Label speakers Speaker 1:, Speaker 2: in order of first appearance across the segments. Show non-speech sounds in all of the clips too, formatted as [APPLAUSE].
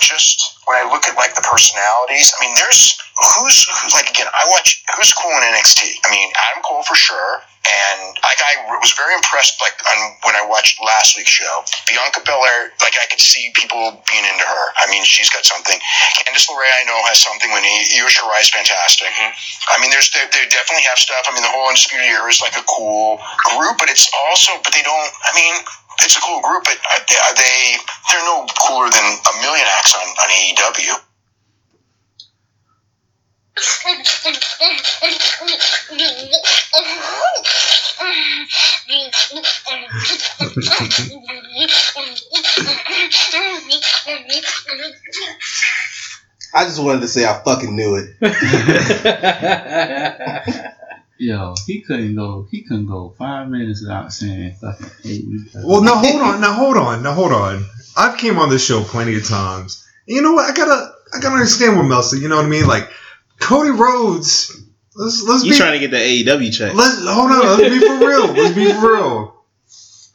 Speaker 1: just when I look at like the personalities. I mean, there's who's who, like again. I watch who's cool in NXT. I mean, Adam Cole for sure. And like I was very impressed, like on, when I watched last week's show, Bianca Belair. Like I could see people being into her. I mean, she's got something. Candice LeRae, I know, has something. When Io Shirai is fantastic. I mean, there's they, they definitely have stuff. I mean, the whole Undisputed Era is like a cool group, but it's also, but they don't. I mean, it's a cool group, but are they, are they they're no cooler than a million acts on, E on AEW.
Speaker 2: I just wanted to say I fucking knew it.
Speaker 3: Yo, he couldn't go. He couldn't go five minutes without saying fucking hate me.
Speaker 4: Well, now hold on, now hold on, now hold on. I've came on this show plenty of times. And you know what? I gotta, I gotta understand what Mel said. You know what I mean? Like Cody Rhodes. Let's let's
Speaker 2: You
Speaker 4: be.
Speaker 2: trying to get the AEW check?
Speaker 4: Let's hold on. Let's
Speaker 2: [LAUGHS]
Speaker 4: be for real. Let's be for real.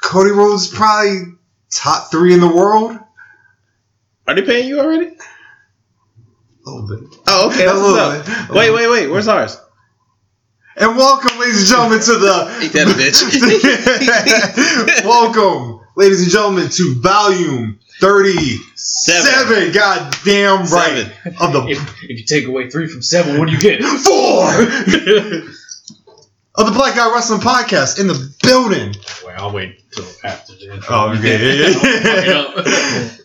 Speaker 4: Cody Rhodes probably top three in the world.
Speaker 2: Are they paying you already?
Speaker 4: A little bit.
Speaker 2: Oh, okay.
Speaker 4: A
Speaker 2: That's what's
Speaker 4: little
Speaker 2: up.
Speaker 4: bit.
Speaker 2: Wait, wait, wait. Where's ours?
Speaker 4: And welcome, ladies and gentlemen, to the.
Speaker 2: Eat that
Speaker 4: [LAUGHS]
Speaker 2: bitch.
Speaker 4: welcome, ladies and gentlemen, to Volume Thirty
Speaker 2: Seven.
Speaker 4: Seven. God damn right
Speaker 2: Seven.
Speaker 4: of the
Speaker 5: If, if you take away three from seven, what do you get? [LAUGHS]
Speaker 4: four. of the Black Guy Wrestling Podcast in the building.
Speaker 5: Wait, I'll wait till after the intro. [LAUGHS]
Speaker 4: Oh, okay.
Speaker 5: I'll fuck it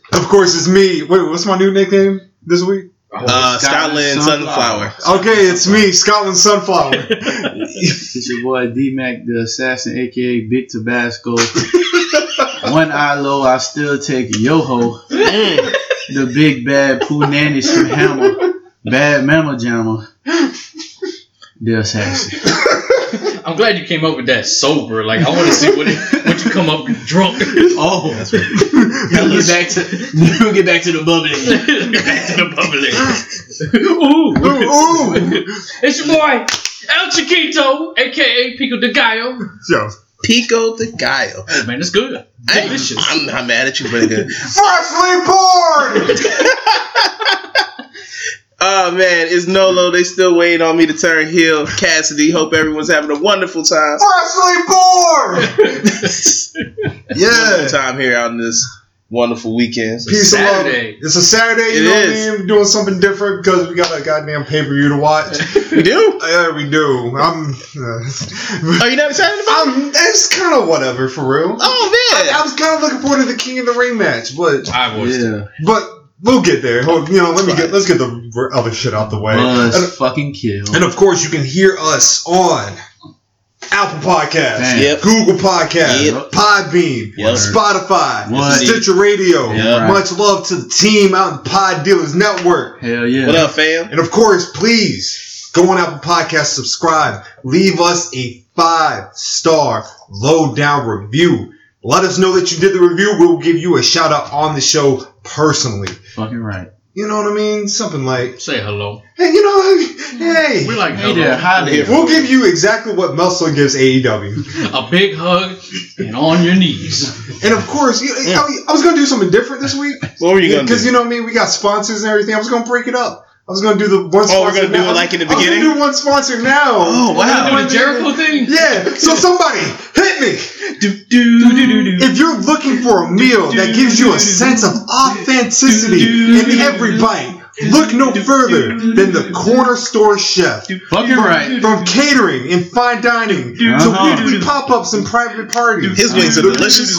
Speaker 4: [LAUGHS] Of course, it's me. Wait, what's my new nickname this week?
Speaker 5: up.
Speaker 2: Uh, Scotland Sunflower.
Speaker 4: Okay, it's me, Scotland
Speaker 5: [LAUGHS]
Speaker 4: Sunflower.
Speaker 3: It's your boy D Mac, the assassin, aka Big
Speaker 2: [LAUGHS]
Speaker 3: Tabasco. One eye low, I still take Yoho,
Speaker 2: Mm.
Speaker 3: the big bad poo nanny from Hammer, bad mama jammer, the assassin.
Speaker 5: I'm glad you came up with that sober. Like, I want to see what it, what you come up with
Speaker 3: [LAUGHS]
Speaker 5: drunk.
Speaker 3: Oh, that's right. Now we get back to we get back to the
Speaker 5: [LAUGHS]
Speaker 3: bubbling.
Speaker 5: Back to the public.
Speaker 3: [LAUGHS]
Speaker 5: Ooh,
Speaker 4: ooh, ooh.
Speaker 5: it's your boy El Chiquito, aka Pico de Gallo.
Speaker 4: Yo,
Speaker 2: Pico the Guile.
Speaker 5: Hey, man, it's good.
Speaker 2: I-
Speaker 5: Delicious.
Speaker 3: [LAUGHS]
Speaker 2: I'm not mad at you, nigga.
Speaker 4: freshly
Speaker 5: [LAUGHS]
Speaker 4: born.
Speaker 2: Oh man, it's Nolo. They still waiting on me to turn heel. Cassidy, hope everyone's having a wonderful time.
Speaker 4: Freshly born.
Speaker 2: Wonderful
Speaker 4: Yeah.
Speaker 2: time here on this wonderful weekend.
Speaker 4: Peace and love.
Speaker 5: Saturday.
Speaker 4: It's a Saturday. You
Speaker 2: It
Speaker 4: know
Speaker 2: is.
Speaker 4: what I mean? Doing something different because we got a goddamn pay per view to watch.
Speaker 2: We do?
Speaker 4: [LAUGHS] yeah, we do. I'm. Uh, [LAUGHS]
Speaker 2: Are you not excited about? it?
Speaker 4: I'm. It's kind of whatever for real.
Speaker 2: Oh man,
Speaker 4: I, I was kind of looking forward to the King of the Ring match, but
Speaker 5: I was.
Speaker 3: Yeah,
Speaker 4: But we'll get there. Hold, you know, let me get let's get the r- other shit out the way. And,
Speaker 3: buzz fucking kill.
Speaker 4: and of course, you can hear us on Apple Podcasts,
Speaker 3: Damn.
Speaker 2: Yep.
Speaker 4: Google Podcasts,
Speaker 2: Yep.
Speaker 4: Podbean,
Speaker 2: Yep.
Speaker 4: Spotify,
Speaker 3: What?
Speaker 4: Stitcher Radio.
Speaker 2: Yeah.
Speaker 4: Much love to the team out in Pod Dealers Network.
Speaker 3: Hell yeah.
Speaker 2: what up, fam?
Speaker 4: And of course, please go on Apple Podcasts, subscribe, leave us a five star low down review. Let us know that you did the review. We'll give you a shout out on the show personally.
Speaker 3: Fucking right.
Speaker 4: You know what I mean? Something like,
Speaker 5: Say hello.
Speaker 4: hey, you know, [LAUGHS] hey,
Speaker 5: We like
Speaker 3: Hey
Speaker 5: hello.
Speaker 3: there, hi there.
Speaker 4: we'll give you exactly what Muscle gives E AEW.
Speaker 5: A big hug and on your knees.
Speaker 4: And of course, you, I, mean, I was going to do something different this week.
Speaker 2: What were you gonna
Speaker 4: Because,
Speaker 2: do?
Speaker 4: you know what I mean? We got sponsors and everything. I was going to break it up. I was going to do the one
Speaker 2: Oh, we're
Speaker 4: sponsor
Speaker 2: gonna do
Speaker 4: now.
Speaker 2: it like in the
Speaker 4: I was gonna
Speaker 2: beginning?
Speaker 4: do one sponsor now.
Speaker 2: Oh
Speaker 5: Doing
Speaker 2: wow!
Speaker 5: the Jericho thing?
Speaker 4: Yeah, so somebody hit me.
Speaker 2: Do, do, do, do, do.
Speaker 4: If you're looking for a meal that gives you a sense of authenticity in every bite, look no further than the corner store chef.
Speaker 3: Fucking right.
Speaker 4: From catering and fine dining
Speaker 3: Uh-huh.
Speaker 4: to weekly pop-ups and private parties.
Speaker 2: His wings are
Speaker 4: The-
Speaker 2: delicious.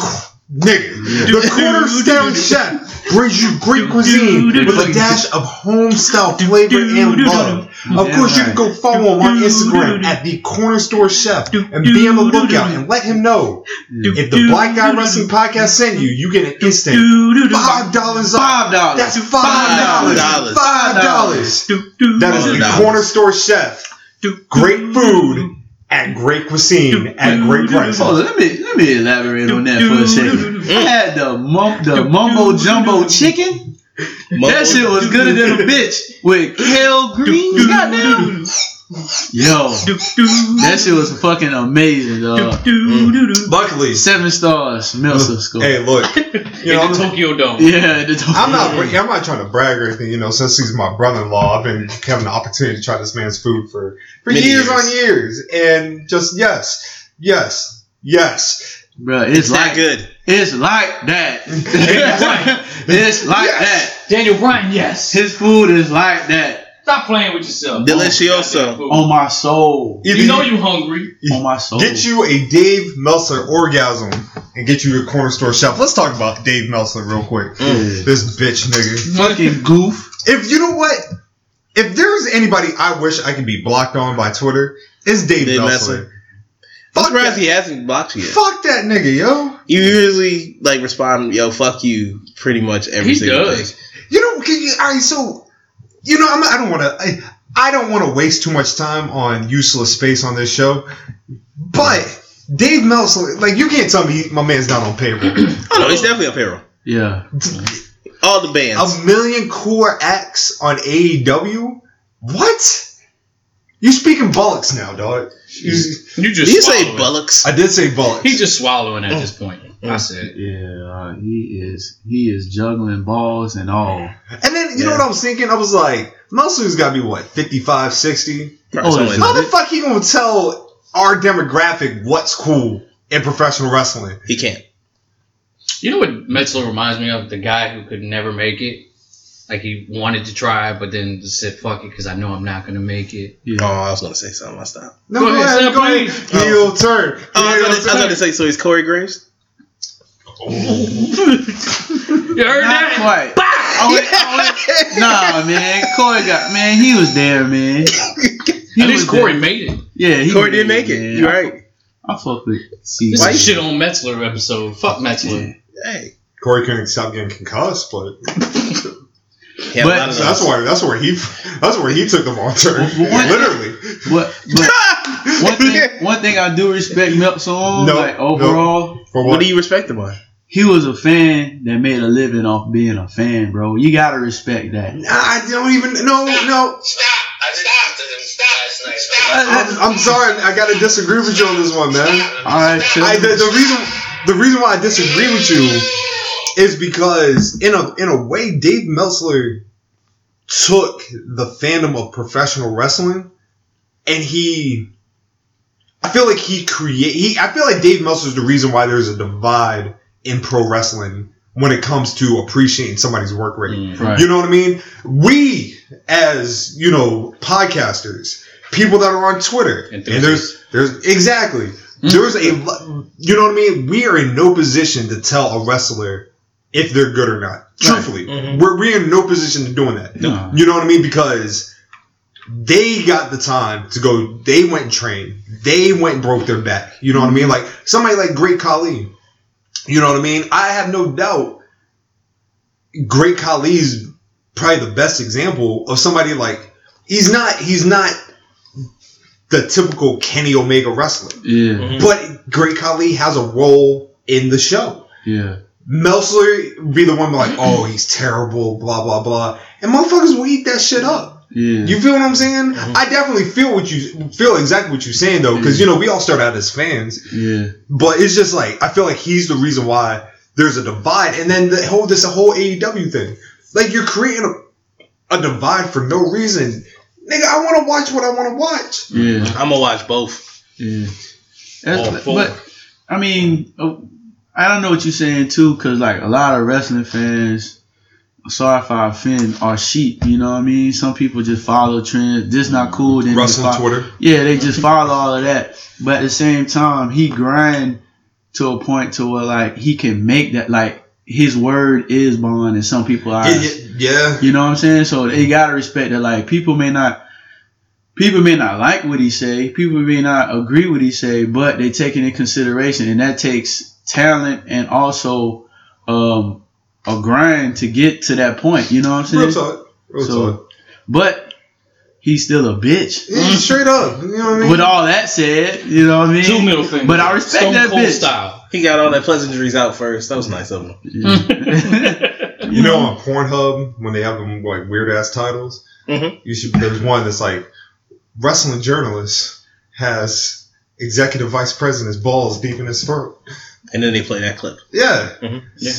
Speaker 4: Nigga, the cornerstone chef brings you Greek cuisine with a dash of home-style flavor and love. Of course, you can go follow him on Instagram at the Corner Store Chef and be on the lookout and let him know if the Black Guy Wrestling Podcast sent you, you get an instant five dollars off.
Speaker 3: Five dollars.
Speaker 4: That's five
Speaker 2: $5.
Speaker 4: dollars. Five dollars. That is
Speaker 2: $5.
Speaker 4: the Corner Store Chef. Great
Speaker 5: Mm-hmm.
Speaker 4: food at great cuisine at great
Speaker 3: Hold
Speaker 4: prices.
Speaker 3: on, let me let me elaborate on that for a second. I had the mum, the mumbo jumbo chicken. That shit was gooder than a bitch with kale greens. Goddamn, Yo, that shit was uh, mm. fucking amazing, dog.
Speaker 4: Luckily,
Speaker 3: Seven stars, Melsa score.
Speaker 4: hey, look, you know,
Speaker 5: in the
Speaker 4: I'm,
Speaker 5: Tokyo Dome.
Speaker 3: Yeah, the
Speaker 4: I'm not. I'm not trying to brag or anything. You know, since he's my brother-in-law, I've been having the opportunity to try this man's food for for
Speaker 1: Many
Speaker 4: years,
Speaker 1: years.
Speaker 4: on years, and just yes, yes, yes.
Speaker 3: Bro, it's,
Speaker 2: It's
Speaker 3: like
Speaker 2: not good.
Speaker 3: it's like
Speaker 4: [LAUGHS]
Speaker 3: that.
Speaker 5: Right.
Speaker 3: it's like
Speaker 4: Yes.
Speaker 3: that.
Speaker 5: Daniel Bryan, yes.
Speaker 3: His food is like that.
Speaker 5: Stop playing with yourself.
Speaker 2: Delicioso.
Speaker 3: On my soul.
Speaker 5: You know you hungry.
Speaker 3: On my soul.
Speaker 4: Get you a Dave Meltzer orgasm and get you your corner store shelf. Let's talk about Dave Meltzer real quick.
Speaker 2: Mm.
Speaker 4: This bitch nigga.
Speaker 3: fucking goof.
Speaker 4: If you know what, if there's anybody I wish I could be blocked on by Twitter, it's Dave,
Speaker 2: Dave
Speaker 4: Meltzer.
Speaker 2: I'm
Speaker 4: Fuck
Speaker 2: surprised
Speaker 4: that,
Speaker 2: he hasn't blocked you. yet.
Speaker 4: fuck that nigga, yo.
Speaker 2: You usually like respond, "Yo, fuck you," pretty much every
Speaker 5: He
Speaker 2: single
Speaker 5: does.
Speaker 2: day.
Speaker 4: You know, can you, all right, so you know, I'm, I don't want to. I, I don't want to waste too much time on useless space on this show, but. Dave Meltzer, like you can't tell me my man's not on [CLEARS THROAT] payroll.
Speaker 2: Oh no, he's definitely a payroll.
Speaker 3: Yeah.
Speaker 2: All the bands.
Speaker 4: a million core acts on AEW? What? You speaking bullocks now, dog. You-
Speaker 5: You
Speaker 2: Did
Speaker 5: just.
Speaker 2: you say
Speaker 5: swallowing.
Speaker 2: bullocks?
Speaker 4: I did say bullocks.
Speaker 5: He's just swallowing at this point.
Speaker 3: Mm.
Speaker 5: I said.
Speaker 3: Yeah, uh, he is he is juggling balls and all.
Speaker 4: and then you know what I was thinking? I was like, Meltzer's gotta be what, 55, 60?
Speaker 2: Probably
Speaker 3: Oh,
Speaker 2: something like
Speaker 3: it's
Speaker 4: How
Speaker 2: that.
Speaker 4: the fuck he gonna tell our demographic what's cool in professional wrestling?
Speaker 2: he can't.
Speaker 5: You know what Metzler reminds me of? The guy who could never make it. Like he wanted to try, but then just said, fuck it, because I know I'm not going to
Speaker 3: [LAUGHS]
Speaker 5: make it.
Speaker 2: Oh, I was gonna say something. I stopped.
Speaker 4: No,
Speaker 5: Go ahead, Sam,
Speaker 2: please.
Speaker 4: Heel
Speaker 2: Oh, I
Speaker 4: turn.
Speaker 2: was, gonna,
Speaker 4: Heel
Speaker 2: I was
Speaker 4: turn.
Speaker 2: gonna say. So he's Corey Graves.
Speaker 5: You heard
Speaker 3: Not
Speaker 5: that?
Speaker 3: quite. Oh, wait, oh, wait. Nah, man. Corey got man. He was there, man. He
Speaker 5: At least
Speaker 3: was
Speaker 5: Corey
Speaker 3: there.
Speaker 5: made it.
Speaker 3: Yeah, he
Speaker 2: Corey
Speaker 3: was
Speaker 2: didn't
Speaker 3: there,
Speaker 2: make it.
Speaker 3: man.
Speaker 2: You're right.
Speaker 3: I fuck with see.
Speaker 5: This
Speaker 2: Why-
Speaker 5: is shit on Metzler episode. Fuck Metzler.
Speaker 2: Hey,
Speaker 4: Corey couldn't stop getting concussed, [LAUGHS] but
Speaker 2: he had a
Speaker 3: But-
Speaker 2: lot of
Speaker 4: so that's
Speaker 2: those.
Speaker 4: why that's where he that's where he took the wrong turn.
Speaker 3: Well, what-
Speaker 4: Literally.
Speaker 3: But, but one thing, one thing I do respect Melps on,
Speaker 4: No,
Speaker 3: like
Speaker 4: no.
Speaker 3: overall,
Speaker 4: For
Speaker 2: What do you respect him on?
Speaker 3: he was a fan that made a living off being a fan, bro. You gotta respect that.
Speaker 4: Nah, I don't even. No, no.
Speaker 2: [LAUGHS]
Speaker 6: Stop! I stopped him. Stop! Stop!
Speaker 4: I'm, I'm sorry. [LAUGHS] I gotta disagree with you on this one, man.
Speaker 6: Stop.
Speaker 3: All right, chill.
Speaker 4: I, the, the reason the reason why I disagree with you is because in a in a way, Dave Meltzer took the fandom of professional wrestling, and he. I feel like he create. He, I feel like Dave Meltzer is the reason why there's a divide in pro wrestling when it comes to appreciating somebody's work rate.
Speaker 5: Mm,
Speaker 3: right.
Speaker 4: You know what I mean? We, as you know, podcasters, people that are on Twitter, and there's there's exactly there's a lo- you know what I mean. We are in no position to tell a wrestler if they're good or not. Truthfully, we're we're in no position to doing that.
Speaker 3: No.
Speaker 4: You know what I mean? Because they got the time to go. They went and trained. They went and broke their back. You know what I mean? Like somebody like Great Khali. You know what I mean? I have no doubt. Great Khali's probably the best example of somebody like he's not he's not the typical Kenny Omega wrestler,
Speaker 3: Yeah,
Speaker 5: Mm-hmm.
Speaker 4: but Great Khali has a role in the show.
Speaker 3: yeah.
Speaker 4: Meltzer be the one like, oh, he's terrible, blah blah blah, and motherfuckers will eat that shit up.
Speaker 3: Yeah.
Speaker 4: You feel what I'm saying? I definitely feel what you feel exactly what you're saying though, because you know we all start out as fans,
Speaker 3: yeah.
Speaker 4: but it's just like I feel like he's the reason why there's a divide, and then the whole this whole AEW thing, like you're creating a, a divide for no reason. Nigga, I want to watch what I want to watch.
Speaker 3: Yeah.
Speaker 2: I'm gonna watch both.
Speaker 3: Yeah. That's,
Speaker 5: All
Speaker 3: but-
Speaker 5: four.
Speaker 3: But I mean, uh, I don't know what you're saying too, because like a lot of wrestling fans, sorry if I offend, are sheep. You know what I mean? Some people just follow trends. This not cool. Then they
Speaker 4: Wrestling
Speaker 3: fo-
Speaker 4: Twitter.
Speaker 3: Yeah, they just follow all of that. But at the same time, he grind to a point to where like he can make that like his word is bond, and some people are.
Speaker 4: Yeah, yeah, yeah.
Speaker 3: You know what I'm saying? So they gotta respect that. Like people may not, people may not like what he say, people may not agree what he say, but they take it in consideration, and that takes talent and also um, a grind to get to that point. You know what I'm
Speaker 4: Real
Speaker 3: saying?
Speaker 4: talk. Real
Speaker 3: So-
Speaker 4: talk.
Speaker 3: But he's still a bitch.
Speaker 4: Yeah, straight up. You know what I mean?
Speaker 3: With all that said, you know what I mean?
Speaker 5: Two middle fingers.
Speaker 3: But I respect
Speaker 5: Stone
Speaker 3: that
Speaker 5: Cold
Speaker 3: bitch.
Speaker 5: style.
Speaker 2: He got all that pleasantries out first. That was nice of him.
Speaker 4: You know, on Pornhub when they have them like weird ass titles,
Speaker 2: Mhm.
Speaker 4: you should. There's one that's like wrestling journalist has executive vice president's balls deep in his throat.
Speaker 7: And then they play that clip.
Speaker 4: Yeah.
Speaker 5: [LAUGHS] Yeah.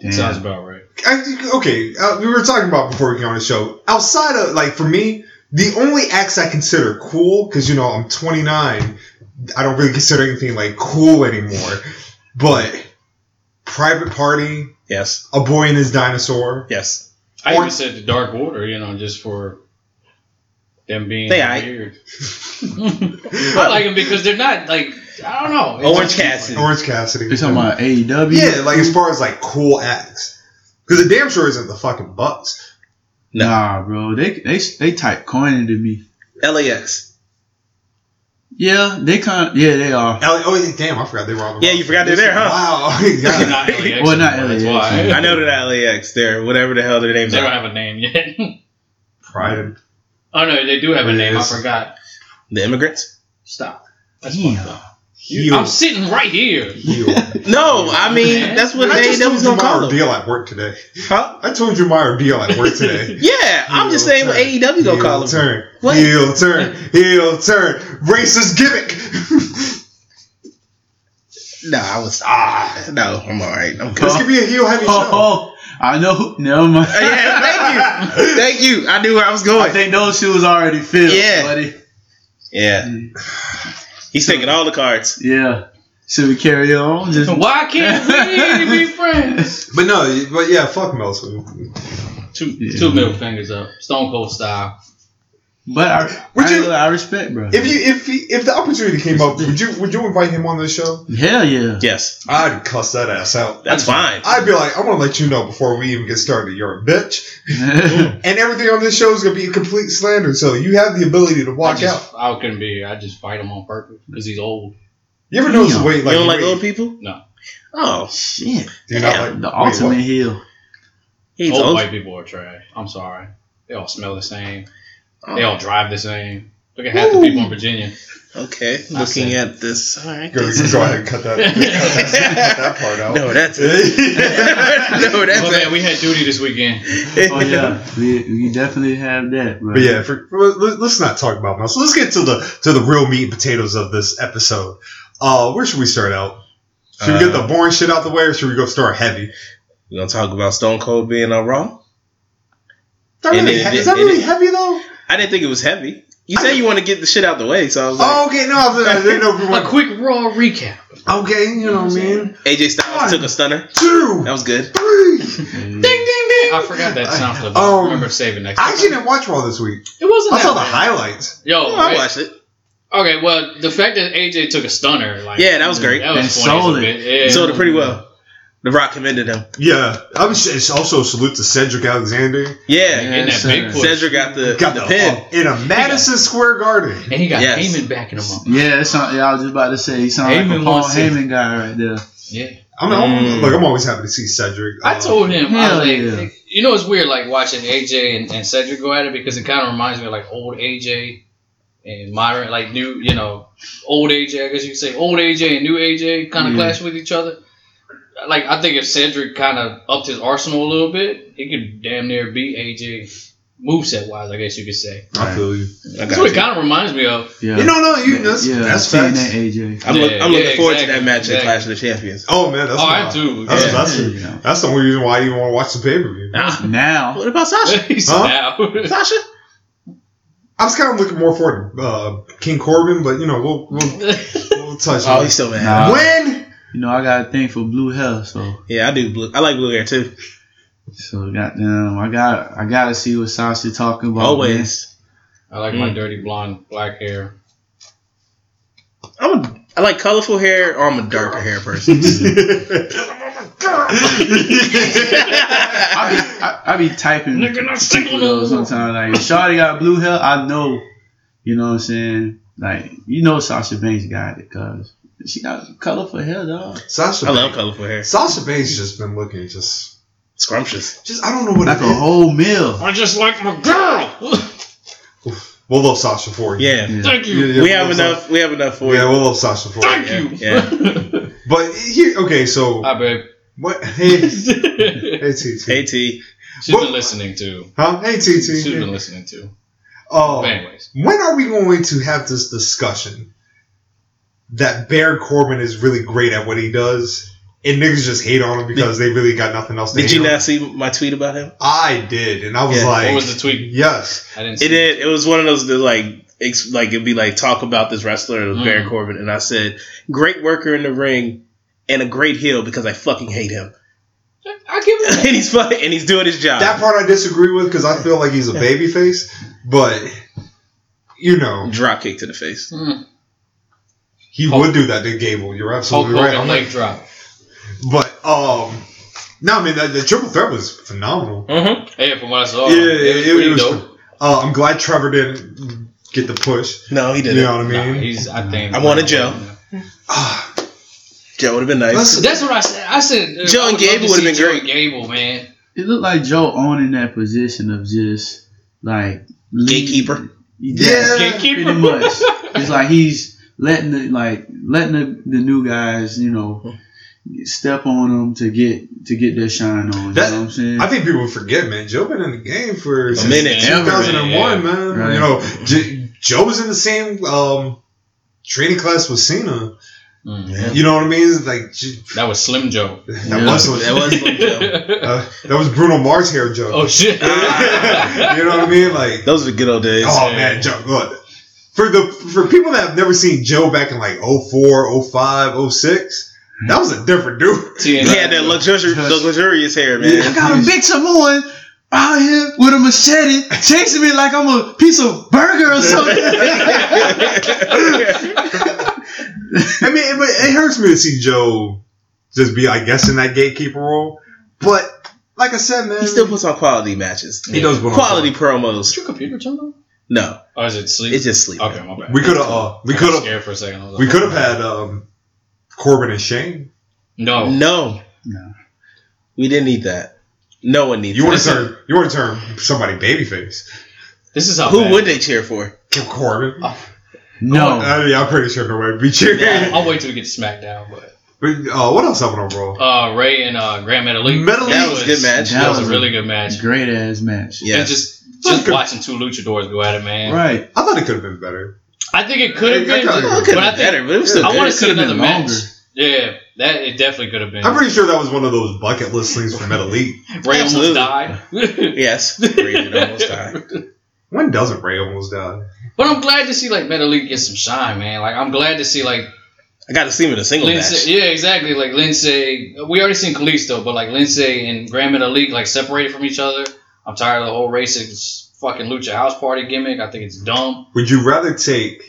Speaker 3: Damn.
Speaker 5: Sounds about right.
Speaker 4: I, okay. Uh, we were talking about before we came on the show. Outside of, like, for me, the only acts I consider cool, because, you know, I'm 29, I don't really consider anything, like, cool anymore. But Private Party,
Speaker 7: Yes.
Speaker 4: A Boy and His Dinosaur.
Speaker 7: Yes.
Speaker 5: I
Speaker 4: Or-
Speaker 5: even said the Dark Order, you know, just for them being
Speaker 7: They aight.
Speaker 5: weird. [LAUGHS] I like them because they're not like I don't know. It's
Speaker 7: Orange
Speaker 5: just-
Speaker 7: Cassidy.
Speaker 4: Orange Cassidy.
Speaker 3: You talking about E AEW?
Speaker 4: Yeah, like, as far as, like, cool acts. Because it damn sure isn't the fucking Bucks.
Speaker 7: No.
Speaker 3: Nah, bro. They they they type coin into me.
Speaker 7: LAX.
Speaker 3: Yeah, they kind. Yeah, they are.
Speaker 4: L- oh, yeah, damn, I forgot they were on the
Speaker 7: Yeah, you forgot they're there, huh?
Speaker 4: [LAUGHS] Wow.
Speaker 7: [LAUGHS]
Speaker 5: They're
Speaker 4: Oh, yeah.
Speaker 5: not LAX
Speaker 3: Well, not
Speaker 5: anymore, that's
Speaker 3: LAX,
Speaker 5: why.
Speaker 3: yeah.
Speaker 7: I know that LAX. They're whatever the hell their
Speaker 5: They
Speaker 7: names
Speaker 5: don't
Speaker 7: are.
Speaker 5: have a name yet. [LAUGHS]
Speaker 4: Pride and
Speaker 5: oh no, they do have a name. I
Speaker 4: Yes.
Speaker 5: forgot.
Speaker 7: The immigrants?
Speaker 5: Stop. That's fucked
Speaker 3: Damn.
Speaker 5: up.
Speaker 4: heel.
Speaker 5: I'm sitting right here.
Speaker 7: [LAUGHS]
Speaker 4: heel.
Speaker 7: No, I mean that's what
Speaker 4: I
Speaker 7: they
Speaker 4: just
Speaker 7: that
Speaker 4: told
Speaker 7: was
Speaker 4: you
Speaker 7: gonna
Speaker 4: my
Speaker 7: call them.
Speaker 4: ordeal at work today.
Speaker 7: Huh?
Speaker 4: I told you my ordeal at
Speaker 7: [LAUGHS]
Speaker 4: work today.
Speaker 7: Yeah, I'm just saying what AEW
Speaker 4: Heel
Speaker 7: gonna
Speaker 4: heel
Speaker 7: call them.
Speaker 4: turn.
Speaker 7: What?
Speaker 4: Heel turn. Heel turn. Racist gimmick. [LAUGHS]
Speaker 7: No, I was ah no, I'm all right. I'm good. [LAUGHS]
Speaker 4: this could be a heel heavy
Speaker 3: Oh,
Speaker 4: show.
Speaker 3: oh, I know. Never mind.
Speaker 7: yeah, thank you, [LAUGHS] thank you. I knew where I was
Speaker 3: [LAUGHS] I
Speaker 7: going.
Speaker 3: think those shoes already filled,
Speaker 7: Yeah.
Speaker 3: buddy.
Speaker 7: Yeah, he's taking all the cards.
Speaker 3: Yeah. Should we carry on? Just
Speaker 5: Why can't we be friends?
Speaker 4: But no, but yeah, fuck Melson.
Speaker 5: Two
Speaker 3: Yeah.
Speaker 5: two middle fingers up, Stone Cold style.
Speaker 3: [LAUGHS] But I,
Speaker 4: Would
Speaker 3: I,
Speaker 4: you-
Speaker 3: ain't gonna- I respect, bro.
Speaker 4: If you if he, if the opportunity came up, would you would you invite him on this show?
Speaker 3: Hell yeah. [LAUGHS]
Speaker 7: Yes,
Speaker 4: I'd cuss that ass out.
Speaker 7: that's fine.
Speaker 4: I'd be like, I want to let you know before we even get started, you're a bitch, and everything on this show is gonna be complete slander. So you have the ability to
Speaker 5: I
Speaker 4: walk out.
Speaker 5: just, I couldn't be here. I just fight him on purpose because he's old.
Speaker 4: You ever notice the
Speaker 3: Damn.
Speaker 4: way like
Speaker 7: you don't like
Speaker 4: wait,
Speaker 7: old people?
Speaker 5: No.
Speaker 7: Oh,
Speaker 3: Shit.
Speaker 4: do you not
Speaker 7: Damn,
Speaker 4: like
Speaker 3: The
Speaker 4: wait,
Speaker 7: [LAUGHS]
Speaker 3: ultimate
Speaker 4: what?
Speaker 3: heel.
Speaker 7: he's
Speaker 5: old
Speaker 7: old.
Speaker 5: white people are trash. I'm sorry. They all smell the same. They
Speaker 7: Oh.
Speaker 5: all drive the same. Look at half the people in Virginia.
Speaker 7: [LAUGHS] Okay,
Speaker 5: I
Speaker 7: looking
Speaker 5: see.
Speaker 7: at this. All right.
Speaker 4: Go,
Speaker 7: this is-
Speaker 4: go ahead and cut that, cut that, cut that part
Speaker 7: [LAUGHS]
Speaker 4: out.
Speaker 7: No, that's no, that's
Speaker 5: Oh, man, we had duty this weekend.
Speaker 3: Oh
Speaker 7: [LAUGHS]
Speaker 3: yeah. we, we definitely have that, bro.
Speaker 4: [LAUGHS] But yeah, for, for- let- let's not talk about mouse. Let's get to the to the real meat and potatoes of this episode. Uh, where should we start out? Should we get
Speaker 7: Uh,
Speaker 4: the boring shit out the way, or should we go start heavy?
Speaker 7: We're gonna talk about Stone Cold being on Raw.
Speaker 4: Is that
Speaker 7: And
Speaker 4: really,
Speaker 7: it-
Speaker 4: he- is that
Speaker 7: and
Speaker 4: really
Speaker 7: it-
Speaker 4: heavy though?
Speaker 7: I didn't think it was heavy. You
Speaker 4: I
Speaker 7: said you want to get the shit out the way, so I was like,
Speaker 4: Oh, okay. No, I, was, I didn't know if we
Speaker 5: A
Speaker 4: were.
Speaker 5: quick raw recap.
Speaker 4: [LAUGHS] Okay, you know what I mean.
Speaker 7: AJ Styles
Speaker 4: God.
Speaker 7: took a stunner.
Speaker 4: Two,
Speaker 7: That was good.
Speaker 4: three.
Speaker 3: Yeah.
Speaker 5: I forgot that sound clip. I
Speaker 7: Oh.
Speaker 4: Um,
Speaker 5: remember saving next.
Speaker 4: I
Speaker 5: time.
Speaker 4: actually didn't watch Raw this week.
Speaker 5: It wasn't.
Speaker 4: I
Speaker 5: that
Speaker 4: saw the
Speaker 5: bad.
Speaker 4: highlights.
Speaker 5: Yo,
Speaker 7: Oh, I
Speaker 5: wait.
Speaker 7: watched it.
Speaker 5: okay. Well, the fact that AJ took a stunner, like
Speaker 7: Yeah, that was great.
Speaker 5: that was
Speaker 3: And
Speaker 5: funny as a
Speaker 3: sold it.
Speaker 5: bit. Yeah.
Speaker 7: Sold it pretty well. The Rock commended him.
Speaker 4: Yeah, I was it's also salute to Cedric Alexander.
Speaker 7: Yeah.
Speaker 5: And that big
Speaker 3: Yeah,
Speaker 5: push.
Speaker 7: Cedric got the,
Speaker 4: Got
Speaker 7: the,
Speaker 4: the
Speaker 7: pin.
Speaker 4: uh, in a Madison Square Garden.
Speaker 5: And he got
Speaker 7: Yes. Mm.
Speaker 5: Heyman backing him up.
Speaker 3: Yeah, it sound, yeah, I was just about to say, he sound like
Speaker 5: Heyman
Speaker 3: a Paul
Speaker 5: wants it.
Speaker 3: Heyman guy right there.
Speaker 5: Yeah.
Speaker 4: I'm, I'm
Speaker 7: Mm.
Speaker 4: like I'm always happy to see Cedric.
Speaker 5: I
Speaker 4: Uh,
Speaker 5: told him, I was
Speaker 3: hell
Speaker 5: like,
Speaker 3: yeah.
Speaker 5: you know, it's weird, like watching AJ and, and Cedric go at it because it kind of reminds me of like old AJ and modern, like new, you know, old AJ. I guess you could say old AJ and new AJ kind of
Speaker 3: Yeah.
Speaker 5: clash with each other. Like I think if Cedric kind of upped his arsenal a little bit, he could damn near beat AJ moveset wise. I guess you could say.
Speaker 4: I feel you.
Speaker 7: I
Speaker 5: That's what
Speaker 7: got
Speaker 5: it
Speaker 7: you.
Speaker 5: kind of reminds me of.
Speaker 3: Yeah.
Speaker 4: You know, no, you. That's,
Speaker 3: yeah,
Speaker 4: that's
Speaker 3: seeing
Speaker 4: facts.
Speaker 3: that AJ.
Speaker 7: I'm, look-
Speaker 5: Yeah,
Speaker 7: I'm looking
Speaker 5: yeah,
Speaker 7: forward to
Speaker 5: exactly,
Speaker 7: that match at
Speaker 5: exactly.
Speaker 7: Clash of the Champions.
Speaker 4: Oh man, that's
Speaker 5: oh,
Speaker 4: my-
Speaker 5: I do.
Speaker 4: That's,
Speaker 5: yeah.
Speaker 4: that's,
Speaker 3: There you go.
Speaker 4: that's the only reason why I even want to watch the pay per view.
Speaker 7: Ah,
Speaker 3: Now,
Speaker 7: what about
Speaker 5: [LAUGHS]
Speaker 7: Sasha?
Speaker 5: He's
Speaker 4: Huh?
Speaker 5: now.
Speaker 7: Sasha?
Speaker 4: I was kind of looking more forward to uh, King Corbin, but you know we'll we'll, we'll touch.
Speaker 7: Oh,
Speaker 4: on
Speaker 7: he's
Speaker 4: it.
Speaker 7: still mad.
Speaker 3: Nah.
Speaker 4: when
Speaker 3: you know, I got a thing for blue hell, so
Speaker 7: Yeah, I do blue. I like blue hair too.
Speaker 3: so goddamn, I got I gotta see what Sasha talking about. man.
Speaker 7: Always.
Speaker 5: I like my
Speaker 7: Mm.
Speaker 5: dirty blonde black hair.
Speaker 7: I'm a, I like colorful hair or I'm a darker hair person.
Speaker 4: [LAUGHS]
Speaker 7: [LAUGHS]
Speaker 3: I be, I, I be typing [LAUGHS]
Speaker 5: Nigga, not single no more.
Speaker 3: those sometimes. Like, if Shawty got blue hair, I know. You know what I'm saying? Like, you know Sasha Banks got it, cause she got colorful hair, dog.
Speaker 4: Sasha,
Speaker 7: I love
Speaker 4: Banks,
Speaker 7: colorful hair.
Speaker 4: Sasha Banks just been looking just
Speaker 7: Scrumptious.
Speaker 4: just I don't know what
Speaker 3: Like
Speaker 4: it
Speaker 3: a
Speaker 4: is.
Speaker 3: whole meal.
Speaker 5: I just like my girl.
Speaker 4: We'll love Sasha for you.
Speaker 7: Yeah.
Speaker 3: Yeah.
Speaker 5: Thank you.
Speaker 4: Yeah, yeah,
Speaker 7: we
Speaker 4: we'll
Speaker 7: have
Speaker 4: love
Speaker 7: enough. We have enough
Speaker 4: Sasha-
Speaker 7: for
Speaker 4: Yeah,
Speaker 7: you.
Speaker 4: we'll love Sasha for you.
Speaker 5: Thank you.
Speaker 7: Yeah.
Speaker 5: [LAUGHS]
Speaker 4: But here, okay, so
Speaker 5: Hi, Ah, babe.
Speaker 4: what? Hey, [LAUGHS] hey,
Speaker 5: She's
Speaker 4: TT,
Speaker 7: Uh, Hey T.
Speaker 5: been listening to.
Speaker 4: huh? Hey,
Speaker 5: She's been
Speaker 4: TT.
Speaker 5: listening to.
Speaker 4: Oh,
Speaker 5: But anyways,
Speaker 4: when are we going to have this discussion that Baron Corbin is really great at what he does, and niggas just hate on him because they really got nothing else to
Speaker 7: Did
Speaker 4: hate
Speaker 7: you
Speaker 4: on?
Speaker 7: not see my tweet about him?
Speaker 4: I did, and I was
Speaker 7: Yeah.
Speaker 4: like,
Speaker 5: what was the tweet?
Speaker 4: yes,
Speaker 5: I didn't. See
Speaker 7: It did. It was one of those that like ex- like it'd be like talk about this wrestler, it was Baron
Speaker 5: Mm.
Speaker 7: Corbin, and I said great worker in the ring and a great heel because I fucking hate him, [LAUGHS]
Speaker 5: I give it.
Speaker 7: and he's fucking and he's doing his job.
Speaker 4: that part I disagree with because I feel like he's a baby face, but you know
Speaker 7: Drop kick to the face.
Speaker 5: Mm.
Speaker 4: he
Speaker 5: Hulk-
Speaker 4: would do that to Gable. You're
Speaker 5: Hulk
Speaker 4: absolutely
Speaker 5: Hogan
Speaker 4: right. I'm
Speaker 5: leg
Speaker 4: like,
Speaker 5: drop.
Speaker 4: but um, no, I mean the, the triple threat was phenomenal.
Speaker 7: Mm-hmm.
Speaker 5: Hey, from what I saw,
Speaker 4: Yeah,
Speaker 5: it was
Speaker 4: it
Speaker 5: pretty
Speaker 4: was-
Speaker 5: dope.
Speaker 4: Uh, I'm glad Trevor didn't get the push.
Speaker 7: No, he
Speaker 4: You
Speaker 7: didn't.
Speaker 4: know what I
Speaker 5: Nah,
Speaker 4: mean?
Speaker 5: he's. I think.
Speaker 7: I wanted Joe.
Speaker 4: Ah.
Speaker 7: Joe would have been nice.
Speaker 4: Let's-
Speaker 5: That's what I said. I said uh,
Speaker 7: Joe
Speaker 5: I
Speaker 7: and
Speaker 5: would love
Speaker 7: Gable
Speaker 5: to
Speaker 7: would've
Speaker 5: see
Speaker 7: been
Speaker 5: Joe
Speaker 7: great.
Speaker 5: and Gable, man.
Speaker 3: It looked like Joe owning that position of just like lead-
Speaker 7: Gatekeeper.
Speaker 3: Yeah,
Speaker 4: Yeah,
Speaker 5: Gatekeeper.
Speaker 3: pretty much. It's like he's letting the like letting the, the new guys, you know, step on them to get to get their shine on.
Speaker 4: That-
Speaker 3: you know what I'm saying?
Speaker 4: I think people forget, man. Joe been in the game for
Speaker 7: A
Speaker 4: since
Speaker 7: minute.
Speaker 4: 2001,
Speaker 5: Ever,
Speaker 4: man.
Speaker 3: Right.
Speaker 4: You know, J- Joe was in the same um, training class with Cena.
Speaker 5: Mm.
Speaker 7: Yeah.
Speaker 4: You know what I mean? It's Like j-
Speaker 5: That was Slim Joe.
Speaker 4: that
Speaker 3: Yeah.
Speaker 4: was
Speaker 7: That was Slim Joe.
Speaker 4: uh, [LAUGHS] that was Bruno Mars hair, Joe.
Speaker 5: [LAUGHS] oh shit.
Speaker 4: [LAUGHS] you know what I mean?
Speaker 7: [LAUGHS]
Speaker 4: Like,
Speaker 7: Those are the good old days.
Speaker 4: oh man, Joe. Look, for the for people that have never seen Joe back in like 04, 05, 06, that was a different dude. [LAUGHS]
Speaker 5: TNA.
Speaker 7: He had that luxurious, the luxurious hair, man.
Speaker 4: Yeah.
Speaker 3: I got a big [LAUGHS] Samoan out here with a machete chasing me like I'm a piece of burger or
Speaker 4: [LAUGHS]
Speaker 3: something.
Speaker 4: I mean, it, but it hurts me to see Joe just be, I guess, in that gatekeeper role. But like I said,
Speaker 7: [LAUGHS]
Speaker 4: man,
Speaker 7: he still puts on quality matches,
Speaker 4: he does put on
Speaker 7: quality
Speaker 4: front.
Speaker 5: Is
Speaker 7: promos.
Speaker 5: your computer turned on?
Speaker 7: No,
Speaker 5: Or Oh, is it sleep?
Speaker 7: it's just sleep.
Speaker 5: okay, my bad.
Speaker 4: We could have, uh, we
Speaker 5: I
Speaker 4: could
Speaker 5: was
Speaker 4: have,
Speaker 5: scared for a second. I was like,
Speaker 4: we could have had um, Corbin and Shane.
Speaker 5: No.
Speaker 7: No,
Speaker 3: No.
Speaker 7: we didn't need that. No one needs.
Speaker 4: You want to
Speaker 7: that.
Speaker 4: turn, you want to turn somebody babyface,
Speaker 5: This is how.
Speaker 7: Who
Speaker 5: bad-
Speaker 7: would they cheer for?
Speaker 4: Kim
Speaker 7: Oh.
Speaker 4: Corbin.
Speaker 3: no.
Speaker 4: Oh, I mean, I'm pretty sure nobody would be cheering.
Speaker 5: Yeah, I'll, I'll wait till we get to SmackDown. But
Speaker 4: But uh, what else happened on Raw?
Speaker 5: uh, Ray and uh, Grand Metalik.
Speaker 4: Metalik
Speaker 7: That was a good match.
Speaker 5: That was a really good match.
Speaker 3: Great ass match.
Speaker 7: Yeah.
Speaker 5: And just just
Speaker 4: Okay.
Speaker 5: watching two luchadors go at it, man.
Speaker 3: Right.
Speaker 4: I thought it could have been better.
Speaker 5: I think it could have
Speaker 4: Yeah,
Speaker 5: been,
Speaker 4: I kinda-
Speaker 7: Well, it
Speaker 5: but
Speaker 7: could
Speaker 5: I
Speaker 7: have
Speaker 5: think
Speaker 7: been better, but it was still
Speaker 5: I
Speaker 7: good.
Speaker 5: want to see
Speaker 3: could've been
Speaker 5: another match.
Speaker 3: longer.
Speaker 5: Yeah, that it definitely could have been.
Speaker 4: I'm pretty sure that was one of those bucket list things for Metalik.
Speaker 5: Ray
Speaker 7: Absolutely.
Speaker 5: almost died. [LAUGHS]
Speaker 7: Yes, Ray did almost die.
Speaker 4: When doesn't Ray almost die?
Speaker 5: But I'm glad to see like Metalik get some shine, man. Like I'm glad to see like
Speaker 7: I got to see him in a single
Speaker 5: Lindsay.
Speaker 7: match.
Speaker 5: Yeah, exactly. Like Lindsay, we already seen Kalisto, but like Lindsay and Graham and Elite like separated from each other. I'm tired of the whole racist fucking lucha house party gimmick. I think it's dumb.
Speaker 4: Would you rather take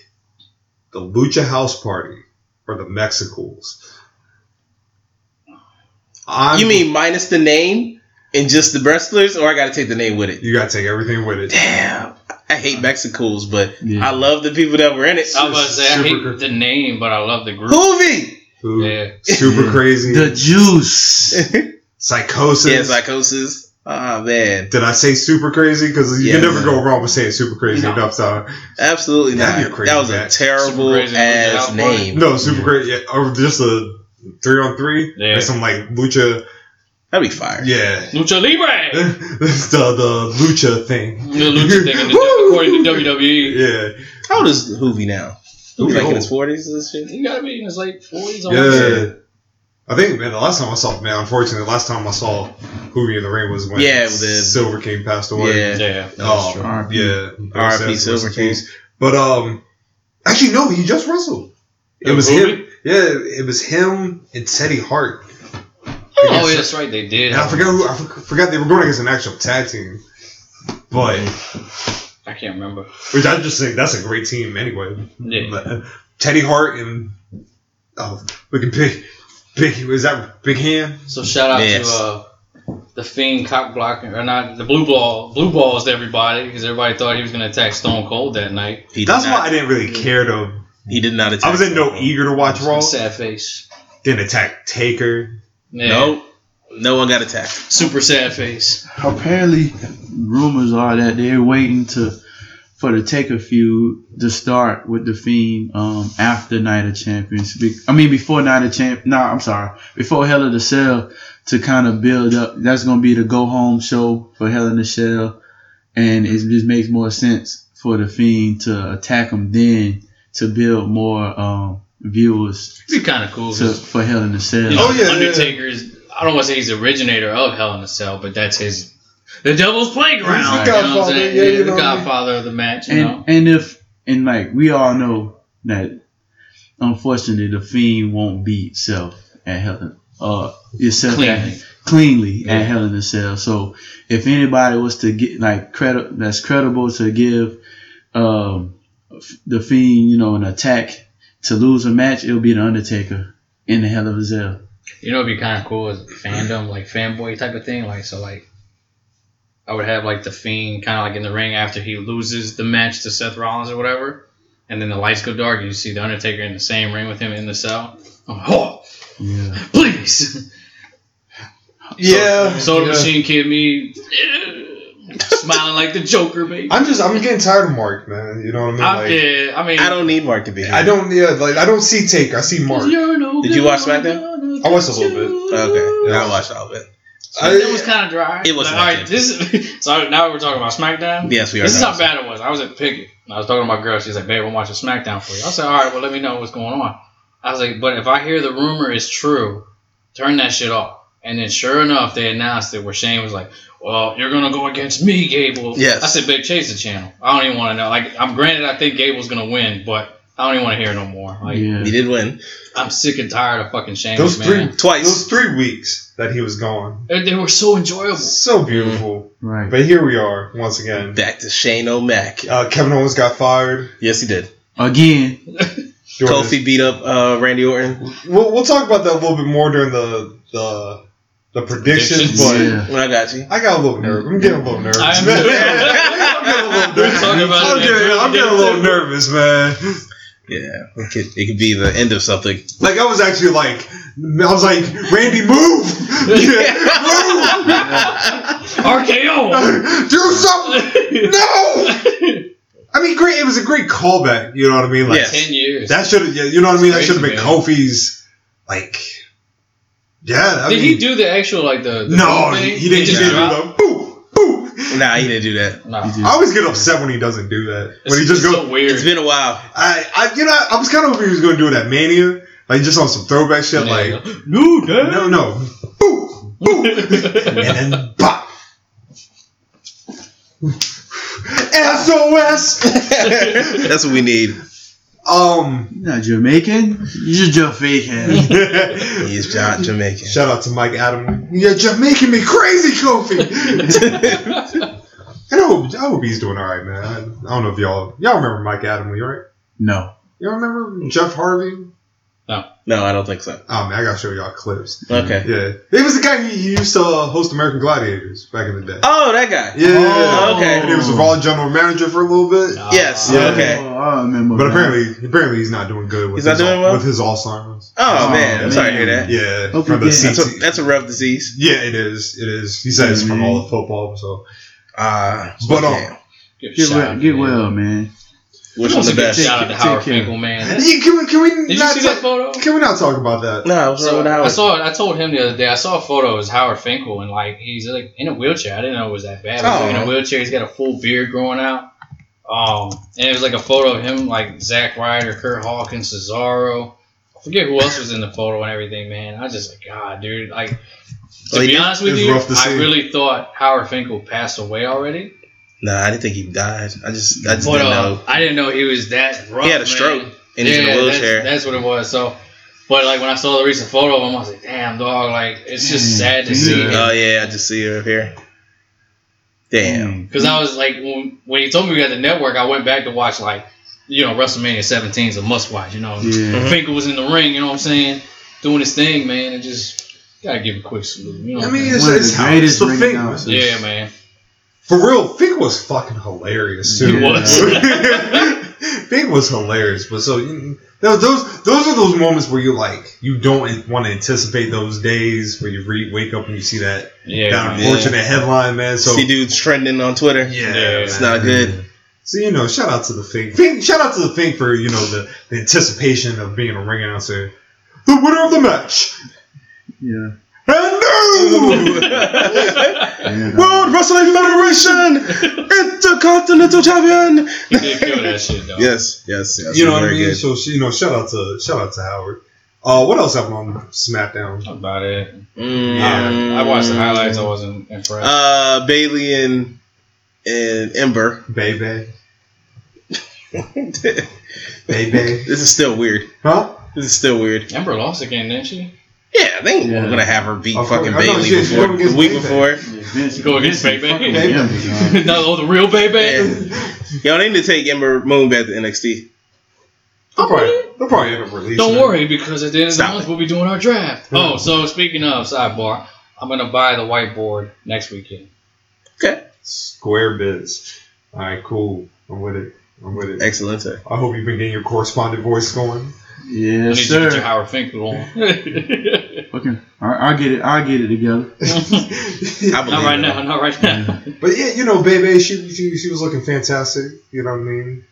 Speaker 4: the Lucha House Party or the Mexicals? I'm,
Speaker 7: You mean minus the name and just the wrestlers, or I got to take the name with it?
Speaker 4: you gotta take everything with it?
Speaker 7: Damn, I hate Mexicals, but
Speaker 3: Yeah.
Speaker 7: I love the people that were in it.
Speaker 5: I was about to say I
Speaker 4: Super-
Speaker 5: hate the name, but I love the group.
Speaker 7: Hoovy.
Speaker 4: Who-
Speaker 5: Yeah,
Speaker 4: Super
Speaker 3: [LAUGHS]
Speaker 4: crazy.
Speaker 3: The juice.
Speaker 4: psychosis.
Speaker 7: Yeah, psychosis. Ah man,
Speaker 4: Did I say super crazy? Because you
Speaker 7: Yeah,
Speaker 4: can never
Speaker 7: man.
Speaker 4: go wrong with saying super crazy
Speaker 5: No.
Speaker 4: enough time.
Speaker 7: absolutely not.
Speaker 4: That'd be a crazy
Speaker 7: that was a
Speaker 4: match.
Speaker 7: terrible
Speaker 5: Super crazy
Speaker 7: ass
Speaker 5: lucha
Speaker 7: name.
Speaker 4: No, super crazy. Yeah, or just a three on three.
Speaker 5: Yeah.
Speaker 4: Or some like lucha.
Speaker 7: That'd be fire.
Speaker 4: Yeah. [LAUGHS]
Speaker 5: lucha libre.
Speaker 4: It's the, the lucha thing.
Speaker 5: The lucha thing, in the,
Speaker 4: Woo!
Speaker 5: according to E. WWE,
Speaker 4: Yeah.
Speaker 7: How old is Hoovy now? He
Speaker 4: Hoovy
Speaker 7: like in
Speaker 4: old.
Speaker 7: his forties and shit.
Speaker 5: he gotta be in his late forties.
Speaker 4: Yeah. I think man, the last time I saw man, unfortunately, the last time I saw Hoovy in the ring was when
Speaker 7: Yeah, with the-
Speaker 4: Silver King passed away.
Speaker 7: Yeah.
Speaker 5: yeah.
Speaker 4: Oh,
Speaker 3: R.I.P.
Speaker 4: yeah.
Speaker 7: R.I.P. Silver
Speaker 4: Rest in
Speaker 7: King.
Speaker 4: peace. But um, actually, no, he just wrestled. It was
Speaker 5: Hoovy?
Speaker 4: him. Yeah, it was him and Teddy Hart.
Speaker 5: Oh, yeah, that's right. They did.
Speaker 4: And I forgot who. I for- forgot they were going against an actual tag team. But
Speaker 5: I can't remember.
Speaker 4: which I just think that's a great team anyway.
Speaker 5: Yeah.
Speaker 4: But Teddy Hart and oh, we can pick. Big is that Big Hand?
Speaker 5: So shout out
Speaker 7: Yes.
Speaker 5: to uh, the Fiend cock blocking or not the blue ball blue balls to everybody because everybody thought he was gonna attack Stone Cold that night.
Speaker 7: He did
Speaker 4: That's
Speaker 7: not-
Speaker 4: why I didn't really care to.
Speaker 7: he did not attack.
Speaker 4: I was in no
Speaker 7: Stone
Speaker 4: eager to watch Raw.
Speaker 5: Sad face.
Speaker 4: Didn't attack Taker.
Speaker 5: Yeah.
Speaker 7: Cold. Nope. No one got attacked.
Speaker 5: Super sad face.
Speaker 3: Apparently, rumors are that they're waiting to for the Taker feud to start with the Fiend um, after Night of Champions. Be- I mean, before Night of Champ. Nah, I'm sorry. Before Hell in a Cell to kind of build up. That's gonna be the go home show for Hell in a Cell, and it just makes more sense for the Fiend to attack him then to build more um, viewers
Speaker 5: It's kind of cool. 'cause,
Speaker 3: to, for Hell in a Cell.
Speaker 5: you know,
Speaker 4: Oh, yeah, yeah, yeah.
Speaker 5: Undertaker is. I don't want to say he's the originator of Hell in a Cell, but that's his. The Devil's Playground.
Speaker 4: He's the
Speaker 5: you know what I'm
Speaker 4: godfather,
Speaker 5: saying?
Speaker 4: yeah, you
Speaker 5: the
Speaker 4: know what I mean?
Speaker 5: Godfather of the match. You
Speaker 3: and
Speaker 5: know.
Speaker 3: and if and like we all know that unfortunately the fiend won't beat itself at Helen uh itself
Speaker 5: Cleanly.
Speaker 3: cleanly, cleanly
Speaker 5: Yeah.
Speaker 3: at Helen itself. So if anybody was to get like credit that's credible to give um the fiend you know an attack to lose a match, it'll be the Undertaker in the Hell of a Cell.
Speaker 5: You know, it'd be kind of cool as fandom, like fanboy type of thing. Like, so, like, I would have like the Fiend kind of like in the ring after he loses the match to Seth Rollins or whatever, and then the lights go dark. and You see the Undertaker in the same ring with him in the cell. I'm like, oh,
Speaker 3: Yeah.
Speaker 5: please,
Speaker 4: Yeah.
Speaker 5: Soda
Speaker 4: yeah.
Speaker 5: Machine Kid me, smiling like the Joker, baby.
Speaker 4: I'm just I'm getting tired of Mark, man. You know what I mean?
Speaker 5: I,
Speaker 4: Like,
Speaker 5: yeah, I mean,
Speaker 2: I don't need Mark to be here.
Speaker 4: I don't yeah, like I don't see Taker, I see Mark.
Speaker 5: You're no
Speaker 2: Did you watch
Speaker 5: good,
Speaker 4: I watched a little
Speaker 2: Okay,
Speaker 4: Yeah.
Speaker 2: I watched all of it.
Speaker 4: I-
Speaker 5: It was kind of dry.
Speaker 2: It wasn't
Speaker 5: all
Speaker 2: that
Speaker 5: right.
Speaker 2: good.
Speaker 5: This is [LAUGHS] so now we're talking about SmackDown.
Speaker 2: Yes, we are.
Speaker 5: This is
Speaker 2: now.
Speaker 5: how bad it was. I was at Picket. And I was talking to my girl. She's like, babe, I'm watching SmackDown for you. I said, all right, well, let me know what's going on. I was like, but if I hear the rumor is true, turn that shit off. And then sure enough, they announced it where Shane was like, well, you're going to go against me, Gable.
Speaker 2: Yes.
Speaker 5: I said, babe, change the channel. I don't even want to know. Like, I'm granted, I think Gable's going to win, but I don't even want to hear no more. Like,
Speaker 3: yeah.
Speaker 2: He did win
Speaker 5: I'm sick and tired of fucking Shane
Speaker 4: those
Speaker 5: McMahon.
Speaker 4: three those
Speaker 2: twice.
Speaker 4: three weeks that he was gone.
Speaker 5: They, they were so
Speaker 4: [LAUGHS]
Speaker 5: enjoyable.
Speaker 4: So beautiful.
Speaker 3: Right.
Speaker 4: But here we are once again.
Speaker 2: Back to Shane O'Mac.
Speaker 4: Uh, Kevin Owens got fired.
Speaker 2: Yes, he did.
Speaker 3: Again,
Speaker 4: Jordan-
Speaker 2: Kofi beat up uh, Randy Orton.
Speaker 4: We'll, we'll talk about that a little bit more during the the, the predictions,
Speaker 5: Predictions.
Speaker 4: but
Speaker 3: yeah.
Speaker 2: When I got you.
Speaker 4: I got a little nervous. I'm getting a little nervous.
Speaker 5: I am
Speaker 4: man. I'm getting a little
Speaker 5: too. [LAUGHS] We're
Speaker 4: nervous.
Speaker 5: talking about
Speaker 4: I'm
Speaker 5: it.
Speaker 4: getting, I'm getting a
Speaker 5: [LAUGHS]
Speaker 4: little nervous, man.
Speaker 2: Yeah, it could, it could be the end of
Speaker 4: [LAUGHS]
Speaker 2: something.
Speaker 4: Like I was actually like, I was like, Randy,
Speaker 5: [LAUGHS]
Speaker 4: move, yeah, [LAUGHS]
Speaker 5: RKO!
Speaker 4: move, [LAUGHS] do
Speaker 5: [LAUGHS]
Speaker 4: something. No, I mean, great. It was a great callback. You know what I mean? Like
Speaker 2: Yeah.
Speaker 5: Ten years.
Speaker 4: that should have. You know what I mean? That
Speaker 5: Crazy,
Speaker 4: should have been
Speaker 5: man.
Speaker 4: Kofi's. Like, yeah. I
Speaker 5: Did
Speaker 4: mean,
Speaker 5: he do the actual like the? the
Speaker 4: No,
Speaker 5: boom
Speaker 4: he,
Speaker 5: thing?
Speaker 4: he didn't. He
Speaker 5: just
Speaker 4: didn't
Speaker 5: dropped-
Speaker 4: do the boo, boo.
Speaker 2: Nah, he didn't do that.
Speaker 5: No.
Speaker 3: He
Speaker 4: I always get upset when he doesn't do that.
Speaker 5: It's
Speaker 4: When he just
Speaker 5: so
Speaker 4: goes,
Speaker 5: weird.
Speaker 2: It's been a while.
Speaker 4: I, I, you know, I was kind of hoping he was going to do it at Mania, like just on some throwback shit,
Speaker 5: Yeah.
Speaker 4: like
Speaker 5: no,
Speaker 4: no, no, boo, boo, and then bop. SOS.
Speaker 2: That's what we need.
Speaker 4: Um,
Speaker 3: You're not Jamaican. You're just fake
Speaker 4: [LAUGHS]
Speaker 3: ass.
Speaker 2: [LAUGHS] He's John Jamaican.
Speaker 4: shout out to Mike Adam. You're just making me crazy, Kofi. I hope, I hope he's doing all right, man. I, I don't know if y'all, y'all remember Mike Adam, right?
Speaker 3: No.
Speaker 4: Y'all remember Jeff Harvey?
Speaker 2: no, I don't think so.
Speaker 4: Oh man, I gotta show y'all clips.
Speaker 2: Okay.
Speaker 4: Yeah, he was the guy who used to uh, host American Gladiators back in the day.
Speaker 2: Oh, that guy.
Speaker 4: Yeah,
Speaker 2: Oh, okay.
Speaker 4: And he was a Raw general manager for a little bit,
Speaker 2: Yes.
Speaker 4: Yeah.
Speaker 2: Okay.
Speaker 3: Oh, I remember.
Speaker 4: but
Speaker 3: now.
Speaker 4: apparently, apparently he's not doing good with
Speaker 2: He's not
Speaker 4: his
Speaker 2: doing well?
Speaker 4: with his Alzheimer's. Um,
Speaker 2: Oh,
Speaker 3: Oh,
Speaker 2: man, I'm sorry to hear that.
Speaker 4: Yeah,
Speaker 3: Hope
Speaker 4: from
Speaker 3: he
Speaker 4: the
Speaker 3: did.
Speaker 2: That's
Speaker 4: CT.
Speaker 2: a that's a rough disease.
Speaker 4: yeah, it is. It is. He said it's from all
Speaker 5: Mm-hmm.
Speaker 4: the football. So,
Speaker 2: Ah,
Speaker 4: but um,
Speaker 2: damn.
Speaker 5: Give
Speaker 3: Get
Speaker 5: shout
Speaker 3: well,
Speaker 5: out,
Speaker 3: get
Speaker 5: man.
Speaker 3: well, man.
Speaker 2: Which
Speaker 5: Give
Speaker 2: one's
Speaker 5: us
Speaker 2: the
Speaker 5: a good
Speaker 2: best?
Speaker 5: Shout out to
Speaker 3: Take-
Speaker 5: Howard
Speaker 3: take care.
Speaker 4: [LAUGHS]
Speaker 5: Finkel, man. That's-
Speaker 4: yeah, can we can we
Speaker 5: Did you
Speaker 4: not
Speaker 5: see that
Speaker 4: talk,
Speaker 5: photo?
Speaker 4: can we not talk about that?
Speaker 2: No, I was
Speaker 5: So,
Speaker 2: wrong with
Speaker 5: I
Speaker 2: Howard.
Speaker 5: saw. I told him the other day. I saw a photo. It was Howard Finkel, and like he's like in a wheelchair. I didn't know it was that bad. but he's
Speaker 2: Oh.
Speaker 5: in a wheelchair, he's got a full beard growing out. Um, and it was like a photo of him, like Zack Ryder, Kurt Hawkins, Cesaro. I forget who else was in the photo and everything, man. I was just like, God, dude. Like, to
Speaker 2: Like,
Speaker 5: be honest
Speaker 4: it
Speaker 5: with
Speaker 4: was
Speaker 5: you,
Speaker 4: rough to
Speaker 5: I
Speaker 4: see.
Speaker 5: really thought Howard Finkel passed away already.
Speaker 2: Nah, I didn't think he died. I just I just
Speaker 5: But
Speaker 2: didn't
Speaker 5: uh,
Speaker 2: know.
Speaker 5: I didn't know he was that rough.
Speaker 2: He had a
Speaker 5: man.
Speaker 2: stroke and he's in
Speaker 5: yeah,
Speaker 2: a wheelchair.
Speaker 5: That's, that's what it was. So, but like when I saw the recent photo of him, I was like, "Damn, dog! Like it's just
Speaker 3: Mm.
Speaker 5: sad to
Speaker 3: Yeah.
Speaker 5: see."
Speaker 2: oh yeah, I just see her up here. Damn.
Speaker 5: Because I was like, when, when he told me we got the network, I went back to watch like, you know, WrestleMania 17 is a must watch. You know,
Speaker 4: Mm-hmm.
Speaker 3: Yeah.
Speaker 5: Finkel was in the ring. You know what I'm saying? Doing his thing, man. And just gotta give him a quick salute. You know, what
Speaker 4: I
Speaker 5: I'm
Speaker 4: mean,
Speaker 5: saying?
Speaker 4: it's,
Speaker 3: One of
Speaker 4: it's
Speaker 3: the
Speaker 4: how
Speaker 3: greatest
Speaker 4: it's the
Speaker 3: ring
Speaker 4: thing.
Speaker 3: announcers.
Speaker 5: yeah, man.
Speaker 4: For real, Fink was fucking hilarious.
Speaker 3: He
Speaker 4: Too. [LAUGHS]
Speaker 5: was.
Speaker 4: Fink was hilarious, but so you, those those those are those moments where you like you don't want to anticipate those days where you re- wake up and you see that,
Speaker 5: Yeah,
Speaker 4: that
Speaker 5: man. [LAUGHS]
Speaker 2: yeah.
Speaker 4: unfortunate headline, man. So
Speaker 2: see dudes trending on Twitter.
Speaker 4: yeah,
Speaker 2: It's
Speaker 5: man.
Speaker 2: not good.
Speaker 4: So you know, shout out to the Fink. Fink shout out to the Fink for you know the, the anticipation of being a ring announcer. The winner of the match
Speaker 3: Yeah.
Speaker 4: and new World Wrestling
Speaker 5: [LAUGHS]
Speaker 4: Federation Intercontinental Champion.
Speaker 5: He did feel that shit though.
Speaker 2: Yes, yes, yes.
Speaker 4: You know what I
Speaker 2: Very
Speaker 4: mean?
Speaker 2: good.
Speaker 4: So you know, shout out to shout out to Howard. Uh, what else happened on SmackDown?
Speaker 5: About it.
Speaker 2: Mm.
Speaker 5: Yeah, I watched the highlights. I wasn't impressed.
Speaker 2: Uh, Bailey and and Ember.
Speaker 4: Baby,
Speaker 2: [LAUGHS] this
Speaker 4: baby, [LAUGHS]
Speaker 2: is still weird.
Speaker 4: huh?
Speaker 2: This is still weird.
Speaker 5: Ember lost again, didn't she? [LAUGHS]
Speaker 2: Yeah, they ain't
Speaker 3: Yeah.
Speaker 2: gonna have her beat
Speaker 4: Of
Speaker 2: fucking
Speaker 4: course. I know
Speaker 2: Bailey
Speaker 4: she- she
Speaker 2: before
Speaker 4: went against
Speaker 2: the week
Speaker 4: Bayley.
Speaker 2: before.
Speaker 3: Vince,
Speaker 5: Go against
Speaker 3: Vince
Speaker 5: Big Bang.
Speaker 3: fucking
Speaker 4: Big
Speaker 3: him, dog.
Speaker 5: that was the real baby.
Speaker 2: Yeah. Yo, they need to take Ember Moon back to NXT.
Speaker 4: They'll probably, they'll probably end up releasing.
Speaker 5: Don't
Speaker 4: it.
Speaker 5: worry, because at the end of the
Speaker 2: Stop
Speaker 5: month
Speaker 2: it.
Speaker 5: we'll be doing our draft. Oh, so speaking of sidebar, I'm gonna buy the whiteboard next weekend.
Speaker 4: Square bits. All right, cool. I'm with it. I'm with it.
Speaker 2: Excellent. sir.
Speaker 4: I hope you've been getting your correspondent voice going.
Speaker 5: I
Speaker 3: Yes,
Speaker 5: need you to get your
Speaker 3: sir.
Speaker 5: Howard Finkel on.
Speaker 3: Fucking, I, I get it. I get it together.
Speaker 2: I
Speaker 4: but
Speaker 2: believe
Speaker 5: not right
Speaker 2: it.
Speaker 5: now. Not right now.
Speaker 4: yeah, you know, Bebe, she, she she was looking fantastic. You know what I mean?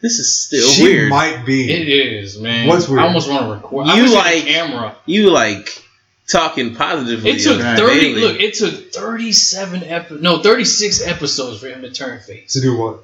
Speaker 2: This is still
Speaker 4: she
Speaker 2: weird.
Speaker 4: might be.
Speaker 5: It is, man.
Speaker 4: What's weird?
Speaker 5: I almost want to record. I
Speaker 2: You
Speaker 5: wish I had a
Speaker 2: like-
Speaker 5: camera.
Speaker 2: You like talking positively.
Speaker 5: It took
Speaker 2: about
Speaker 5: thirty.
Speaker 2: Bayley.
Speaker 5: Look, it took thirty-seven epi- No, thirty-six episodes for him to turn face.
Speaker 4: to do what?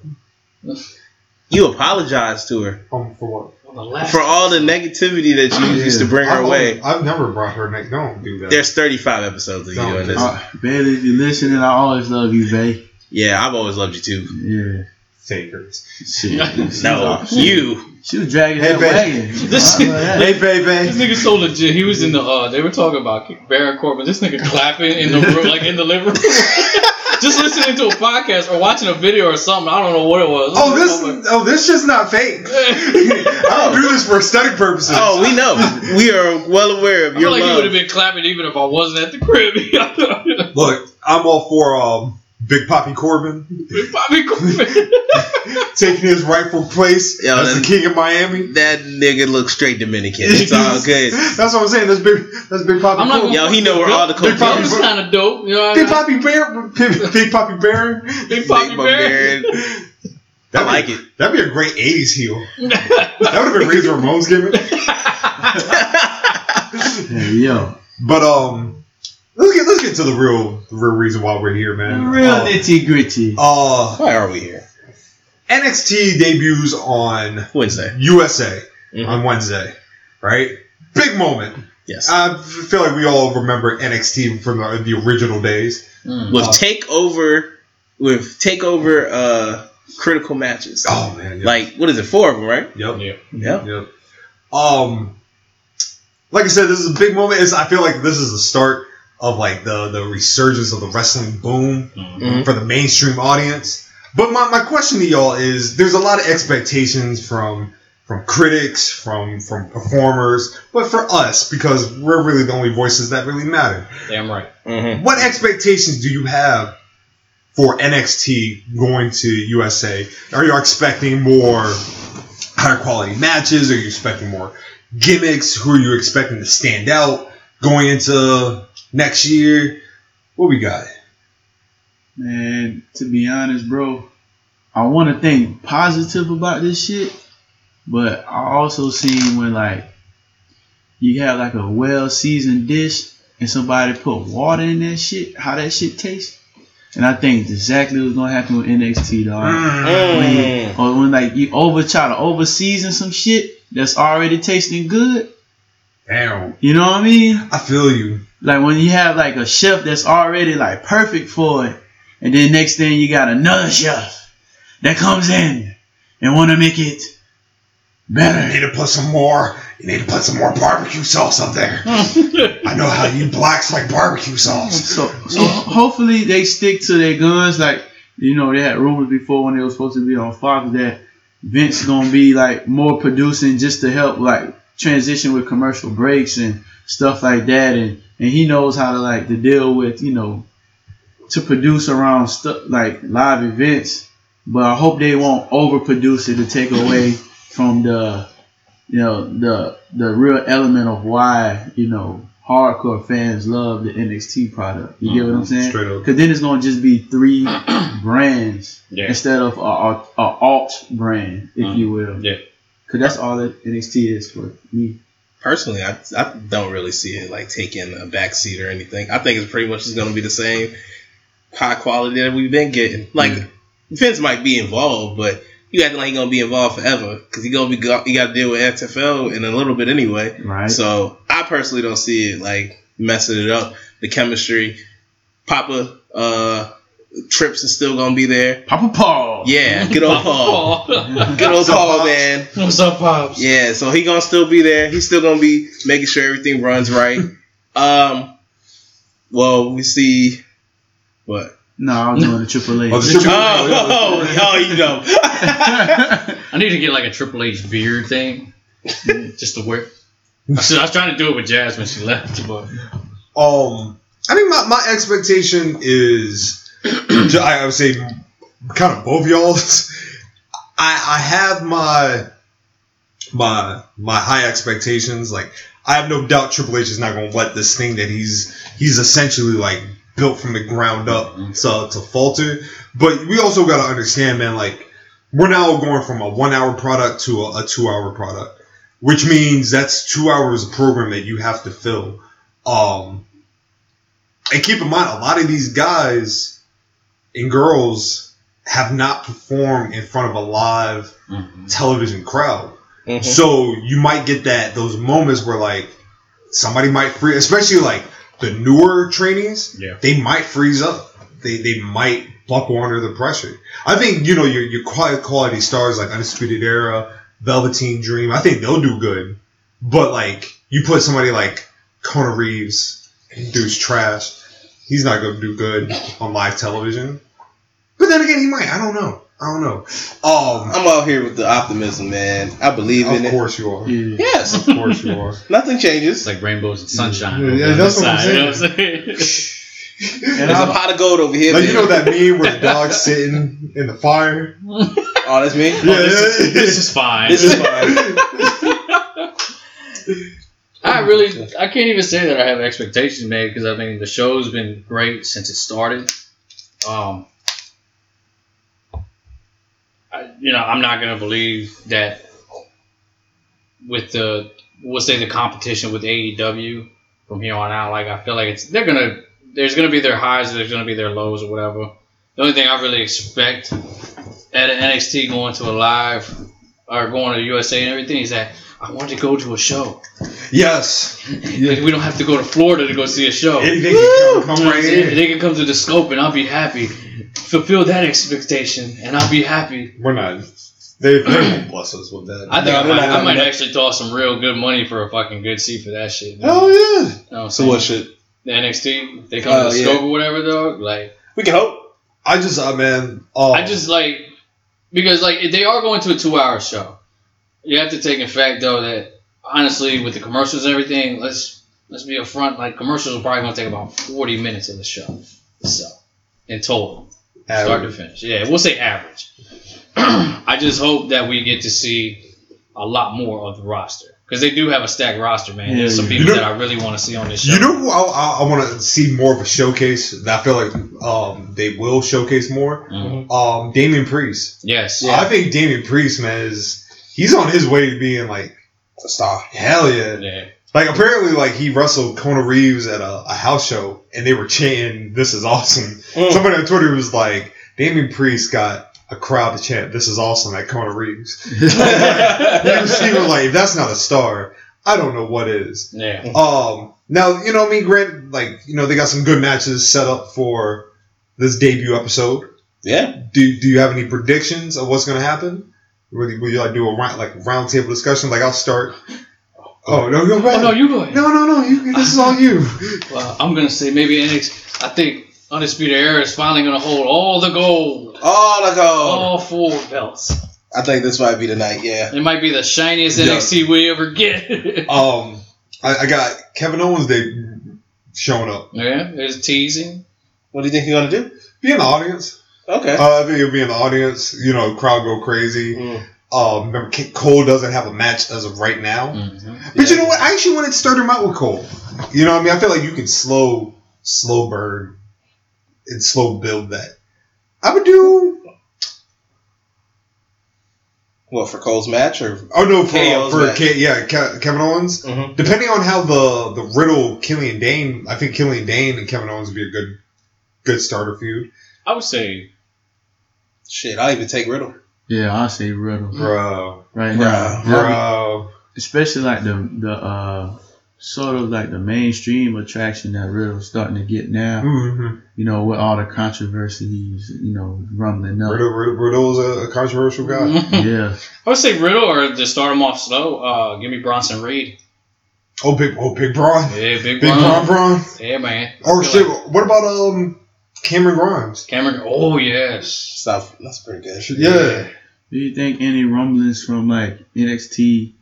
Speaker 2: you apologized to her
Speaker 4: Um, for what?
Speaker 5: On the last.
Speaker 2: for all the negativity that you used to
Speaker 3: Yeah.
Speaker 2: bring her
Speaker 4: I've
Speaker 2: way.
Speaker 4: always- I've never brought her neck. Don't do that.
Speaker 2: There's 35 episodes of you
Speaker 4: Don't
Speaker 2: doing this.
Speaker 3: Uh, Bailey, if you listening, I always love you, Bay.
Speaker 2: Yeah, I've always loved you too.
Speaker 3: Yeah.
Speaker 4: fakers.
Speaker 3: Shit. She
Speaker 2: No,
Speaker 3: was-
Speaker 2: you.
Speaker 3: She was dragging
Speaker 4: Hey,
Speaker 3: that
Speaker 4: Bay.
Speaker 3: wagon.
Speaker 5: This-
Speaker 3: I love that.
Speaker 4: Hey, Bebe.
Speaker 5: This nigga so legit. He was in the. uh They were talking about Baron Corbin. This nigga clapping in the room, like in the living room. [LAUGHS] Just listening to a podcast or watching a video or something. I don't know what it was.
Speaker 4: Oh, this oh this shit's not fake.
Speaker 5: [LAUGHS]
Speaker 4: I don't do this for aesthetic purposes.
Speaker 2: Oh, we
Speaker 4: [LAUGHS]
Speaker 2: know. We are well aware of
Speaker 5: I feel
Speaker 2: your
Speaker 5: like he would
Speaker 2: love.
Speaker 5: have been clapping even if I wasn't at the crib. [LAUGHS]
Speaker 4: Look, I'm all for um, Big Poppy Corbin
Speaker 5: Bobby
Speaker 2: [LAUGHS]
Speaker 5: Corbin.
Speaker 4: taking his rightful place
Speaker 2: Yeah,
Speaker 4: as the
Speaker 2: that's-
Speaker 4: king of Miami.
Speaker 2: That nigga looks straight Dominican.
Speaker 4: [LAUGHS]
Speaker 2: It's all good.
Speaker 4: That's what I'm saying. That's Big. That's Big Poppy.
Speaker 5: I'm not
Speaker 4: Corbin.
Speaker 5: gonna-
Speaker 2: Yo, he know where all the
Speaker 5: Big
Speaker 2: coke
Speaker 5: Poppy
Speaker 2: is.
Speaker 5: was kind of dope. You know what I
Speaker 4: Big
Speaker 5: mean?
Speaker 4: Poppy Bear. Big, Big Poppy Bear.
Speaker 5: Big
Speaker 2: Big
Speaker 5: Poppy Bear.
Speaker 2: Barbarian. I like it.
Speaker 4: That'd be a great '80s heel. That would have been Razor Ramon's gimmick.
Speaker 3: Hey,
Speaker 5: [LAUGHS]
Speaker 3: yo.
Speaker 4: But um, let's get let's get to the real the real reason why we're here, man.
Speaker 3: Real
Speaker 4: Uh,
Speaker 3: nitty gritty.
Speaker 4: uh,
Speaker 2: Why are we here?
Speaker 4: NXT debuts on
Speaker 2: Wednesday.
Speaker 4: USA
Speaker 2: Mhm.
Speaker 4: on Wednesday, right? Big moment.
Speaker 2: Yes.
Speaker 4: I feel like we all remember NXT from the, the original days.
Speaker 5: [LAUGHS] Mm.
Speaker 2: with
Speaker 4: uh,
Speaker 2: takeover, with takeover, uh, critical matches.
Speaker 4: Oh man, yep.
Speaker 2: Like what is it? Four of them, right?
Speaker 4: yep,
Speaker 5: Yeah.
Speaker 2: Yeah.
Speaker 4: yep. Um, like I said, this is a big moment. It's, I feel like this is the start of like the the resurgence of the wrestling boom.
Speaker 2: Mhm.
Speaker 4: for the mainstream audience. But my, my question to y'all is there's a lot of expectations from from critics, from from performers, but for us, because we're really the only voices that really matter.
Speaker 5: Damn right.
Speaker 2: Mm-hmm.
Speaker 4: What expectations do you have for NXT going to USA? Are you expecting more higher quality matches? Are you expecting more gimmicks? Who are you expecting to stand out going into next year? What we got?
Speaker 3: Man, to be honest, bro, I want to think positive about this shit, but I also seen when like you have like a well-seasoned dish and somebody put water in that shit, how that shit tastes. And I think that's exactly what's gonna happen with NXT, dog.
Speaker 7: Mm.
Speaker 4: Mm.
Speaker 7: Mm-hmm.
Speaker 3: When- Or when like you over try to over season some shit that's already tasting good.
Speaker 4: Damn.
Speaker 3: You know what I mean?
Speaker 4: I feel you.
Speaker 3: Like when you have like a chef that's already like perfect for it, and then next thing you got another chef that comes in and want to make it
Speaker 4: You need
Speaker 3: better.
Speaker 4: to put some more. You need to put some more barbecue sauce up there. I know how you blacks like barbecue sauce.
Speaker 3: So, so hopefully they stick to their guns. Like you know they had rumors before when they was supposed to be on Fox that Vince gonna be like more producing just to help like transition with commercial breaks and stuff like that, and and he knows how to like to deal with you know to produce around stuff like live events, but I hope they won't overproduce it to take away from the you know the the real element of why you know hardcore fans love the NXT product. You get what I'm saying?
Speaker 4: Straight up.
Speaker 3: Because then it's gonna just be three brands
Speaker 5: Yeah.
Speaker 3: instead of a, a, a alt brand, if you will.
Speaker 5: Yeah.
Speaker 3: Because that's all that NXT is for me.
Speaker 7: personally, I, I don't really see it like taking a backseat or anything. I think it's pretty much just going to be the same high quality that we've been getting. Like
Speaker 2: Mm-hmm.
Speaker 7: Vince might be involved, but you acting like he's going to be involved forever because he going to be go- you got to deal with XFL in a little bit anyway.
Speaker 3: Right.
Speaker 7: So I personally don't see it like messing it up. The chemistry, Papa uh, Trips is still gonna be there.
Speaker 3: Papa Paul.
Speaker 7: Yeah, good
Speaker 4: [LAUGHS]
Speaker 7: old Paul.
Speaker 3: [LAUGHS]
Speaker 5: [LAUGHS]
Speaker 7: Good old
Speaker 4: So
Speaker 7: Paul,
Speaker 4: Pops-
Speaker 7: man.
Speaker 8: What's up, pops?
Speaker 7: Yeah, so he gonna still be there. He's still gonna be making sure everything runs
Speaker 4: [LAUGHS]
Speaker 7: right. Um, well, we see
Speaker 4: [LAUGHS]
Speaker 7: what?
Speaker 3: No, I was doing the triple A. [LAUGHS]
Speaker 4: Oh, the
Speaker 7: Oh,
Speaker 4: triple-
Speaker 7: oh, [LAUGHS] oh, you know.
Speaker 5: I need to get like a Triple H beard thing, just to wear. I said- I was trying to do it with Jazz when she left, but
Speaker 4: Um, I think my, my expectation is, [CLEARS THROAT] I would say, kind of both y'all's. [LAUGHS] I, I have my my my high expectations. Like I have no doubt Triple H is not going to let this thing that he's he's essentially like built from the ground up to to falter. But we also got to understand, man. Like we're now going from a one hour product to a, a two hour product, which means that's two hours of program that you have to fill. Um, and keep in mind, a lot of these guys and girls have not performed in front of a live television crowd.
Speaker 7: Mhm.
Speaker 4: So you might get that those moments where like somebody might freeze, especially like the newer trainees.
Speaker 5: Yeah.
Speaker 4: they might freeze up. They they might buckle under the pressure. I think you know your your quiet quality stars like Undisputed Era, Velveteen Dream. I think they'll do good, but like you put somebody like Conor Reeves, dude's trash. He's not gonna do good on live television. But then again, he might. I don't know. I don't know. Um,
Speaker 7: I'm out here with the optimism, man. I believe in
Speaker 4: of
Speaker 7: it.
Speaker 4: course you are.
Speaker 3: Yeah.
Speaker 7: Yes,
Speaker 4: Of course you are.
Speaker 7: nothing
Speaker 5: it's
Speaker 7: changes.
Speaker 5: like rainbows and sunshine.
Speaker 4: Yeah,
Speaker 5: on the
Speaker 4: yeah, that's
Speaker 5: other
Speaker 4: what I'm
Speaker 5: side, you know what I'm saying? [LAUGHS]
Speaker 3: And
Speaker 7: There's a
Speaker 3: I,
Speaker 7: pot of gold over here.
Speaker 4: Like you
Speaker 7: baby.
Speaker 4: know that meme where the dog's sitting in the fire.
Speaker 7: oh, that's me.
Speaker 4: Yeah,
Speaker 5: this, is,
Speaker 4: yeah,
Speaker 5: this is fine.
Speaker 7: This is fine.
Speaker 5: I really, I can't even say that I have expectations, man, because I mean the show's been great since it started. Um, I, you know, I'm not gonna believe that with the we'll say the competition with AEW from here on out. Like I feel like it's they're gonna there's gonna be their highs, there's gonna be their lows or whatever. The only thing I really expect at an NXT going to a live or going to USA and everything is that I want to go to a show.
Speaker 4: Yes.
Speaker 5: Like, we don't have to go to Florida to go see a show.
Speaker 4: They, they can come,
Speaker 5: You
Speaker 4: come
Speaker 5: know what I'm
Speaker 4: right
Speaker 5: saying?
Speaker 4: in.
Speaker 5: They can come to the scope and I'll be happy. Fulfill that expectation and I'll be happy.
Speaker 4: We're not. They, they won't bless us with that.
Speaker 5: I think
Speaker 7: No,
Speaker 5: I
Speaker 7: they're
Speaker 5: might,
Speaker 7: not
Speaker 5: I might
Speaker 7: gonna-
Speaker 5: actually toss some real good money for a fucking good seat for that shit. man.
Speaker 4: Hell yeah.
Speaker 5: You know Oh. what
Speaker 7: So
Speaker 5: I'm saying?
Speaker 7: what should
Speaker 5: The NXT, they come
Speaker 7: Oh,
Speaker 5: to the
Speaker 7: yeah.
Speaker 5: scope or whatever, dog. Like,
Speaker 7: we can hope?
Speaker 4: I just, uh, man. Um,
Speaker 5: I just like, because like they are going to a two hour show. You have to take in fact though that honestly with the commercials and everything, let's let's be upfront. Like commercials are probably gonna take about forty minutes of the show, so in total. start to finish. Yeah, we'll say average. [CLEARS THROAT] I just hope that we get to see a lot more of the roster because they do have a stacked roster, man. There's some
Speaker 3: Yeah,
Speaker 5: people
Speaker 4: you know-
Speaker 5: that I really want to see on this show.
Speaker 4: You know who I, I, I want to see more of a showcase. that I feel like um, they will showcase more.
Speaker 5: Mhm.
Speaker 4: Um, Damian Priest.
Speaker 5: yes,
Speaker 4: I think Damian Priest, man, is he's on his way to being like a star. Hell yeah.
Speaker 5: yeah,
Speaker 4: Like apparently, like he wrestled Conor Reeves at a, a house show, and they were chanting, "This is awesome."
Speaker 7: Mm.
Speaker 4: [LAUGHS] Somebody on Twitter was like, "Damien Priest got a crowd to chant, "This is awesome" at Conor Reeves." They was even like, "If that's not a star, I don't know what is."
Speaker 5: yeah.
Speaker 4: Um, now you know me, Grant. Like you know, they got some good matches set up for this debut episode.
Speaker 7: Yeah.
Speaker 4: Do Do you have any predictions of what's going to happen? Will you, will you like do a round, like roundtable discussion? Like I'll start. Oh no! no, go
Speaker 5: Oh
Speaker 4: ahead.
Speaker 5: no, you go ahead.
Speaker 4: No, no, no. You, this is all you.
Speaker 5: Well, I'm gonna say maybe NXT. I think Undisputed Era is finally gonna hold all the gold,
Speaker 7: Oh, the gold.
Speaker 5: all four belts.
Speaker 7: I think this might be the night. Yeah.
Speaker 5: It might be the shiniest
Speaker 4: Yeah.
Speaker 5: NXT we ever get.
Speaker 4: [LAUGHS]
Speaker 5: [LAUGHS]
Speaker 4: Um, I, I got Kevin Owens Day showing up.
Speaker 5: yeah, there's teasing.
Speaker 7: What do you think you're gonna do?
Speaker 4: Be in the audience.
Speaker 7: Okay.
Speaker 4: Uh, I think he'll be in the audience. You know, crowd go crazy.
Speaker 7: Mm.
Speaker 4: Um, remember K- Cole doesn't have a match as of right now.
Speaker 5: Mhm.
Speaker 4: But you know what? I actually wanted to start him out with Cole. You know, what I mean, I feel like you can slow, slow burn, and slow build that. I would do.
Speaker 7: Well, for Cole's match or
Speaker 4: Oh no, for
Speaker 7: KO's
Speaker 4: for
Speaker 7: back.
Speaker 4: K, yeah, Ke- Kevin Owens.
Speaker 7: Mhm.
Speaker 4: Depending on how the the Riddle Killian Dane, I think Killian Dane and Kevin Owens would be a good good starter feud.
Speaker 5: I would say
Speaker 7: shit, I'll even take Riddle.
Speaker 3: Yeah, I say Riddle
Speaker 4: Bro,
Speaker 3: right
Speaker 7: Bro,
Speaker 3: now. That'd
Speaker 4: bro,
Speaker 3: be- Especially like the the uh, sort of like the mainstream attraction that Riddle's starting to get now.
Speaker 4: Mhm.
Speaker 3: You know, with all the controversies, you know, rumbling up.
Speaker 4: Riddle, Riddle, Riddle's a, a controversial
Speaker 5: Mm-hmm.
Speaker 4: guy.
Speaker 3: Yeah,
Speaker 5: I would say Riddle or to start him off slow. Uh, give me Bronson Reed.
Speaker 4: Oh big, oh big Braun,
Speaker 5: Yeah, big,
Speaker 4: big Braun,
Speaker 5: Bron.
Speaker 4: Braun.
Speaker 5: Yeah, man.
Speaker 4: Oh
Speaker 5: I feel
Speaker 4: shit,
Speaker 5: like
Speaker 4: what about um Cameron Grimes?
Speaker 5: Cameron. Oh yes.
Speaker 7: Stop. That's pretty good.
Speaker 4: Yeah,
Speaker 3: Do you think any rumblings from like NXT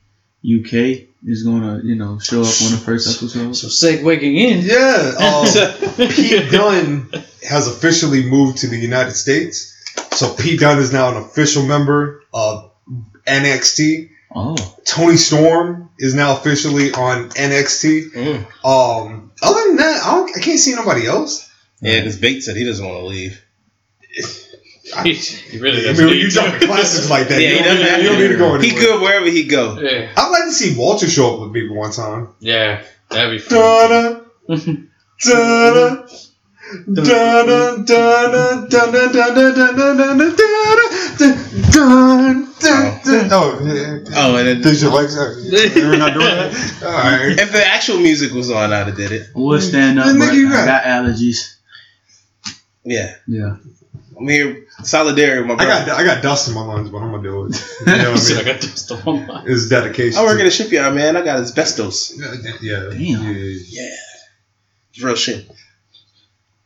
Speaker 3: UK is gonna, you know, show up on the first episode?
Speaker 5: So segueing in.
Speaker 4: yeah.
Speaker 5: [LAUGHS]
Speaker 4: Um, Pete
Speaker 5: Pete
Speaker 4: Dunne has officially moved to the United States, so Pete Dunne is now an official member of NXT.
Speaker 3: Oh,
Speaker 4: Tony Storm is now officially on NXT.
Speaker 7: Mm.
Speaker 4: Um, other than that, I, don't, I can't see nobody else.
Speaker 7: Yeah, because Bate said he doesn't want to leave.
Speaker 5: he really
Speaker 4: I
Speaker 5: does.
Speaker 4: mean, when
Speaker 7: [LAUGHS]
Speaker 4: you drop classics like that,
Speaker 7: Yeah,
Speaker 4: you,
Speaker 7: he
Speaker 4: don't,
Speaker 7: doesn't have
Speaker 4: you don't
Speaker 7: to.
Speaker 4: need to go anywhere.
Speaker 7: He good wherever he go.
Speaker 5: Yeah.
Speaker 4: I'd like to see Walter show up with me for one time.
Speaker 5: Yeah. That'd be fun.
Speaker 7: Oh,
Speaker 4: Da-da,
Speaker 5: [LAUGHS]
Speaker 4: da-da, da-da, da-da, da-da, da-da, da-da, da-da, da-da, da-da, da-da. Oh, yeah.
Speaker 7: Oh, and then,
Speaker 4: Does your
Speaker 7: [LAUGHS]
Speaker 4: legs hurt? We're not doing that? All right.
Speaker 7: if the actual music was on, I'd have did it.
Speaker 3: we'll stand up.
Speaker 4: Then
Speaker 3: But
Speaker 4: nigga, you
Speaker 3: I got
Speaker 4: got-
Speaker 3: allergies.
Speaker 7: Yeah,
Speaker 3: Yeah.
Speaker 7: I'm here solidarity with my
Speaker 4: I
Speaker 7: brother. I,
Speaker 4: got I got dust in my lungs, but I'm gonna deal with it. You know what
Speaker 5: He
Speaker 7: [LAUGHS]
Speaker 4: I
Speaker 5: said,
Speaker 4: mean?
Speaker 5: I got this [LAUGHS] stuff on my.
Speaker 4: It's dedication.
Speaker 7: work
Speaker 4: to-
Speaker 7: at a shipyard, man. I got asbestos.
Speaker 4: Yeah, yeah,
Speaker 3: Damn.
Speaker 4: yeah, yeah.
Speaker 7: Yeah, it's real shit.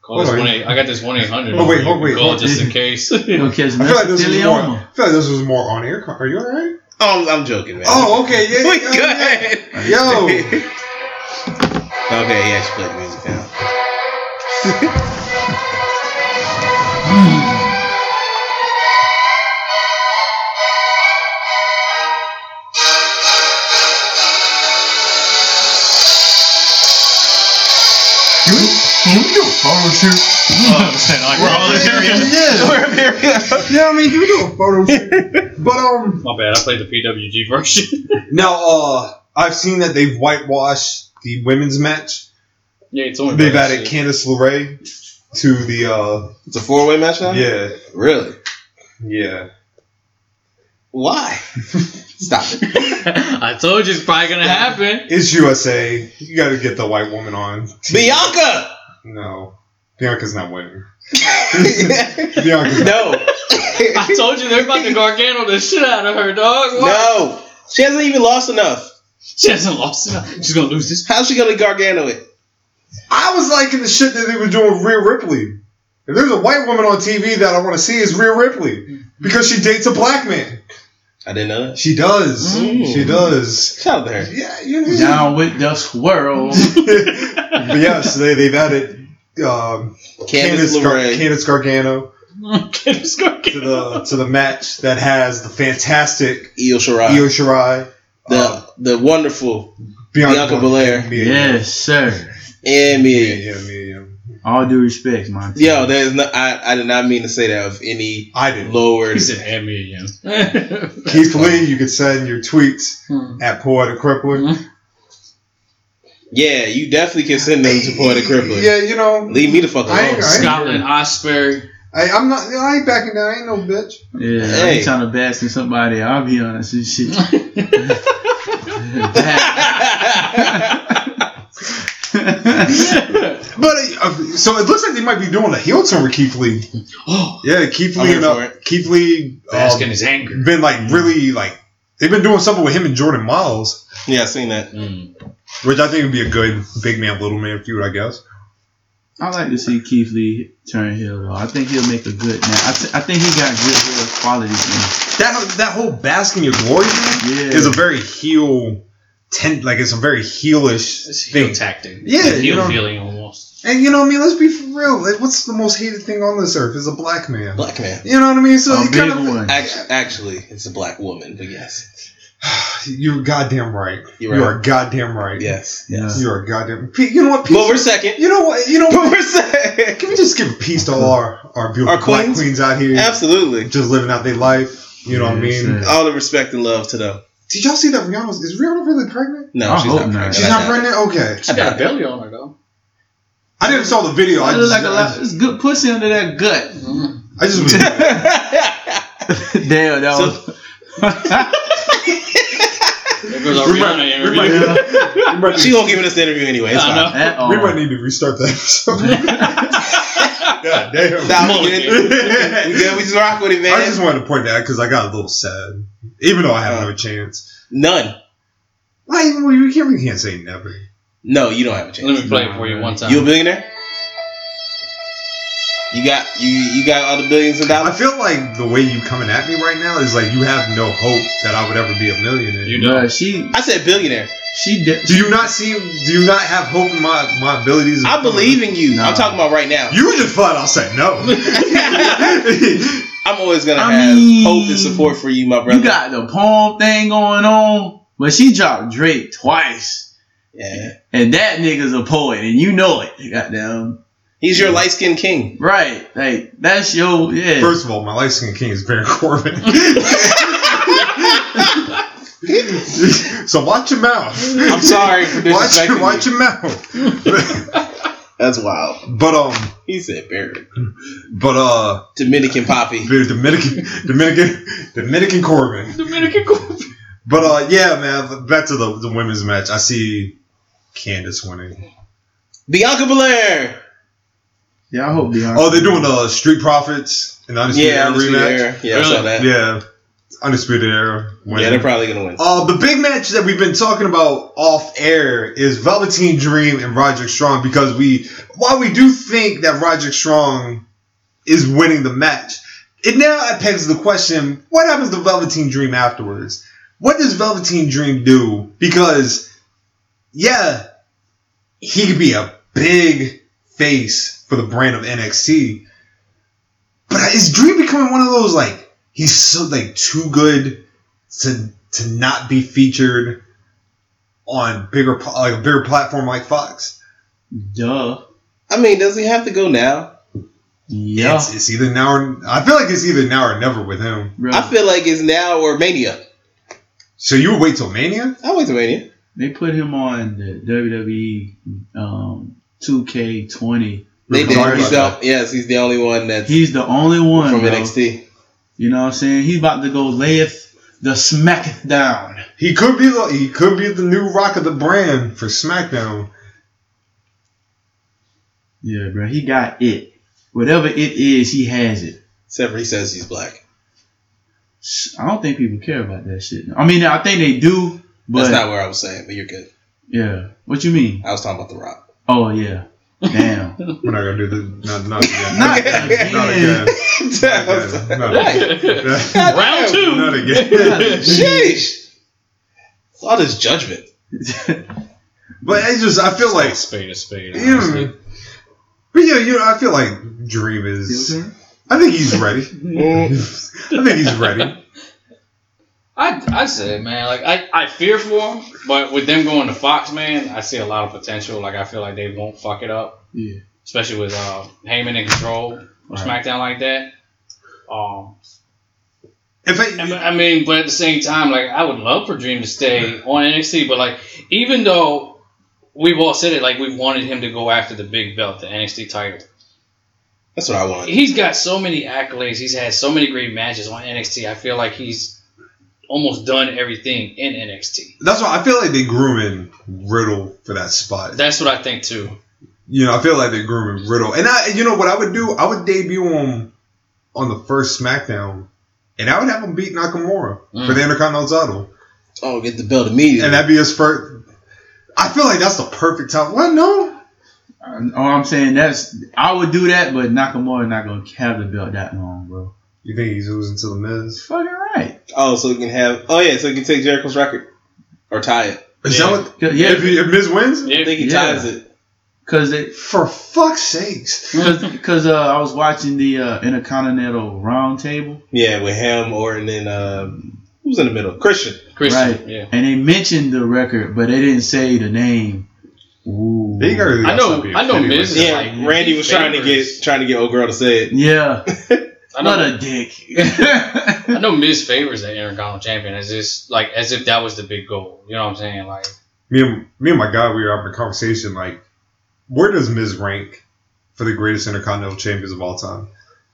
Speaker 5: Call this
Speaker 4: Hold on.
Speaker 5: one eight. I got this one eight hundred.
Speaker 4: Oh, wait, oh, wait,
Speaker 5: Call
Speaker 4: hold
Speaker 5: just in case. [LAUGHS]
Speaker 3: You gonna catch
Speaker 4: [LAUGHS] I feel like this was more. I
Speaker 3: mesothelioma?
Speaker 4: feel like this was more on air. Are you alright?
Speaker 7: Oh, I'm, I'm joking, man. [LAUGHS]
Speaker 4: Oh, okay, [LAUGHS] yeah,
Speaker 7: Wait,
Speaker 4: yeah,
Speaker 7: go
Speaker 4: yeah.
Speaker 7: ahead.
Speaker 4: [LAUGHS] Yo.
Speaker 7: okay, yeah, she played music now.
Speaker 4: You, you do a photo shoot. Yeah, yeah. I mean, you do a photo shoot. But um,
Speaker 5: My bad. I played the PWG version. [LAUGHS]
Speaker 4: now uh, I've seen that they've whitewashed the women's match.
Speaker 5: yeah, it's only.
Speaker 4: They've
Speaker 5: bad [LAUGHS]
Speaker 4: added
Speaker 5: shit.
Speaker 4: Candice LeRae to the uh,
Speaker 7: It's a four way match now?
Speaker 4: yeah,
Speaker 7: Really?
Speaker 4: yeah. [LAUGHS]
Speaker 7: Why? Stop it.
Speaker 5: I told you it's probably gonna happen.
Speaker 4: It's USA. You got to get the white woman on.
Speaker 7: Bianca! [LAUGHS]
Speaker 4: No, Bianca's not winning. Bianca's not.
Speaker 7: [LAUGHS] no.
Speaker 5: I told you they're about to gargano the shit out of her, dog. What?
Speaker 7: no. She hasn't even lost enough.
Speaker 5: She hasn't lost enough. She's gonna [LAUGHS] lose this.
Speaker 7: How's she going to Gargano it?
Speaker 4: I was liking the shit that they were doing with Rhea Ripley. If there's a white woman on TV that I want to see is Rhea Ripley because she dates a black man.
Speaker 7: I didn't know that.
Speaker 4: She does.
Speaker 7: Ooh.
Speaker 4: She does.
Speaker 7: Shout out to her.
Speaker 4: Yeah, you know.
Speaker 3: Down with the swirl.
Speaker 4: [LAUGHS] but yes, they they've added um,
Speaker 7: Candice
Speaker 4: Candice, Gar-
Speaker 7: LeRae.
Speaker 4: Candice Gargano
Speaker 5: Candace
Speaker 4: to
Speaker 5: Gargano.
Speaker 4: the to the match that has the fantastic
Speaker 7: Io Shirai.
Speaker 4: Io Shirai,
Speaker 7: the,
Speaker 4: uh,
Speaker 7: the wonderful Bianca
Speaker 4: Belair.
Speaker 7: Belair.
Speaker 4: Yeah,
Speaker 3: yes, sir.
Speaker 7: And
Speaker 4: yeah,
Speaker 7: me.
Speaker 4: yeah, yeah, yeah.
Speaker 3: All due respect, man.
Speaker 7: Yo, there's no, I, I did not mean to say that of any
Speaker 4: I did.
Speaker 7: lower.
Speaker 5: He said, "Hand me [LAUGHS] again."
Speaker 4: Keith Lee, you can send your tweets
Speaker 5: Hmm.
Speaker 4: at Poetic Crippler.
Speaker 7: Yeah, you definitely can send them to Point of Crippler.
Speaker 4: Yeah, you know,
Speaker 7: Leave me the fuck alone.
Speaker 4: I ain't- I ain't-
Speaker 5: Scotland [LAUGHS] Osprey.
Speaker 4: I, I'm not. I ain't backing down. I ain't no bitch.
Speaker 3: Yeah, I
Speaker 7: Hey.
Speaker 3: ain't trying to bash in somebody. I'll be honest and [LAUGHS] shit. Bad.
Speaker 7: [LAUGHS]
Speaker 4: But uh, so it looks like they might be doing a heel turn with Keith Lee.
Speaker 5: oh,
Speaker 4: Yeah, Keith
Speaker 7: I'm
Speaker 4: Lee
Speaker 7: here
Speaker 4: and
Speaker 7: for
Speaker 4: uh, Keith Lee um,
Speaker 5: Baskin is angry.
Speaker 4: been like really like they've been doing something with him and Jordan Miles,
Speaker 7: yeah, I seen that.
Speaker 5: Mm.
Speaker 4: which I think would be a good big man little man feud, I guess.
Speaker 3: I like to see Keith Lee turn heel though. I think he'll make a good match. I, th- I think he got good heel qualities in him.
Speaker 4: That that whole basking your glory thing
Speaker 3: Yeah.
Speaker 4: is a very heel ten like it's a very heelish
Speaker 5: It's heel
Speaker 4: thing.
Speaker 5: tactic.
Speaker 4: Yeah,
Speaker 5: It's heel
Speaker 4: you know-
Speaker 5: feeling almost.
Speaker 4: And you know what I mean? Let's be for real. Like, what's the most hated thing on this earth? Is a black man.
Speaker 7: Black man.
Speaker 4: You know what I mean? So
Speaker 3: a
Speaker 4: you
Speaker 3: big
Speaker 4: kind of
Speaker 3: one.
Speaker 7: Actually, actually, it's a black woman, but yes.
Speaker 4: you're goddamn right.
Speaker 7: You're
Speaker 4: You
Speaker 7: right.
Speaker 4: are goddamn right.
Speaker 7: Yes.
Speaker 3: Yeah.
Speaker 4: You are goddamn. Pe- You know what? Peace.
Speaker 7: But we're second. [LAUGHS]
Speaker 4: you know what? You know
Speaker 7: But
Speaker 4: what?
Speaker 7: we're second.
Speaker 4: Can we just give peace to all our, our beautiful
Speaker 7: Our
Speaker 4: black
Speaker 7: queens?
Speaker 4: queens out here,
Speaker 7: Absolutely.
Speaker 4: just living out their life. You know what I
Speaker 3: Yeah,
Speaker 4: mean? Uh,
Speaker 3: that's it.
Speaker 7: All the respect and love to them.
Speaker 4: Did y'all see that Rihanna's? Is Rihanna really pregnant?
Speaker 7: No,
Speaker 3: I
Speaker 7: she's
Speaker 3: hope
Speaker 7: not
Speaker 3: not.
Speaker 7: pregnant.
Speaker 4: She's
Speaker 7: I
Speaker 4: not
Speaker 7: doubt
Speaker 4: pregnant. Okay,
Speaker 5: She got a belly on her though.
Speaker 4: I didn't saw the video. I
Speaker 3: I look
Speaker 4: just,
Speaker 3: like a lot. It's good pussy under that gut.
Speaker 4: I just was.
Speaker 7: [LAUGHS]
Speaker 4: I
Speaker 3: [LAUGHS] Damn, that
Speaker 7: So-
Speaker 3: was. [LAUGHS]
Speaker 5: There goes our Rihanna
Speaker 4: we might,
Speaker 5: interview. [LAUGHS]
Speaker 4: we might
Speaker 7: it. [LAUGHS]
Speaker 4: need,
Speaker 7: She won't give us the interview anyway. It's
Speaker 5: I
Speaker 7: fine.
Speaker 5: know.
Speaker 3: At all.
Speaker 4: we might need to restart
Speaker 7: [LAUGHS]
Speaker 4: that [LAUGHS] episode. God damn.
Speaker 7: Nah,
Speaker 5: Come on,
Speaker 7: we good.
Speaker 4: [LAUGHS]
Speaker 7: We good. We just rock with it, man.
Speaker 4: I just wanted to point that because I got a little sad, even though I have no chance.
Speaker 7: None.
Speaker 4: Why even well, you can't we can't say never.
Speaker 7: No, you don't have
Speaker 5: [LAUGHS]
Speaker 7: a chance.
Speaker 5: Let me play it for you one time.
Speaker 7: You a billionaire? You got you you got all the billions of
Speaker 4: I
Speaker 7: dollars.
Speaker 4: feel like the way you coming at me right now is like you have no hope that I would ever be a millionaire.
Speaker 5: You know.
Speaker 3: Bruh, she
Speaker 7: I said billionaire.
Speaker 3: she did.
Speaker 4: do you not see? Do you not have hope in my my abilities?
Speaker 7: I believe in you. I'm
Speaker 3: Nah.
Speaker 7: talking about right now.
Speaker 4: You just flat out said
Speaker 7: [LAUGHS]
Speaker 4: no. [LAUGHS]
Speaker 7: I'm always gonna
Speaker 3: I
Speaker 7: have
Speaker 3: mean,
Speaker 7: hope and support for you, my brother.
Speaker 3: You got the palm thing going on, but she dropped Drake twice,
Speaker 7: yeah.
Speaker 3: and that nigga's a poet, and you know it. Goddamn,
Speaker 7: He's your light skinned king.
Speaker 3: right? Like that's your yeah.
Speaker 4: First of all, my light skinned king is Baron Corbin. [LAUGHS] so watch your mouth.
Speaker 7: I'm sorry for
Speaker 4: Watch,
Speaker 7: disrespecting
Speaker 4: watch
Speaker 7: you.
Speaker 4: your mouth. [LAUGHS]
Speaker 7: That's wild.
Speaker 4: But um,
Speaker 7: He said Barry.
Speaker 4: but uh,
Speaker 7: Dominican Poppy.
Speaker 4: Dominican, Dominican, Dominican Corbin.
Speaker 5: Dominican Corbin.
Speaker 4: But uh, yeah, man. Back to the, the women's match. I see Candace winning.
Speaker 7: Bianca Belair.
Speaker 3: yeah, I hope Beyonce.
Speaker 4: Oh, they're doing uh, Street Profits and Undisputed
Speaker 7: Yeah,
Speaker 4: Era
Speaker 7: Undisputed
Speaker 4: rematch.
Speaker 7: Era. Yeah, I saw
Speaker 5: Really?
Speaker 7: that.
Speaker 4: Yeah, Undisputed Era.
Speaker 7: Yeah,
Speaker 4: Winning.
Speaker 7: they're probably gonna win.
Speaker 4: Uh, the big match that we've been talking about off air is Velveteen Dream and Roger Strong because we, while we do think that Roger Strong is winning the match, it now begs the question: What happens to Velveteen Dream afterwards? What does Velveteen Dream do? Because, yeah, he could be a big face for the brand of NXT, but is Dream becoming one of those like he's so like too good? to to not be featured on bigger pl- like a bigger platform like Fox.
Speaker 3: Duh.
Speaker 7: I mean, does he have to go now?
Speaker 3: Yeah.
Speaker 4: It's, it's either now or I feel like it's either now or never with him.
Speaker 3: Bro,
Speaker 7: I feel like it's now or Mania.
Speaker 4: So you would wait till Mania?
Speaker 7: I went to Mania.
Speaker 3: they put him on the WWE um, 2K20.
Speaker 7: They did.
Speaker 4: Regardless.
Speaker 7: He's the, yes, he's the only one that's
Speaker 3: He's the only one
Speaker 7: from
Speaker 3: bro.
Speaker 7: NXT.
Speaker 3: You know what I'm saying? He's about to go layeth the smacketh down.
Speaker 4: He could be the he could be the new rock of the brand for SmackDown.
Speaker 3: Yeah, bro. He got it. Whatever it is, he has it.
Speaker 7: Except for he says he's black.
Speaker 3: S- I don't think people care about that shit. I mean, I think they do, but
Speaker 7: That's not where I was saying, but you're good.
Speaker 3: yeah. What you mean?
Speaker 7: I was talking about The Rock. [LAUGHS]
Speaker 3: Oh yeah. Damn.
Speaker 4: [LAUGHS] We're not gonna do the not not
Speaker 3: [LAUGHS]
Speaker 4: again.
Speaker 3: not
Speaker 4: Not
Speaker 3: again. [LAUGHS]
Speaker 4: again. Not again. Not again.
Speaker 5: [LAUGHS] Round two. [LAUGHS]
Speaker 4: Not again. [LAUGHS]
Speaker 7: Sheesh. It's all this judgment.
Speaker 4: But it's just I feel like
Speaker 5: spade a spade. honestly.
Speaker 4: mm, but yeah, you know, I feel like Dream is I think he's ready. [LAUGHS] I think he's ready.
Speaker 5: I I say, man, like I, I fear for them, but with them going to Fox, man, I see a lot of potential. Like I feel like they won't fuck it up,
Speaker 3: Yeah.
Speaker 5: especially with uh, Heyman in control or SmackDown like that. Um,
Speaker 4: If I,
Speaker 5: I mean- I mean, but at the same time, like I would love for Dream to stay on NXT, but like even though we've all said it, like we wanted him to go after the big belt, the NXT title.
Speaker 7: That's what I wanted.
Speaker 5: He's got so many accolades. He's had so many great matches on NXT. I feel like he's almost done everything in NXT.
Speaker 4: That's why I feel like they grooming Riddle for that spot.
Speaker 5: That's what I think too.
Speaker 4: You know, I feel like they grooming Riddle. And I, you know what I would do? I would debut him on the first SmackDown, and I would have him beat Nakamura for
Speaker 5: Mm.
Speaker 4: the Intercontinental title,
Speaker 7: Oh, get the belt immediately.
Speaker 4: and that'd be his first. I feel like that's the perfect time. What? No,
Speaker 3: Oh, I'm saying that's I would do that, but Nakamura not gonna have the belt that long, bro.
Speaker 4: you think he's losing to the Miz?
Speaker 3: Fucking right.
Speaker 7: oh, so we can have. Oh yeah, so we can take Jericho's record or tie it.
Speaker 4: Is
Speaker 5: Yeah.
Speaker 4: that what?
Speaker 3: Yeah,
Speaker 4: If, he- if Miz wins,
Speaker 7: I
Speaker 5: [LAUGHS] Yeah,
Speaker 7: think he
Speaker 3: Yeah.
Speaker 7: ties it.
Speaker 3: because they
Speaker 4: for fuck's sakes!
Speaker 3: because uh, I was watching the uh, Intercontinental Round Table,
Speaker 7: Yeah, with him or and then um, who's in the middle? Christian.
Speaker 5: Christian.
Speaker 3: Right.
Speaker 5: Yeah.
Speaker 3: and they mentioned the record, but they didn't say the name. Ooh.
Speaker 4: They gotta- they
Speaker 5: I
Speaker 4: gotta
Speaker 5: know-
Speaker 4: stop being
Speaker 5: I know
Speaker 4: petty
Speaker 5: Miz
Speaker 4: with that.
Speaker 5: is-
Speaker 7: Yeah,
Speaker 5: like,
Speaker 7: Randy was trying to
Speaker 5: favors.
Speaker 7: get trying to get old girl to say it.
Speaker 3: Yeah,
Speaker 5: I
Speaker 3: what
Speaker 5: know.
Speaker 3: a dick. [LAUGHS]
Speaker 5: I know Miz favors the Intercontinental Champion as just like as if that was the big goal. You know what I'm saying? Like
Speaker 4: me and me and my guy, we were having a conversation like, where does Miz rank for the greatest Intercontinental Champions of all time?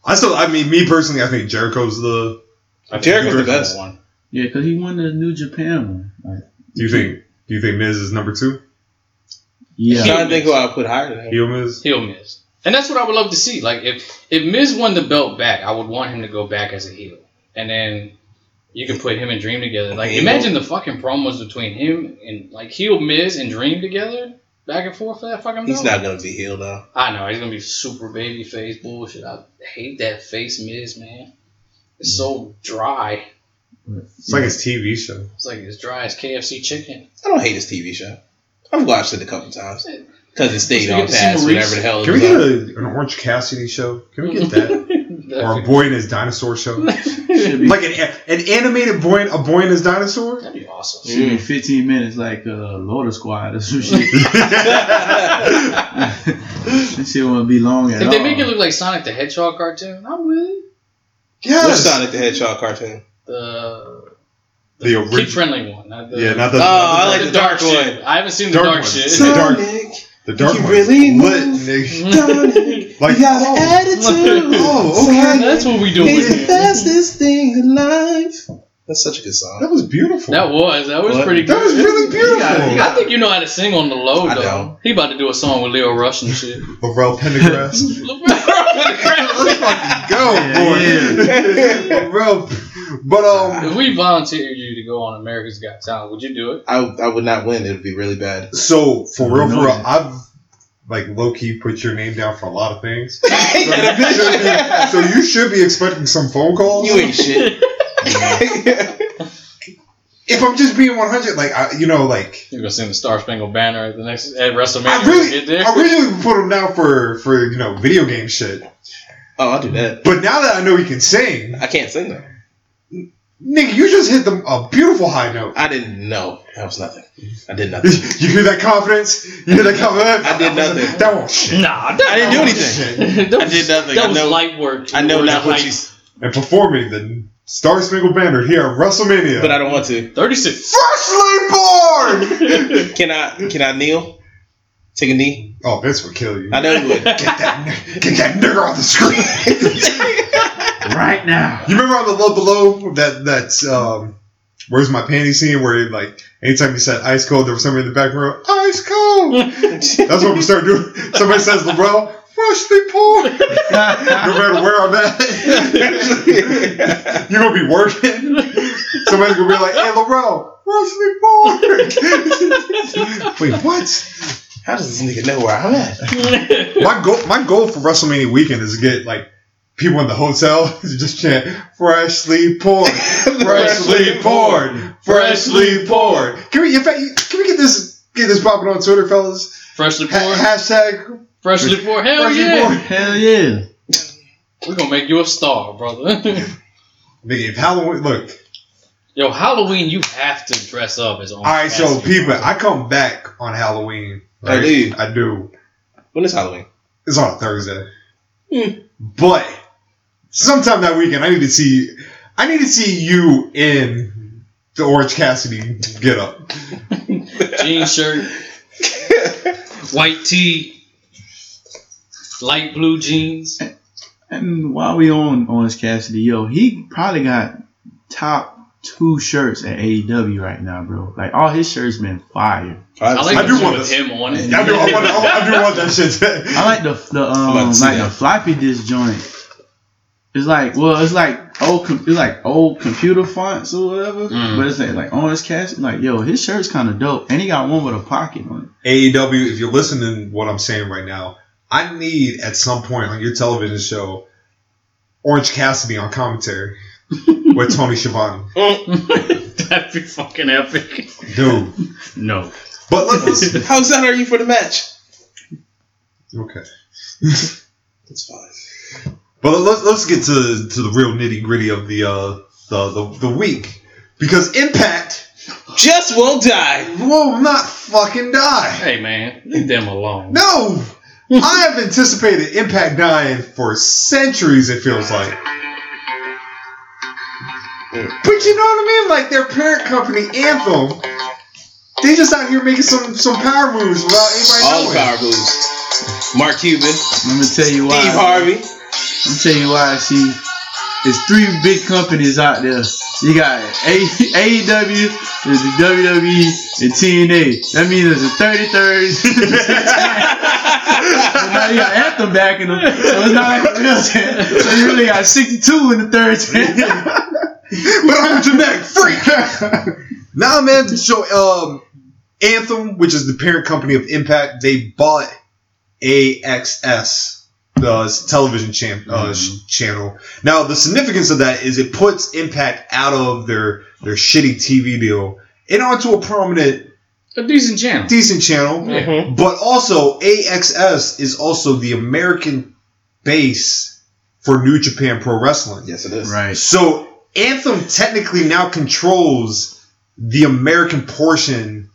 Speaker 4: I still, I mean, me personally, I think Jericho's the.
Speaker 5: I think
Speaker 7: Jericho's the
Speaker 5: Jericho's
Speaker 7: best.
Speaker 5: one.
Speaker 3: Yeah, because he won the New Japan one. Like,
Speaker 4: Do you think? Do you think Miz is number two?
Speaker 3: yeah.
Speaker 7: I'm trying to think who I would put higher than him.
Speaker 4: Heel Miz.
Speaker 5: Heel Miz, and that's what I would love to see. Like if if Miz won the belt back, I would want him to go back as a heel, and then you can put him and Dream together. Like
Speaker 7: Yeah.
Speaker 5: imagine the fucking promos between him and like heel Miz and Dream together. Back and forth for that fucking belt.
Speaker 7: He's not gonna be heel though.
Speaker 5: I know he's gonna be super baby face bullshit. I hate that face Miz man. It's so dry.
Speaker 4: It's
Speaker 3: [LAUGHS]
Speaker 4: like his TV show.
Speaker 5: It's like as dry as KFC chicken.
Speaker 7: I don't hate his TV show. I've watched it a couple times because it stayed
Speaker 5: So you
Speaker 7: on
Speaker 5: get to see
Speaker 7: past
Speaker 5: Maurice?
Speaker 7: whatever the hell.
Speaker 4: Can we
Speaker 7: it
Speaker 4: get
Speaker 7: was on.
Speaker 4: a, an Orange Cassidy show? Can we get
Speaker 5: [LAUGHS]
Speaker 4: that? or a
Speaker 5: That'd
Speaker 4: boy and his dinosaur show?
Speaker 5: [LAUGHS]
Speaker 3: Should be,
Speaker 4: like an, an animated boy, and- a boy and his dinosaur. [LAUGHS]
Speaker 5: be
Speaker 3: [LAUGHS]
Speaker 5: awesome.
Speaker 3: should be 15 minutes like uh, Loader Squad or some shit. [LAUGHS] this shit won't be long at
Speaker 5: If
Speaker 3: all.
Speaker 5: they make it look like Sonic the Hedgehog cartoon, I'm with it.
Speaker 7: Which
Speaker 4: yes.
Speaker 7: Sonic the Hedgehog cartoon?
Speaker 5: The
Speaker 4: The
Speaker 5: kid
Speaker 4: original.
Speaker 5: friendly one. Not the,
Speaker 4: Yeah, not the.
Speaker 7: Oh,
Speaker 4: not
Speaker 7: I like the dark
Speaker 5: shit.
Speaker 7: one.
Speaker 5: I haven't seen
Speaker 4: Dark
Speaker 5: Ah, the dark
Speaker 4: one.
Speaker 5: shit.
Speaker 4: Sonic, dark- the, dark
Speaker 7: you
Speaker 4: one.
Speaker 7: really
Speaker 4: lit,
Speaker 7: move.
Speaker 4: nigga.
Speaker 7: Sonic,
Speaker 4: Like,
Speaker 7: Oh,
Speaker 4: okay.
Speaker 5: [LAUGHS] That's what we doing
Speaker 7: He's the
Speaker 5: here.
Speaker 7: fastest thing alive. That's such a good song.
Speaker 4: that was beautiful.
Speaker 5: That was that was
Speaker 7: What?
Speaker 5: pretty
Speaker 4: That was
Speaker 5: good.
Speaker 4: really beautiful.
Speaker 5: I think you know how to sing on the low
Speaker 7: I
Speaker 5: though.
Speaker 7: don't.
Speaker 5: He about to do a song with Leo Rush and
Speaker 7: [LAUGHS]
Speaker 5: shit.
Speaker 4: Laurel
Speaker 5: [LAUGHS]
Speaker 4: Pendergrass. Let's fucking go, [LAUGHS] boy. Laurel- but um,
Speaker 5: if we volunteered you to go on America's Got Talent, would you do it?
Speaker 7: I, I would not win. It would be really bad.
Speaker 4: so for real, for real,
Speaker 3: Annoying.
Speaker 4: I've like low key put your name down for a lot of things.
Speaker 7: you
Speaker 4: So you should be expecting some phone calls.
Speaker 7: ain't
Speaker 5: [LAUGHS]
Speaker 7: shit.
Speaker 4: if I'm just being 100, like I, you know, like
Speaker 5: You're gonna sing the Star Spangled Banner at the next at WrestleMania.
Speaker 4: I
Speaker 5: when we
Speaker 4: really,
Speaker 5: get there.
Speaker 4: I really put him down for for you know video game shit.
Speaker 7: oh, I'll do that.
Speaker 4: But now that I know he can sing,
Speaker 7: I can't sing though.
Speaker 4: nigga, you just hit them a beautiful high note.
Speaker 7: I didn't know. That was nothing. I did nothing.
Speaker 4: [LAUGHS]
Speaker 7: [LAUGHS]
Speaker 4: You hear that confidence? You hear that confidence?
Speaker 7: I did nothing.
Speaker 4: That one shit.
Speaker 5: nah,
Speaker 7: I didn't do anything.
Speaker 4: Shit.
Speaker 5: [LAUGHS] that
Speaker 7: I did nothing.
Speaker 5: That
Speaker 7: I
Speaker 5: was
Speaker 7: know-
Speaker 5: light work.
Speaker 7: I know
Speaker 5: Work
Speaker 7: not what you.
Speaker 5: light.
Speaker 4: And performing the Star Spangled Banner here at WrestleMania.
Speaker 7: But I don't want to.
Speaker 5: Thirty-six.
Speaker 4: Freshly born! [LAUGHS]
Speaker 7: Can I? Can I kneel? Take a knee.
Speaker 4: oh, Vince would kill you.
Speaker 7: I know [LAUGHS] you would.
Speaker 4: Get that, n- get that nigger off the screen.
Speaker 3: [LAUGHS] right now.
Speaker 4: You remember on the Love Below that that's um, where's my panty scene where he, like anytime he said ice cold, there was somebody in the back row, ice cold.
Speaker 3: [LAUGHS]
Speaker 4: that's what we started doing. Somebody says LaBelle, freshly
Speaker 3: [LAUGHS]
Speaker 4: poured. no matter where
Speaker 3: [LAUGHS]
Speaker 4: I'm at, you're gonna be working. Somebody's gonna be like, hey LaBelle, freshly
Speaker 3: [LAUGHS]
Speaker 4: poured. Wait, what?
Speaker 7: How does this nigga know where I'm at? [LAUGHS]
Speaker 5: [LAUGHS]
Speaker 4: My goal, my goal for WrestleMania weekend is to get like. People in the hotel [LAUGHS] to just chant "freshly poured." [LAUGHS] freshly poured, freshly poured. Can we, in fact, can we get this get this popping on Twitter, fellas?
Speaker 5: Freshly poured.
Speaker 4: Ha- hashtag
Speaker 5: freshly poured. Hell
Speaker 4: freshly
Speaker 5: yeah.
Speaker 4: poured.
Speaker 3: Hell yeah.
Speaker 5: We're gonna make you a star, brother. [LAUGHS]
Speaker 4: Nigga, if Halloween, look.
Speaker 5: Yo, Halloween, you have to dress up as. All
Speaker 4: All right, so people, I come back on Halloween.
Speaker 7: I
Speaker 4: Right?
Speaker 7: do.
Speaker 4: I do.
Speaker 7: When is Halloween?
Speaker 4: It's on a Thursday, Hmm. but sometime that weekend, I need to see. I need to see you in the Orange Cassidy get up.
Speaker 5: jean shirt,
Speaker 4: [LAUGHS]
Speaker 5: white tee, light blue jeans.
Speaker 3: And while we on Orange Cassidy, yo, he probably got top two shirts at AEW right now, bro. Like all his shirts been fire.
Speaker 5: I like
Speaker 4: I
Speaker 5: the
Speaker 4: do
Speaker 5: shirt
Speaker 4: want
Speaker 5: with
Speaker 4: this.
Speaker 5: him on it.
Speaker 4: I do. I want, I do want that shit.
Speaker 3: I like the the um
Speaker 7: about to see
Speaker 3: like
Speaker 7: that.
Speaker 3: the floppy disk joint. It's like well, it's like old com- it's like old computer fonts or whatever,
Speaker 5: Mm.
Speaker 3: but it's like like Orange Cassidy. Like yo, his shirt's kind of dope, and he got one with a pocket on it.
Speaker 4: AEW, E if you're listening to what I'm saying right now, I need at some point on your television show Orange Cassidy on commentary with Tony Schiavone.
Speaker 5: [LAUGHS] That'd be fucking epic.
Speaker 4: Dude.
Speaker 5: No.
Speaker 4: But let-
Speaker 7: [LAUGHS]
Speaker 4: let's.
Speaker 7: How excited are you for the match?
Speaker 4: Okay.
Speaker 7: It's fine.
Speaker 4: But let's, let's get to, to the real nitty gritty of the, uh, the, the, the week. Because Impact
Speaker 7: Just won't die.
Speaker 4: will not fucking die.
Speaker 5: Hey man, leave them alone.
Speaker 4: No! I have anticipated Impact dying for centuries, it feels like. But you know what I mean? Like their parent company, Anthem. They just out here making some some power moves without anybody
Speaker 7: All
Speaker 4: knowing.
Speaker 7: power moves. Mark Cuban, Steve
Speaker 3: Let me tell you why.
Speaker 7: Harvey.
Speaker 3: I'm telling you why. See, there's three big companies out there. You got A- AEW, there's the WWE, and TNA. That means there's a 33rd. [LAUGHS] now you got Anthem back in them. So it's not like a real 10. So you really got 62 in the third 10.
Speaker 4: [LAUGHS] but I'm a genetic freak. nah, man. So, um, Anthem, which is the parent company of Impact, they bought AXS, the s- television chan- uh, sh- channel. Now, the significance of that is it puts Impact out of their their shitty TV deal and onto a prominent,
Speaker 5: A decent channel.
Speaker 4: decent channel.
Speaker 5: Yeah.
Speaker 4: But also, AXS is also the American base for New Japan Pro Wrestling.
Speaker 7: Yes, it is.
Speaker 3: right.
Speaker 4: So Anthem technically now controls the American portion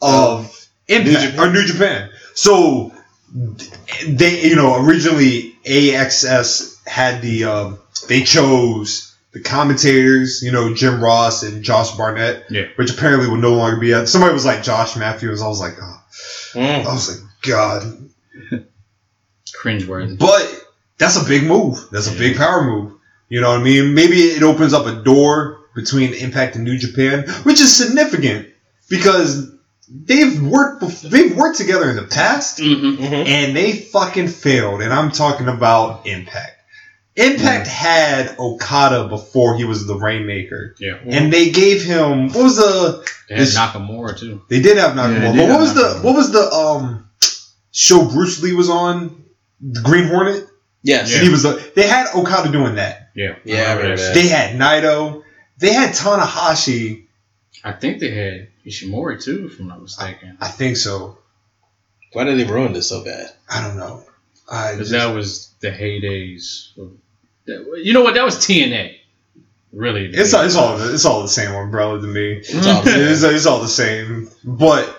Speaker 4: of Impact
Speaker 8: Japan.
Speaker 4: or New Japan. So they, you know, originally AXS had the um, they chose the commentators, you know, Jim Ross and Josh Barnett,
Speaker 5: Yeah.
Speaker 4: which apparently will no longer be. At, somebody was like Josh Matthews. I was like, oh. I
Speaker 7: Mm.
Speaker 4: was like, God,
Speaker 5: Cringeworthy.
Speaker 4: but that's a big move. That's a big power move. You know what I mean? Maybe it opens up a door between Impact and New Japan, which is significant because they've worked bef- they've worked together in the past
Speaker 5: Mm-hmm.
Speaker 4: and they fucking failed. And I'm talking about Impact. Impact had Okada before he was the Rainmaker,
Speaker 5: Yeah.
Speaker 4: and they gave him what was the
Speaker 5: They had
Speaker 4: This-
Speaker 5: Nakamura too.
Speaker 4: they did have
Speaker 3: Yeah, they
Speaker 4: Nakamura,
Speaker 3: did
Speaker 4: but
Speaker 3: have
Speaker 4: what was the
Speaker 3: Nakamura.
Speaker 4: what was the um show Bruce Lee was on the Green Hornet?
Speaker 7: Yes.
Speaker 4: And he was a, they had Okada doing that.
Speaker 5: Yeah.
Speaker 7: Yeah, I remember that.
Speaker 4: They had Naito. They had Tanahashi.
Speaker 5: I think they had Ishimori too, if I'm not mistaken.
Speaker 4: I think so.
Speaker 7: Why did they ruin this so bad?
Speaker 4: I don't know. I
Speaker 5: Because
Speaker 4: just,
Speaker 5: that was the heydays. Of, that, you know what? That was TNA. Really. Mm-hmm.
Speaker 4: it's, all- it's all it's all the same umbrella to
Speaker 5: [LAUGHS]
Speaker 4: me.
Speaker 7: It's all
Speaker 4: It's, it's all the same, but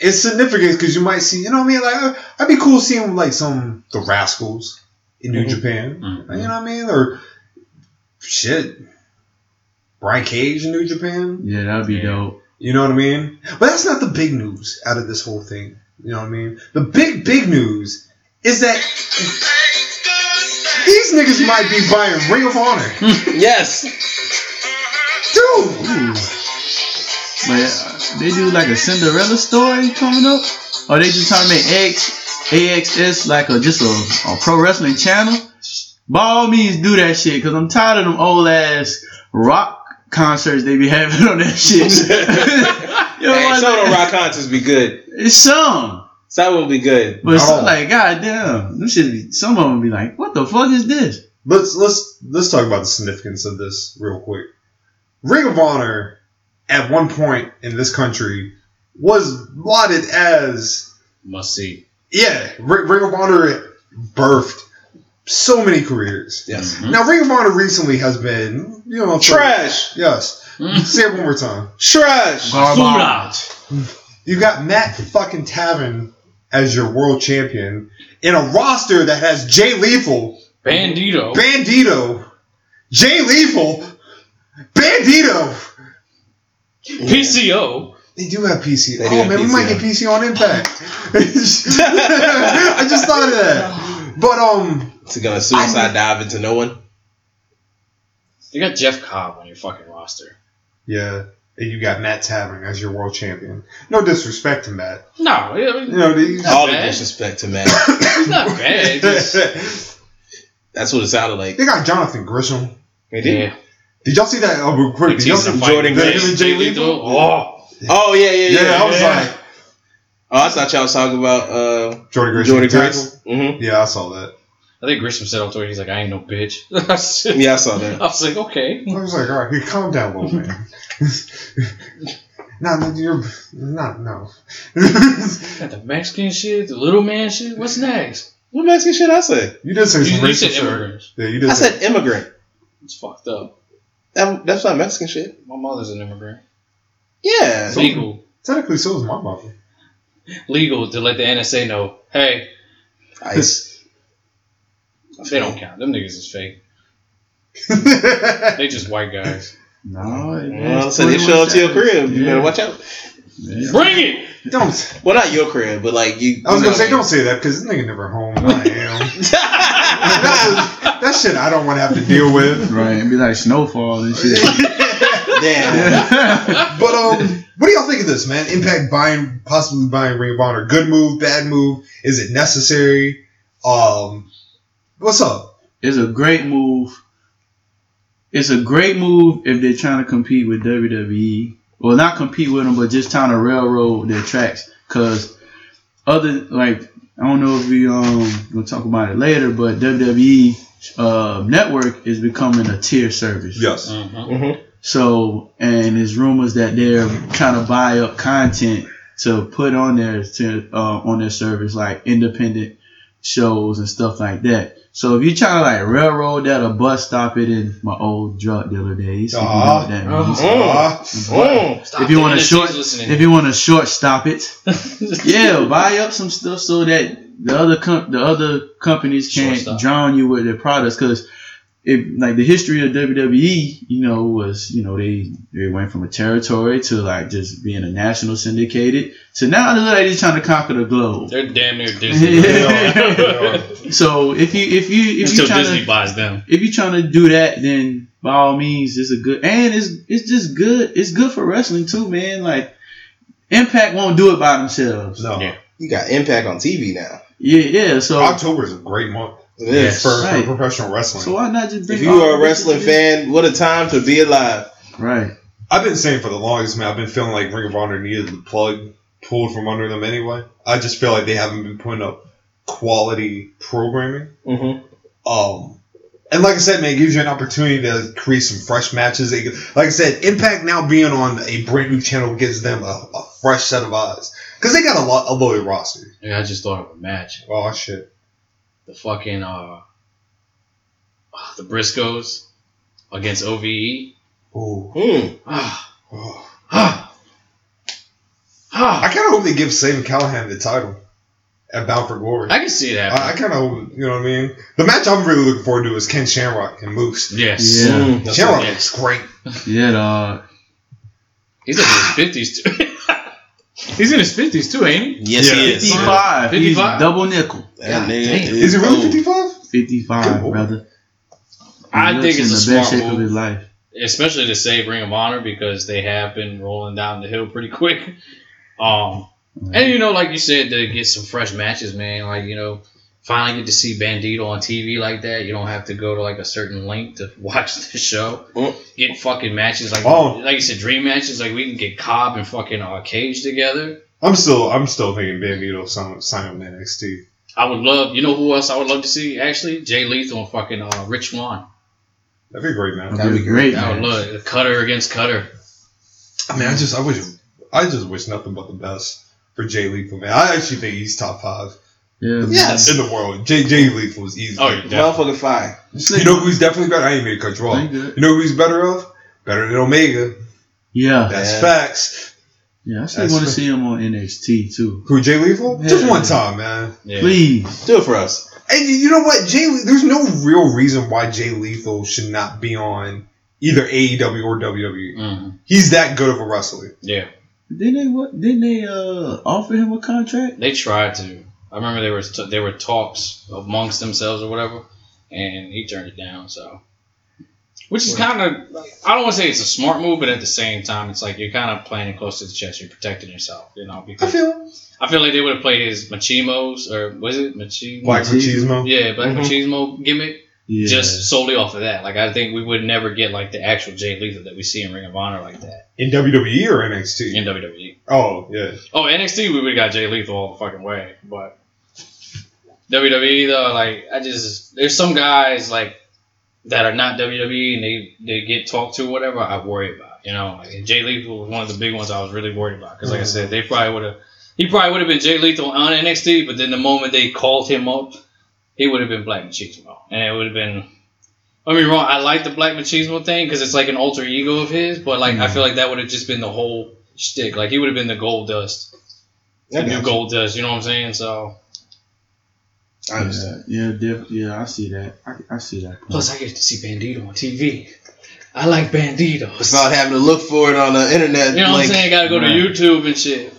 Speaker 4: it's significant because you might see. You know what I mean? Like uh, I'd be cool seeing like some the Rascals in New
Speaker 7: Mhm.
Speaker 4: Japan.
Speaker 5: Mhm.
Speaker 4: You know what I mean? Or shit, Brian Cage in New Japan.
Speaker 3: Yeah, that'd be
Speaker 5: Yeah.
Speaker 3: dope.
Speaker 4: You know what I mean? But that's not the big news out of this whole thing. You know what I mean? The big, big news is that these niggas might be buying Ring of Honor.
Speaker 7: Yes.
Speaker 4: Dude!
Speaker 3: But uh, they do like a Cinderella story coming up? Or they just trying to make X, AXS like a just a, a pro wrestling channel? By all means, do that shit because I'm tired of them old ass rock concerts they be having [LAUGHS] on that shit.
Speaker 7: [LAUGHS]
Speaker 3: you know
Speaker 7: Hey,
Speaker 3: what
Speaker 7: some of
Speaker 3: I'm
Speaker 7: the
Speaker 3: saying?
Speaker 7: rock concerts be good.
Speaker 3: It's some.
Speaker 7: Some will be good.
Speaker 3: But
Speaker 4: Not all.
Speaker 3: some, like, goddamn, them shit be, some of them be like, what the fuck is this?
Speaker 4: Let's let's let's talk about the significance of this real quick. Ring of Honor, at one point in this country, was lauded as
Speaker 5: Must see.
Speaker 4: yeah, Ri- Ring of Honor birthed so many careers.
Speaker 7: Yes.
Speaker 5: Mhm.
Speaker 4: Now, Ring of Honor recently has been you know for-
Speaker 7: Trash.
Speaker 4: Yes,
Speaker 5: Mm.
Speaker 4: say it one more time.
Speaker 7: Trash.
Speaker 5: Garbage.
Speaker 4: You got Matt fucking Tavin as your world champion in a roster that has Jay Lethal,
Speaker 5: Bandito.
Speaker 4: Bandito, Jay Lethal, Bandito.
Speaker 5: PCO.
Speaker 4: They do have PC.
Speaker 7: They do
Speaker 4: oh
Speaker 7: have
Speaker 4: man, we might
Speaker 7: PCO.
Speaker 4: get PC on
Speaker 7: [LAUGHS]
Speaker 4: Impact. I just thought of that. But um,
Speaker 7: It's gonna suicide dive into no one.
Speaker 5: You got Jeff Cobb on your fucking roster.
Speaker 4: yeah, and you got Matt Tavin as your world champion. No disrespect to Matt.
Speaker 5: No, it-
Speaker 4: You know, they-
Speaker 7: All the
Speaker 5: bad.
Speaker 7: disrespect to Matt.
Speaker 5: it's not
Speaker 4: [LAUGHS]
Speaker 5: bad.
Speaker 7: [LAUGHS]
Speaker 5: It's just-
Speaker 7: That's what it sounded like.
Speaker 4: they got Jonathan Grisham.
Speaker 5: yeah.
Speaker 4: Did y'all see that? Oh, real quick, did y'all see
Speaker 7: Jordan
Speaker 4: the-
Speaker 7: Grace.
Speaker 4: him and Jay Lethal?
Speaker 5: Oh,
Speaker 7: Oh yeah, yeah,
Speaker 4: Yeah,
Speaker 7: yeah.
Speaker 4: I was
Speaker 5: Yeah.
Speaker 7: oh, I thought y'all was talking about uh,
Speaker 4: like Jordan Grisham.
Speaker 7: Jordan
Speaker 4: tackle.
Speaker 7: Grace. hmm
Speaker 4: Yeah, I saw that.
Speaker 5: I think Grisham said on Twitter, he's like, I ain't no bitch. [LAUGHS]
Speaker 7: Yeah, I saw
Speaker 5: I
Speaker 7: that.
Speaker 5: was like, okay.
Speaker 4: I was like, all right, [LAUGHS] here, calm down, little man. no, no, you're not. No. [LAUGHS]
Speaker 5: Got the Mexican shit, the little man shit. What's next?
Speaker 7: What Mexican shit I said?
Speaker 4: you did say
Speaker 5: You,
Speaker 4: some
Speaker 5: you
Speaker 4: racist
Speaker 5: said
Speaker 4: shit.
Speaker 5: immigrants.
Speaker 4: Yeah, you did.
Speaker 7: I
Speaker 4: say-
Speaker 7: said immigrant.
Speaker 5: It's fucked up.
Speaker 7: That, that's not Mexican shit.
Speaker 5: My mother's an immigrant.
Speaker 7: Yeah.
Speaker 4: So-
Speaker 5: Legal,
Speaker 4: technically, so was my [LAUGHS] mother.
Speaker 5: legal to let the NSA know, hey,
Speaker 7: Ice.
Speaker 5: they don't count. Them niggas is fake. They just white guys.
Speaker 3: No, it-
Speaker 7: Well,
Speaker 3: it's
Speaker 7: so they show up to your
Speaker 3: 21
Speaker 7: crib. You better
Speaker 3: Yeah.
Speaker 7: watch out.
Speaker 3: Yeah.
Speaker 5: Bring it.
Speaker 4: Don't.
Speaker 7: Well, not your crib, but like you.
Speaker 4: I was
Speaker 7: you
Speaker 4: gonna
Speaker 7: know,
Speaker 4: say don't say that because this nigga never home. and I am. [LAUGHS] that shit I don't want to have to deal with.
Speaker 3: Right, and be like snowfall
Speaker 7: [LAUGHS]
Speaker 3: and shit. [LAUGHS]
Speaker 7: Damn.
Speaker 3: Yeah.
Speaker 4: But um, what do y'all think of this, man? Impact buying, possibly buying Ring of Honor. Good move, bad move. Is it necessary? Um, what's up?
Speaker 3: it's a great move. It's a great move if they're trying to compete with WWE. Well, not compete with them, but just trying to railroad their tracks. Cause other like I don't know if we um we'll talk about it later, but WWE uh, network is becoming a tier service.
Speaker 4: Yes.
Speaker 5: Mhm.
Speaker 3: So, and there's rumors that they're trying to buy up content to put on their to, uh, on their service, like independent shows and stuff like that. So if you're trying to like railroad that or bus stop it in my old drug dealer days, if you know what that means.
Speaker 4: Uh,
Speaker 7: Mm.
Speaker 5: Stop
Speaker 3: [LAUGHS] If you
Speaker 5: the
Speaker 3: wanna
Speaker 5: NSG's
Speaker 3: short-
Speaker 5: listening.
Speaker 3: If you want to short stop it, yeah, buy up some stuff so that the other com- the other companies
Speaker 5: Short
Speaker 3: can't
Speaker 5: stop.
Speaker 3: drown you with their products because. If, like the history of WWE, you know, was you know they they went from a territory to like just being a national syndicated to now they look like they're trying to conquer the globe.
Speaker 5: [LAUGHS] They're damn
Speaker 3: [LAUGHS]
Speaker 5: near Disney. [LAUGHS]
Speaker 3: So if you if you if you
Speaker 5: Until
Speaker 3: trying
Speaker 5: Disney
Speaker 3: to
Speaker 5: buys them.
Speaker 3: if you're trying to do that, then by all means, it's a good and it's it's just good. It's good for wrestling too, man. Like Impact won't do it by themselves.
Speaker 4: no.
Speaker 5: Yeah.
Speaker 7: You got Impact on TV now.
Speaker 3: Yeah, yeah. So
Speaker 4: October is a great month
Speaker 7: It is.
Speaker 4: for,
Speaker 3: Right.
Speaker 4: for professional wrestling.
Speaker 3: so why not just bring
Speaker 7: If you are
Speaker 3: all
Speaker 7: a
Speaker 3: the
Speaker 7: wrestling
Speaker 3: wrestlers
Speaker 7: fan, what a time to be alive.
Speaker 3: in? right?
Speaker 4: I've been saying for the longest, man. I've been feeling like Ring of Honor needed the plug pulled from under them anyway. I just feel like they haven't been putting up quality programming.
Speaker 7: Mm-hmm.
Speaker 4: Um, and like I said, man, it gives you an opportunity to create some fresh matches. They- Like I said, Impact now being on a brand new channel gives them a, a fresh set of eyes because they got a lot a loaded roster.
Speaker 5: Yeah, I just thought of a match.
Speaker 4: Oh shit!
Speaker 5: The fucking uh, ah, the Briscoes against OVE.
Speaker 4: Ooh.
Speaker 7: Mm-hmm.
Speaker 5: Ah,
Speaker 4: Oh.
Speaker 5: ah, ah.
Speaker 4: I kind of hope they give Sam Callahan the title at Bound for Glory.
Speaker 5: I can see that.
Speaker 4: I, I kind of, you know what I mean. The match I'm really looking forward to is Ken Shamrock and Moose.
Speaker 5: yes.
Speaker 3: Yeah.
Speaker 7: That's
Speaker 4: Shamrock
Speaker 5: what it
Speaker 4: looks great.
Speaker 3: Yeah, dog.
Speaker 5: He's in his fifties too. [LAUGHS] He's in his fifties too, ain't he?
Speaker 7: Yes,
Speaker 4: Yeah.
Speaker 7: he is.
Speaker 3: Fifty-five. He's
Speaker 5: 55.
Speaker 3: double nickel.
Speaker 7: That
Speaker 5: God
Speaker 7: nigga
Speaker 5: damn.
Speaker 4: Is he really
Speaker 7: old.
Speaker 4: 55? Good
Speaker 3: Fifty-five,
Speaker 4: lord.
Speaker 3: brother.
Speaker 5: I
Speaker 3: looks
Speaker 5: think
Speaker 3: in
Speaker 5: it's a
Speaker 3: the best shape
Speaker 5: smart
Speaker 3: of
Speaker 5: move.
Speaker 3: his life.
Speaker 5: especially to save Ring of Honor because they have been rolling down the hill pretty quick. Um, and you know, like you said, to get some fresh matches, man. Like you know, finally get to see Bandito on TV like that. You don't have to go to like a certain link to [LAUGHS] watch the show.
Speaker 7: Mm.
Speaker 5: Get fucking matches like
Speaker 4: Oh.
Speaker 5: like you said, dream matches. Like we can get Cobb and fucking uh, Cage together.
Speaker 4: I'm still, I'm still thinking Bandito sign sign with NXT.
Speaker 5: I would love, you know, who else I would love to see actually? Jay Lethal and fucking uh, Rich Swan.
Speaker 4: That'd be a great, man.
Speaker 3: That'd be
Speaker 7: be
Speaker 3: great.
Speaker 5: I would
Speaker 3: man.
Speaker 5: love it. Cutter against Cutter.
Speaker 4: I mean, I just, I wish, I just wish nothing but the best for Jay Lethal, man. I actually think he's top five
Speaker 3: Yeah.
Speaker 7: Yes.
Speaker 4: in the world. Jay Jay Lethal is easy.
Speaker 5: Oh, yeah, definitely.
Speaker 7: Motherfucking fire.
Speaker 4: You know who's definitely better? I ain't made a cut you
Speaker 3: They
Speaker 4: off.
Speaker 3: good.
Speaker 4: You know who's better of? Better than Omega.
Speaker 3: Yeah,
Speaker 4: That's
Speaker 7: Yeah.
Speaker 4: facts.
Speaker 3: yeah. I still
Speaker 4: That's
Speaker 3: want to
Speaker 4: right.
Speaker 3: see him on NXT too.
Speaker 4: Who Jay Lethal?
Speaker 3: Yeah.
Speaker 4: Just one time, man.
Speaker 5: Yeah.
Speaker 3: Please,
Speaker 7: Do it for us.
Speaker 4: And you know what, Jay? Le- There's no real reason why Jay Lethal should not be on either AEW or WWE.
Speaker 5: Mhm.
Speaker 4: He's that good of a wrestler.
Speaker 5: Yeah.
Speaker 3: didn't they what? Didn't they uh offer him a contract?
Speaker 5: They tried to. I remember there was t- there were talks amongst themselves or whatever, and he turned it down. So, which is kind of I don't want to say it's a smart move, but at the same time, it's like you're kind of playing it close to the chest. You're protecting yourself, you know.
Speaker 4: I
Speaker 5: Because
Speaker 4: feel
Speaker 5: I feel like they would have played his Machimos or was it Machimo?
Speaker 4: Black
Speaker 3: Machismo.
Speaker 4: Machismo.
Speaker 5: Yeah, Black
Speaker 7: Mhm.
Speaker 5: Machismo gimmick
Speaker 3: Yeah.
Speaker 5: just solely off of that. Like I think we would never get like the actual Jay Lethal that we see in Ring of Honor like that
Speaker 4: in WWE or NXT.
Speaker 5: in E. WWE.
Speaker 4: Oh yeah,
Speaker 5: Oh, NXT, we would have got Jay Lethal all the fucking way, but WWE though, like I just there's some guys like that are not WWE and they they get talked to whatever I worry about, you know. Like, and Jay Lethal was one of the big ones I was really worried about because, like I said, they probably would have he probably would have been Jay Lethal on NXT, but then the moment they called him up, he would have been Black Machismo, and it would have been. I mean, wrong. I like the Black Machismo thing because it's like an alter ego of his, but like I feel like that would have just been the whole shtick. Like he would have been the Gold Dust the new gold does. You know what I'm saying? So
Speaker 7: I understand.
Speaker 3: Yeah, yeah, def- yeah, I see that. I, I see that. Point.
Speaker 5: Plus, I get to see Bandito on TV. I like Banditos.
Speaker 7: Without having to look for it on the internet.
Speaker 5: You know what
Speaker 7: like,
Speaker 5: I'm saying? Gotta go to
Speaker 3: Right.
Speaker 5: YouTube and shit.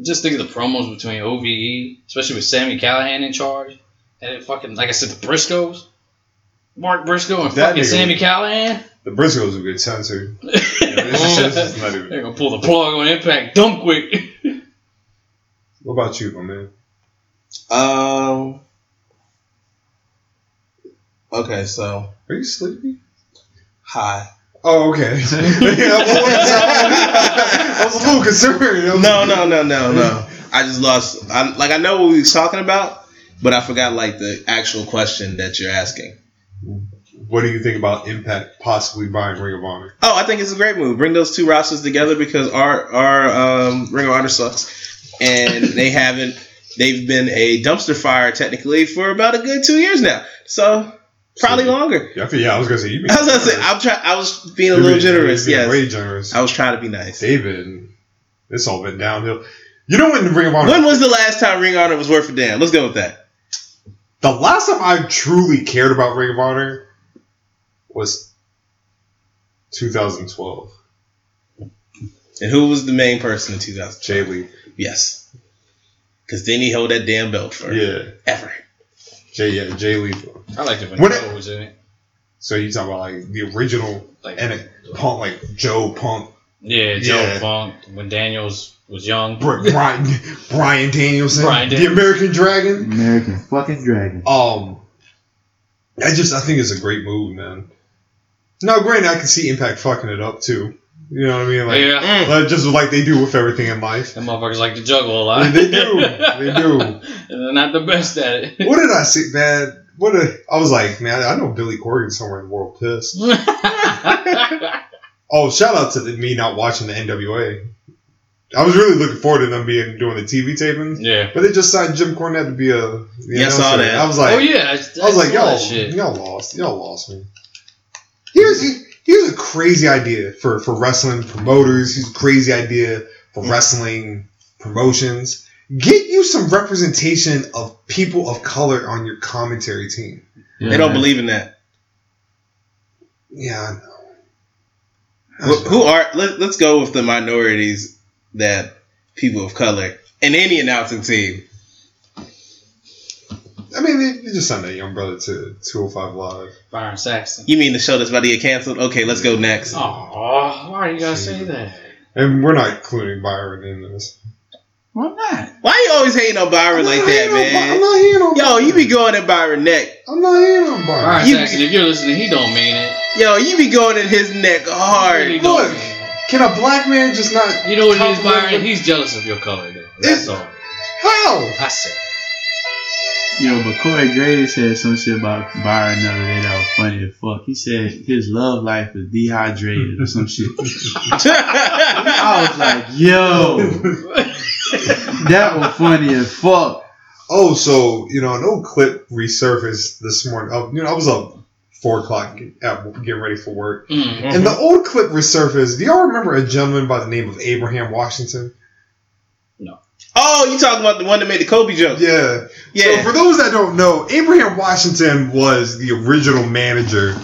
Speaker 5: Just think of the promos between OVE, especially with Sammy Callahan in charge. And it fucking, like I said, the Briscoes. Mark Briscoe and
Speaker 4: That
Speaker 5: fucking
Speaker 4: nigga
Speaker 5: Sammy
Speaker 4: was-
Speaker 5: Callahan.
Speaker 4: The Briscoes will get censored. [LAUGHS] This
Speaker 5: [LAUGHS] They're
Speaker 4: is [LAUGHS] not even-
Speaker 5: gonna pull the plug on Impact dumb quick.
Speaker 4: What about you, my man?
Speaker 7: Um. Okay, so
Speaker 4: Are you sleepy?
Speaker 5: [LAUGHS]
Speaker 7: hi. [LAUGHS]
Speaker 4: Oh, okay. [LAUGHS] Yeah, I was a little concerned. I was-
Speaker 7: No, no, no, no, no. I just lost. I like I know what we was talking about, but I forgot like the actual question that you're asking.
Speaker 4: What do you think about Impact possibly buying Ring of Honor?
Speaker 7: Oh, I think it's a great move. Bring those two rosters together because our our um, Ring of Honor sucks, and [LAUGHS] they haven't. They've been a dumpster fire technically for about a good two years now, so probably
Speaker 4: So-
Speaker 7: longer. [LAUGHS]
Speaker 4: Yeah, I feel, yeah, I was gonna say you.
Speaker 7: I was gonna say I'm try. I was being a little generous.
Speaker 4: way
Speaker 7: Yes,
Speaker 4: generous.
Speaker 7: I was trying to be nice.
Speaker 4: David, it's all been downhill. You know when the Ring of Honor?
Speaker 7: When was the last time Ring of Honor was worth a damn? Let's go with that.
Speaker 4: the last time I truly cared about Ring of Honor was 2012.
Speaker 7: And who was the main person in 2000?
Speaker 4: Jay Lee.
Speaker 7: Yes. Because then he held that damn belt for
Speaker 4: Yeah,
Speaker 7: ever.
Speaker 4: Jay. Yeah, Jay Lee.
Speaker 5: I like it when
Speaker 4: What-
Speaker 5: Joe was in it.
Speaker 4: So you talking about like the original
Speaker 5: Like,
Speaker 4: and it, Punk, like Joe Punk,
Speaker 5: yeah, Joe
Speaker 4: Yeah.
Speaker 5: Funk when Daniels was young.
Speaker 4: Br- Brian, Brian Danielson,
Speaker 5: Brian
Speaker 4: the
Speaker 5: Danielson.
Speaker 4: American Dragon.
Speaker 3: American fucking dragon.
Speaker 4: Um, I just I think it's a great move, man. Now, granted, I can see Impact fucking it up too. You know what I mean? Like,
Speaker 5: yeah,
Speaker 4: like, just like they do with everything in life.
Speaker 5: them motherfuckers like to juggle a lot.
Speaker 4: They do. They
Speaker 5: [LAUGHS]
Speaker 4: do.
Speaker 5: and they're not the best at it.
Speaker 4: What did I see, man? What a, I was like, man, I know Billy Corgan somewhere in the world pissed. Oh, shout out to the, me not watching the NWA. I was really looking forward to them being doing the TV tapings,
Speaker 5: [LAUGHS] yeah.
Speaker 4: but they just signed Jim Cornette to be a. the
Speaker 7: Yeah, I saw
Speaker 4: announcer.
Speaker 7: that.
Speaker 4: I was like,
Speaker 5: oh yeah, I,
Speaker 4: I was like,
Speaker 5: saw
Speaker 4: y'all,
Speaker 5: that shit.
Speaker 4: y'all lost, y'all lost me. Here's here's a crazy idea for for wrestling promoters. Here's a crazy idea for
Speaker 7: Hmm.
Speaker 4: wrestling promotions. Get you some representation of people of color on your commentary team.
Speaker 7: They don't believe in that.
Speaker 4: Yeah, I know. I
Speaker 7: Who,
Speaker 4: just-
Speaker 7: who are, let, let's go with the minorities that people of color in any announcing team.
Speaker 4: I mean, you- you just signed that young brother to 205 Live.
Speaker 5: Byron Saxton.
Speaker 7: You mean the show that's about to get canceled? Okay, let's go next.
Speaker 5: Oh, why you gotta say that?
Speaker 4: And we're not including Byron in this.
Speaker 3: Why not?
Speaker 7: Why you always hating on Byron like that,
Speaker 4: I'm
Speaker 7: man?
Speaker 4: not hating on
Speaker 7: Yo,
Speaker 4: Byron.
Speaker 7: you be going at Byron neck.
Speaker 4: I'm not hating on Byron.
Speaker 5: Byron
Speaker 7: You-
Speaker 5: Saxton, if you're listening, he don't mean it.
Speaker 7: Yo, you be going at his neck [LAUGHS]
Speaker 5: He
Speaker 7: hard.
Speaker 5: don't
Speaker 4: look.
Speaker 5: mean it.
Speaker 4: Can a black man just not?
Speaker 5: You know what it is,
Speaker 4: Compliment-
Speaker 5: Byron? He's jealous of your color, though. That's
Speaker 4: It's-
Speaker 5: all.
Speaker 4: How?
Speaker 5: I said.
Speaker 3: Yo, but Corey Grady said some shit about Byron the other day that was funny as fuck. He said his love life is dehydrated or some
Speaker 4: [LAUGHS]
Speaker 3: shit. I was like,
Speaker 7: Oh.
Speaker 4: [LAUGHS]
Speaker 3: yo,
Speaker 5: [LAUGHS]
Speaker 3: that was funny as fuck.
Speaker 4: Oh, so you know, an old clip resurfaced this morning. Oh, you know, I was up four o'clock get- at, getting ready for work,
Speaker 5: Mm.
Speaker 4: and the old clip resurfaced. Do y'all remember a gentleman by the name of Abraham Washington?
Speaker 7: oh, you talking about the one that made the Kobe joke?
Speaker 4: Yeah. So
Speaker 7: Yeah.
Speaker 4: for those that don't know, Abraham Washington was the original manager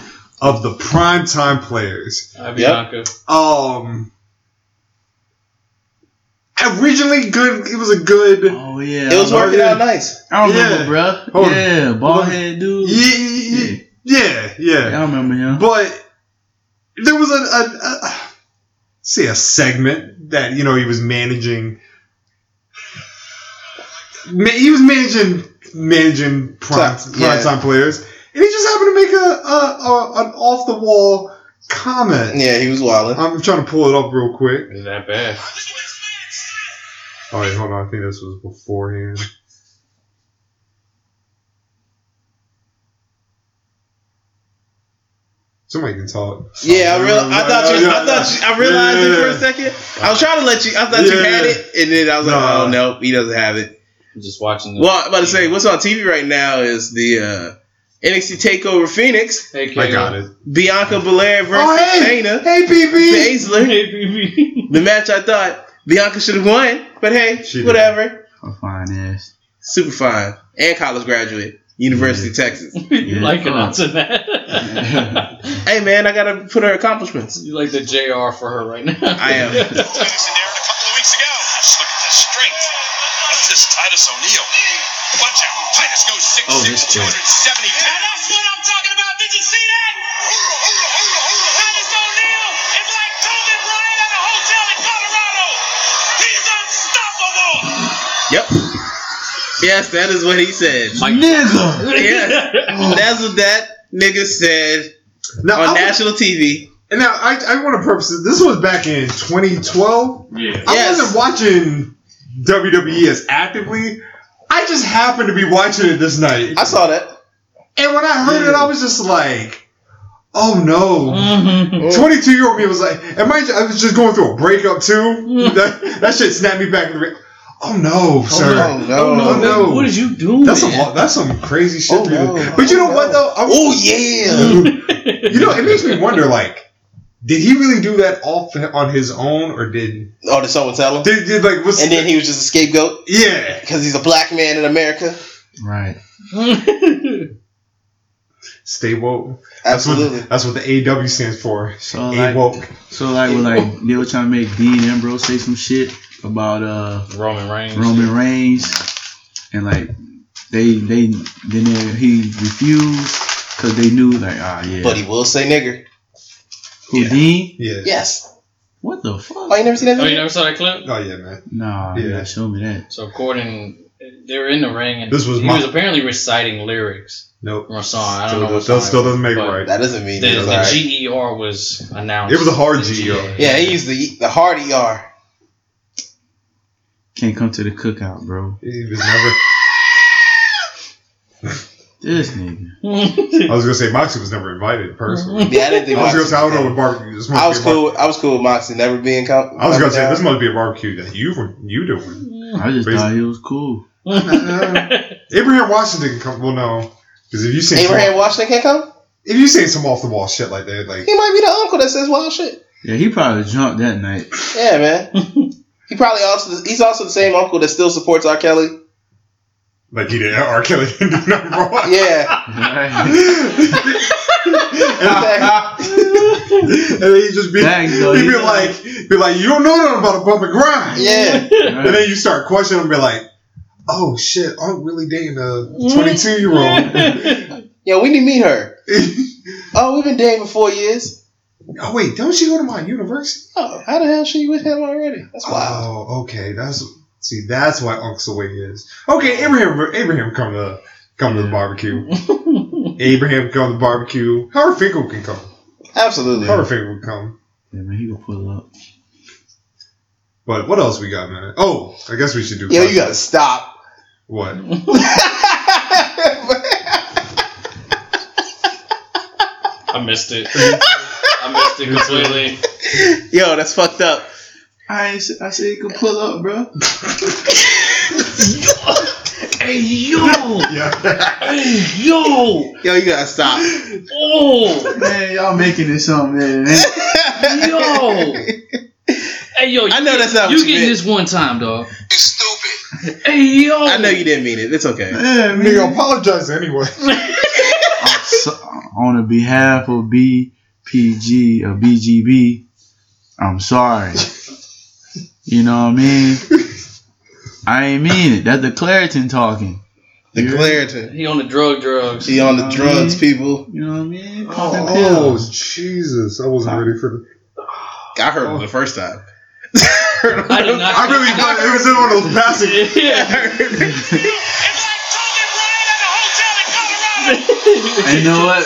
Speaker 4: of the primetime players.
Speaker 5: Bianca.
Speaker 4: Um. Originally good, it was a good.
Speaker 3: Oh yeah,
Speaker 7: it was
Speaker 3: I,
Speaker 7: working out nice.
Speaker 3: I
Speaker 4: Yeah.
Speaker 3: remember, bruh.
Speaker 4: Hold on.
Speaker 3: yeah, bald head dude.
Speaker 4: Yeah, yeah, yeah, yeah.
Speaker 3: I remember him.
Speaker 4: But there was a, a, a say a segment that you know he was managing. Ma- He was managing managing prime,
Speaker 7: Top,
Speaker 4: prime
Speaker 7: yeah.
Speaker 4: time players, and he just happened to make a, a, a an off the wall comment.
Speaker 7: Yeah, he was wilding.
Speaker 4: I'm trying to pull it up real quick.
Speaker 5: Is that bad?
Speaker 4: All right, hold on. I think this was beforehand. Somebody can talk.
Speaker 7: Yeah, I, real,
Speaker 4: uh,
Speaker 7: I thought you. I thought you, I realized it for a second. I was trying to let you. I thought you
Speaker 4: Yeah.
Speaker 7: had it, and then I was like,
Speaker 4: No.
Speaker 7: "Oh no, he doesn't have it."
Speaker 5: I'm just watching the
Speaker 7: Well, I'm about to say, what's on TV right now is the uh, NXT Takeover Phoenix,
Speaker 5: Hey,
Speaker 4: I
Speaker 5: [LAUGHS]
Speaker 4: got it.
Speaker 7: Bianca Belair versus
Speaker 4: Oh, hey!
Speaker 7: Shayna
Speaker 4: Hey, BB!
Speaker 7: Baszler. The match I thought Bianca should have won, but hey,
Speaker 4: She did.
Speaker 7: whatever.
Speaker 3: A fine ass.
Speaker 7: super fine, and college graduate, University of Texas.
Speaker 5: [LAUGHS] you
Speaker 3: Yeah.
Speaker 5: like announcing that?
Speaker 3: Yeah.
Speaker 7: Hey man, I gotta put her accomplishments.
Speaker 5: you like the JR for her right now?
Speaker 7: I
Speaker 5: [LAUGHS]
Speaker 7: am.
Speaker 1: Phoenix in there a couple of weeks ago. Just look at the strength. Look at this Titus O'Neil. Watch out. Titus goes 6'6",
Speaker 3: Oh, this chick.
Speaker 1: 270
Speaker 2: Now
Speaker 1: pounds.
Speaker 2: that's what I'm talking about. Did you see that? Titus O'Neal is like Kobe Bryant at a hotel in Colorado. He's unstoppable.
Speaker 7: Yep. Yes, that is what he said.
Speaker 3: Nigga.
Speaker 7: Yeah, that's what that nigga said
Speaker 5: [LAUGHS]
Speaker 4: Now, I
Speaker 7: on
Speaker 4: was-
Speaker 7: national TV.
Speaker 4: and now I, I want to preface this. This was back in 2012.
Speaker 5: yeah.
Speaker 4: I
Speaker 7: Yes.
Speaker 4: wasn't watching WWE as actively. I just happened to be watching it this night.
Speaker 7: I saw that.
Speaker 4: And when I heard it, I was just like, oh
Speaker 7: Mm.
Speaker 4: no.
Speaker 5: Mhm.
Speaker 7: Oh.
Speaker 4: 22 year old me was like, and mind you, I was just going through a breakup too. [LAUGHS] that, that shit snapped me back. in the re- Oh no, sir.
Speaker 7: Mm. Oh no!
Speaker 5: Oh, no.
Speaker 4: no.
Speaker 5: What did you do?
Speaker 4: That's some that's some crazy shit.
Speaker 7: Oh,
Speaker 4: to do.
Speaker 7: no.
Speaker 4: But you know what though? I'm-
Speaker 7: Oh
Speaker 4: [LAUGHS]
Speaker 7: yeah! [LAUGHS]
Speaker 4: you know, it makes me wonder. Like, did he really do that all f- on his own, or did
Speaker 7: Oh, did someone tell him?
Speaker 4: did, did like what's
Speaker 7: And then he was just a scapegoat
Speaker 4: yeah?
Speaker 7: because he's a black man in America.
Speaker 3: Right.
Speaker 4: Stay woke. That's [LAUGHS]
Speaker 7: Absolutely. Oh,
Speaker 4: what that's what the AW stands for.
Speaker 3: So like,
Speaker 4: A woke.
Speaker 3: so like, we're like, they were trying to make Dean Ambrose say some shit about uh
Speaker 5: Roman Reigns.
Speaker 3: Roman Reigns, and like they they then they, he refused because they knew like ah yeah,
Speaker 7: But he will say nigger.
Speaker 3: Houdini.
Speaker 4: Yeah.
Speaker 7: Yes.
Speaker 3: What the
Speaker 7: Oh,
Speaker 3: fuck?
Speaker 7: you never seen that?
Speaker 5: Oh, you
Speaker 7: Video?
Speaker 5: never saw that clip?
Speaker 4: Oh yeah, man.
Speaker 3: Nah,
Speaker 4: Yeah.
Speaker 3: yeah, show me that.
Speaker 5: So Corden, they were in the ring, and
Speaker 4: This was
Speaker 5: he
Speaker 4: my-
Speaker 5: was apparently reciting lyrics
Speaker 4: Nope.
Speaker 5: from a song. I don't
Speaker 4: Still,
Speaker 5: know what
Speaker 4: does-
Speaker 5: song
Speaker 4: that still
Speaker 5: it was,
Speaker 4: doesn't make it
Speaker 5: but
Speaker 4: right.
Speaker 7: That doesn't mean
Speaker 5: The,
Speaker 7: nigger.
Speaker 5: the
Speaker 7: All right.
Speaker 5: GER was announced.
Speaker 4: It was a hard
Speaker 5: The
Speaker 4: GER.
Speaker 7: yeah, he used the the hard er.
Speaker 3: Can't come to the cookout, bro.
Speaker 4: He was never.
Speaker 3: This nigga.
Speaker 4: I was gonna say Moxie was never invited personally. [LAUGHS]
Speaker 7: Yeah, I didn't
Speaker 4: I
Speaker 7: think.
Speaker 4: was gonna
Speaker 7: Moxie
Speaker 4: say I don't
Speaker 7: was
Speaker 4: know
Speaker 7: there.
Speaker 4: what barbecue. This must
Speaker 7: I was
Speaker 4: be a bar-
Speaker 7: cool. uh, I was cool with Moxie never being. Com-
Speaker 4: I was gonna say
Speaker 7: down.
Speaker 4: this must be a barbecue that you were you doing.
Speaker 3: I just
Speaker 4: Crazy.
Speaker 3: thought he was cool.
Speaker 4: Abraham Washington can come. Well, no, because if you seen some,
Speaker 7: Abraham Washington can't come.
Speaker 4: if you seen some off the wall shit like that, like
Speaker 7: He might be the uncle that says wild shit.
Speaker 3: Yeah, he probably jumped that night.
Speaker 7: Yeah, man.
Speaker 5: [LAUGHS]
Speaker 7: he probably also he's also the same uncle that still supports R. Kelly.
Speaker 4: like he did R. Kelly didn't do nothing wrong.
Speaker 5: [LAUGHS]
Speaker 7: Yeah,
Speaker 3: Right.
Speaker 4: [LAUGHS] and, then he just be
Speaker 3: Thanks, though.
Speaker 4: he'd be
Speaker 3: You know.
Speaker 4: like be like you don't know nothing about a public grind.
Speaker 7: yeah.
Speaker 4: And then you start questioning him, be like, oh shit, I'm really dating a 22 year old.
Speaker 7: [LAUGHS] Yo, we need to meet
Speaker 4: [LAUGHS]
Speaker 7: her. Oh, we've been dating for four years.
Speaker 4: oh wait, don't she go to my university?
Speaker 7: Oh, how the hell she with him already? That's wild.
Speaker 4: Oh, okay, that's see, that's why Unc's away is. Okay, Abraham, Abraham, come to come to the barbecue. Abraham come to the barbecue. Howard Finkel can come.
Speaker 7: Absolutely.
Speaker 4: Howard Finkel can come.
Speaker 3: Yeah, man, he could pull up.
Speaker 4: But what else we got, man? Oh, I guess we should do.
Speaker 7: Yo, you gotta stop. [LAUGHS]
Speaker 4: What? [LAUGHS]
Speaker 5: [LAUGHS] I missed it. I missed it completely.
Speaker 7: Yo, that's fucked up.
Speaker 3: I ain't, s- I said he could pull up, bro.
Speaker 5: hey yo,
Speaker 4: Yeah. [LAUGHS]
Speaker 5: hey yo,
Speaker 7: Yo, you gotta stop.
Speaker 5: oh
Speaker 3: Man, y'all making this something, man. man.
Speaker 5: yo, hey
Speaker 7: I
Speaker 5: yo.
Speaker 7: know
Speaker 5: you get-
Speaker 7: that's not what
Speaker 5: you
Speaker 7: you
Speaker 5: getting
Speaker 7: meant.
Speaker 5: this one time, dog.
Speaker 1: You stupid.
Speaker 5: Hey yo,
Speaker 7: [LAUGHS] I know you didn't mean it. It's okay.
Speaker 3: Yeah, man.
Speaker 4: Nigga, apologize anyway.
Speaker 3: I'm so, on the behalf of BPG or BGB, I'm sorry. You know what I mean? I ain't mean it. That's the Claritin talking.
Speaker 7: The Claritin.
Speaker 5: He on the drug drugs.
Speaker 7: She on the drugs, people.
Speaker 3: You know what I mean? Popping
Speaker 4: Oh,
Speaker 3: pills.
Speaker 4: Jesus! I wasn't ready for the.
Speaker 7: I heard it the first time.
Speaker 5: I did not.
Speaker 4: I really thought it was in one of those passages.
Speaker 5: [LAUGHS]
Speaker 4: [LAUGHS]
Speaker 2: It's like Kobe Bryant at a hotel in Colorado.
Speaker 3: And you know what?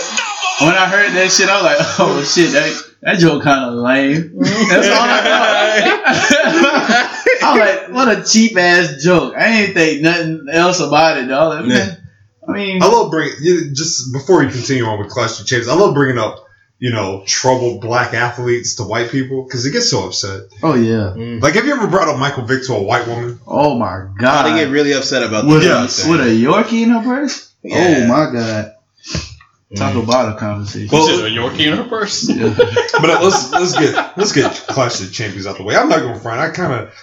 Speaker 3: When I heard that shit, I was like, [LAUGHS] oh shit, that, that joke kind of lame. That's all I thought. I'm like, what a cheap ass joke. I ain't think nothing else about it, dog. Like,
Speaker 7: Yeah.
Speaker 3: I mean,
Speaker 4: I love bringing you- just before we continue on with Clash of Champions. I love bringing up you know troubled black athletes to white people because it gets so upset.
Speaker 3: oh yeah.
Speaker 9: Mm.
Speaker 4: Like, have you ever brought up Michael Vick to a white woman?
Speaker 3: Oh my
Speaker 7: Oh,
Speaker 3: god.
Speaker 7: they get really upset about
Speaker 3: with,
Speaker 7: the
Speaker 4: Yes. Oh,
Speaker 3: a, with a Yorkie in her purse?
Speaker 7: Yeah.
Speaker 3: Oh my Oh god.
Speaker 7: Mm.
Speaker 3: Taco bottle conversation.
Speaker 4: Well,
Speaker 5: Is it a York universe?
Speaker 7: [LAUGHS]
Speaker 4: but uh, let's let's get let's get Clash of Champions out the way. I'm not going to front. I kind of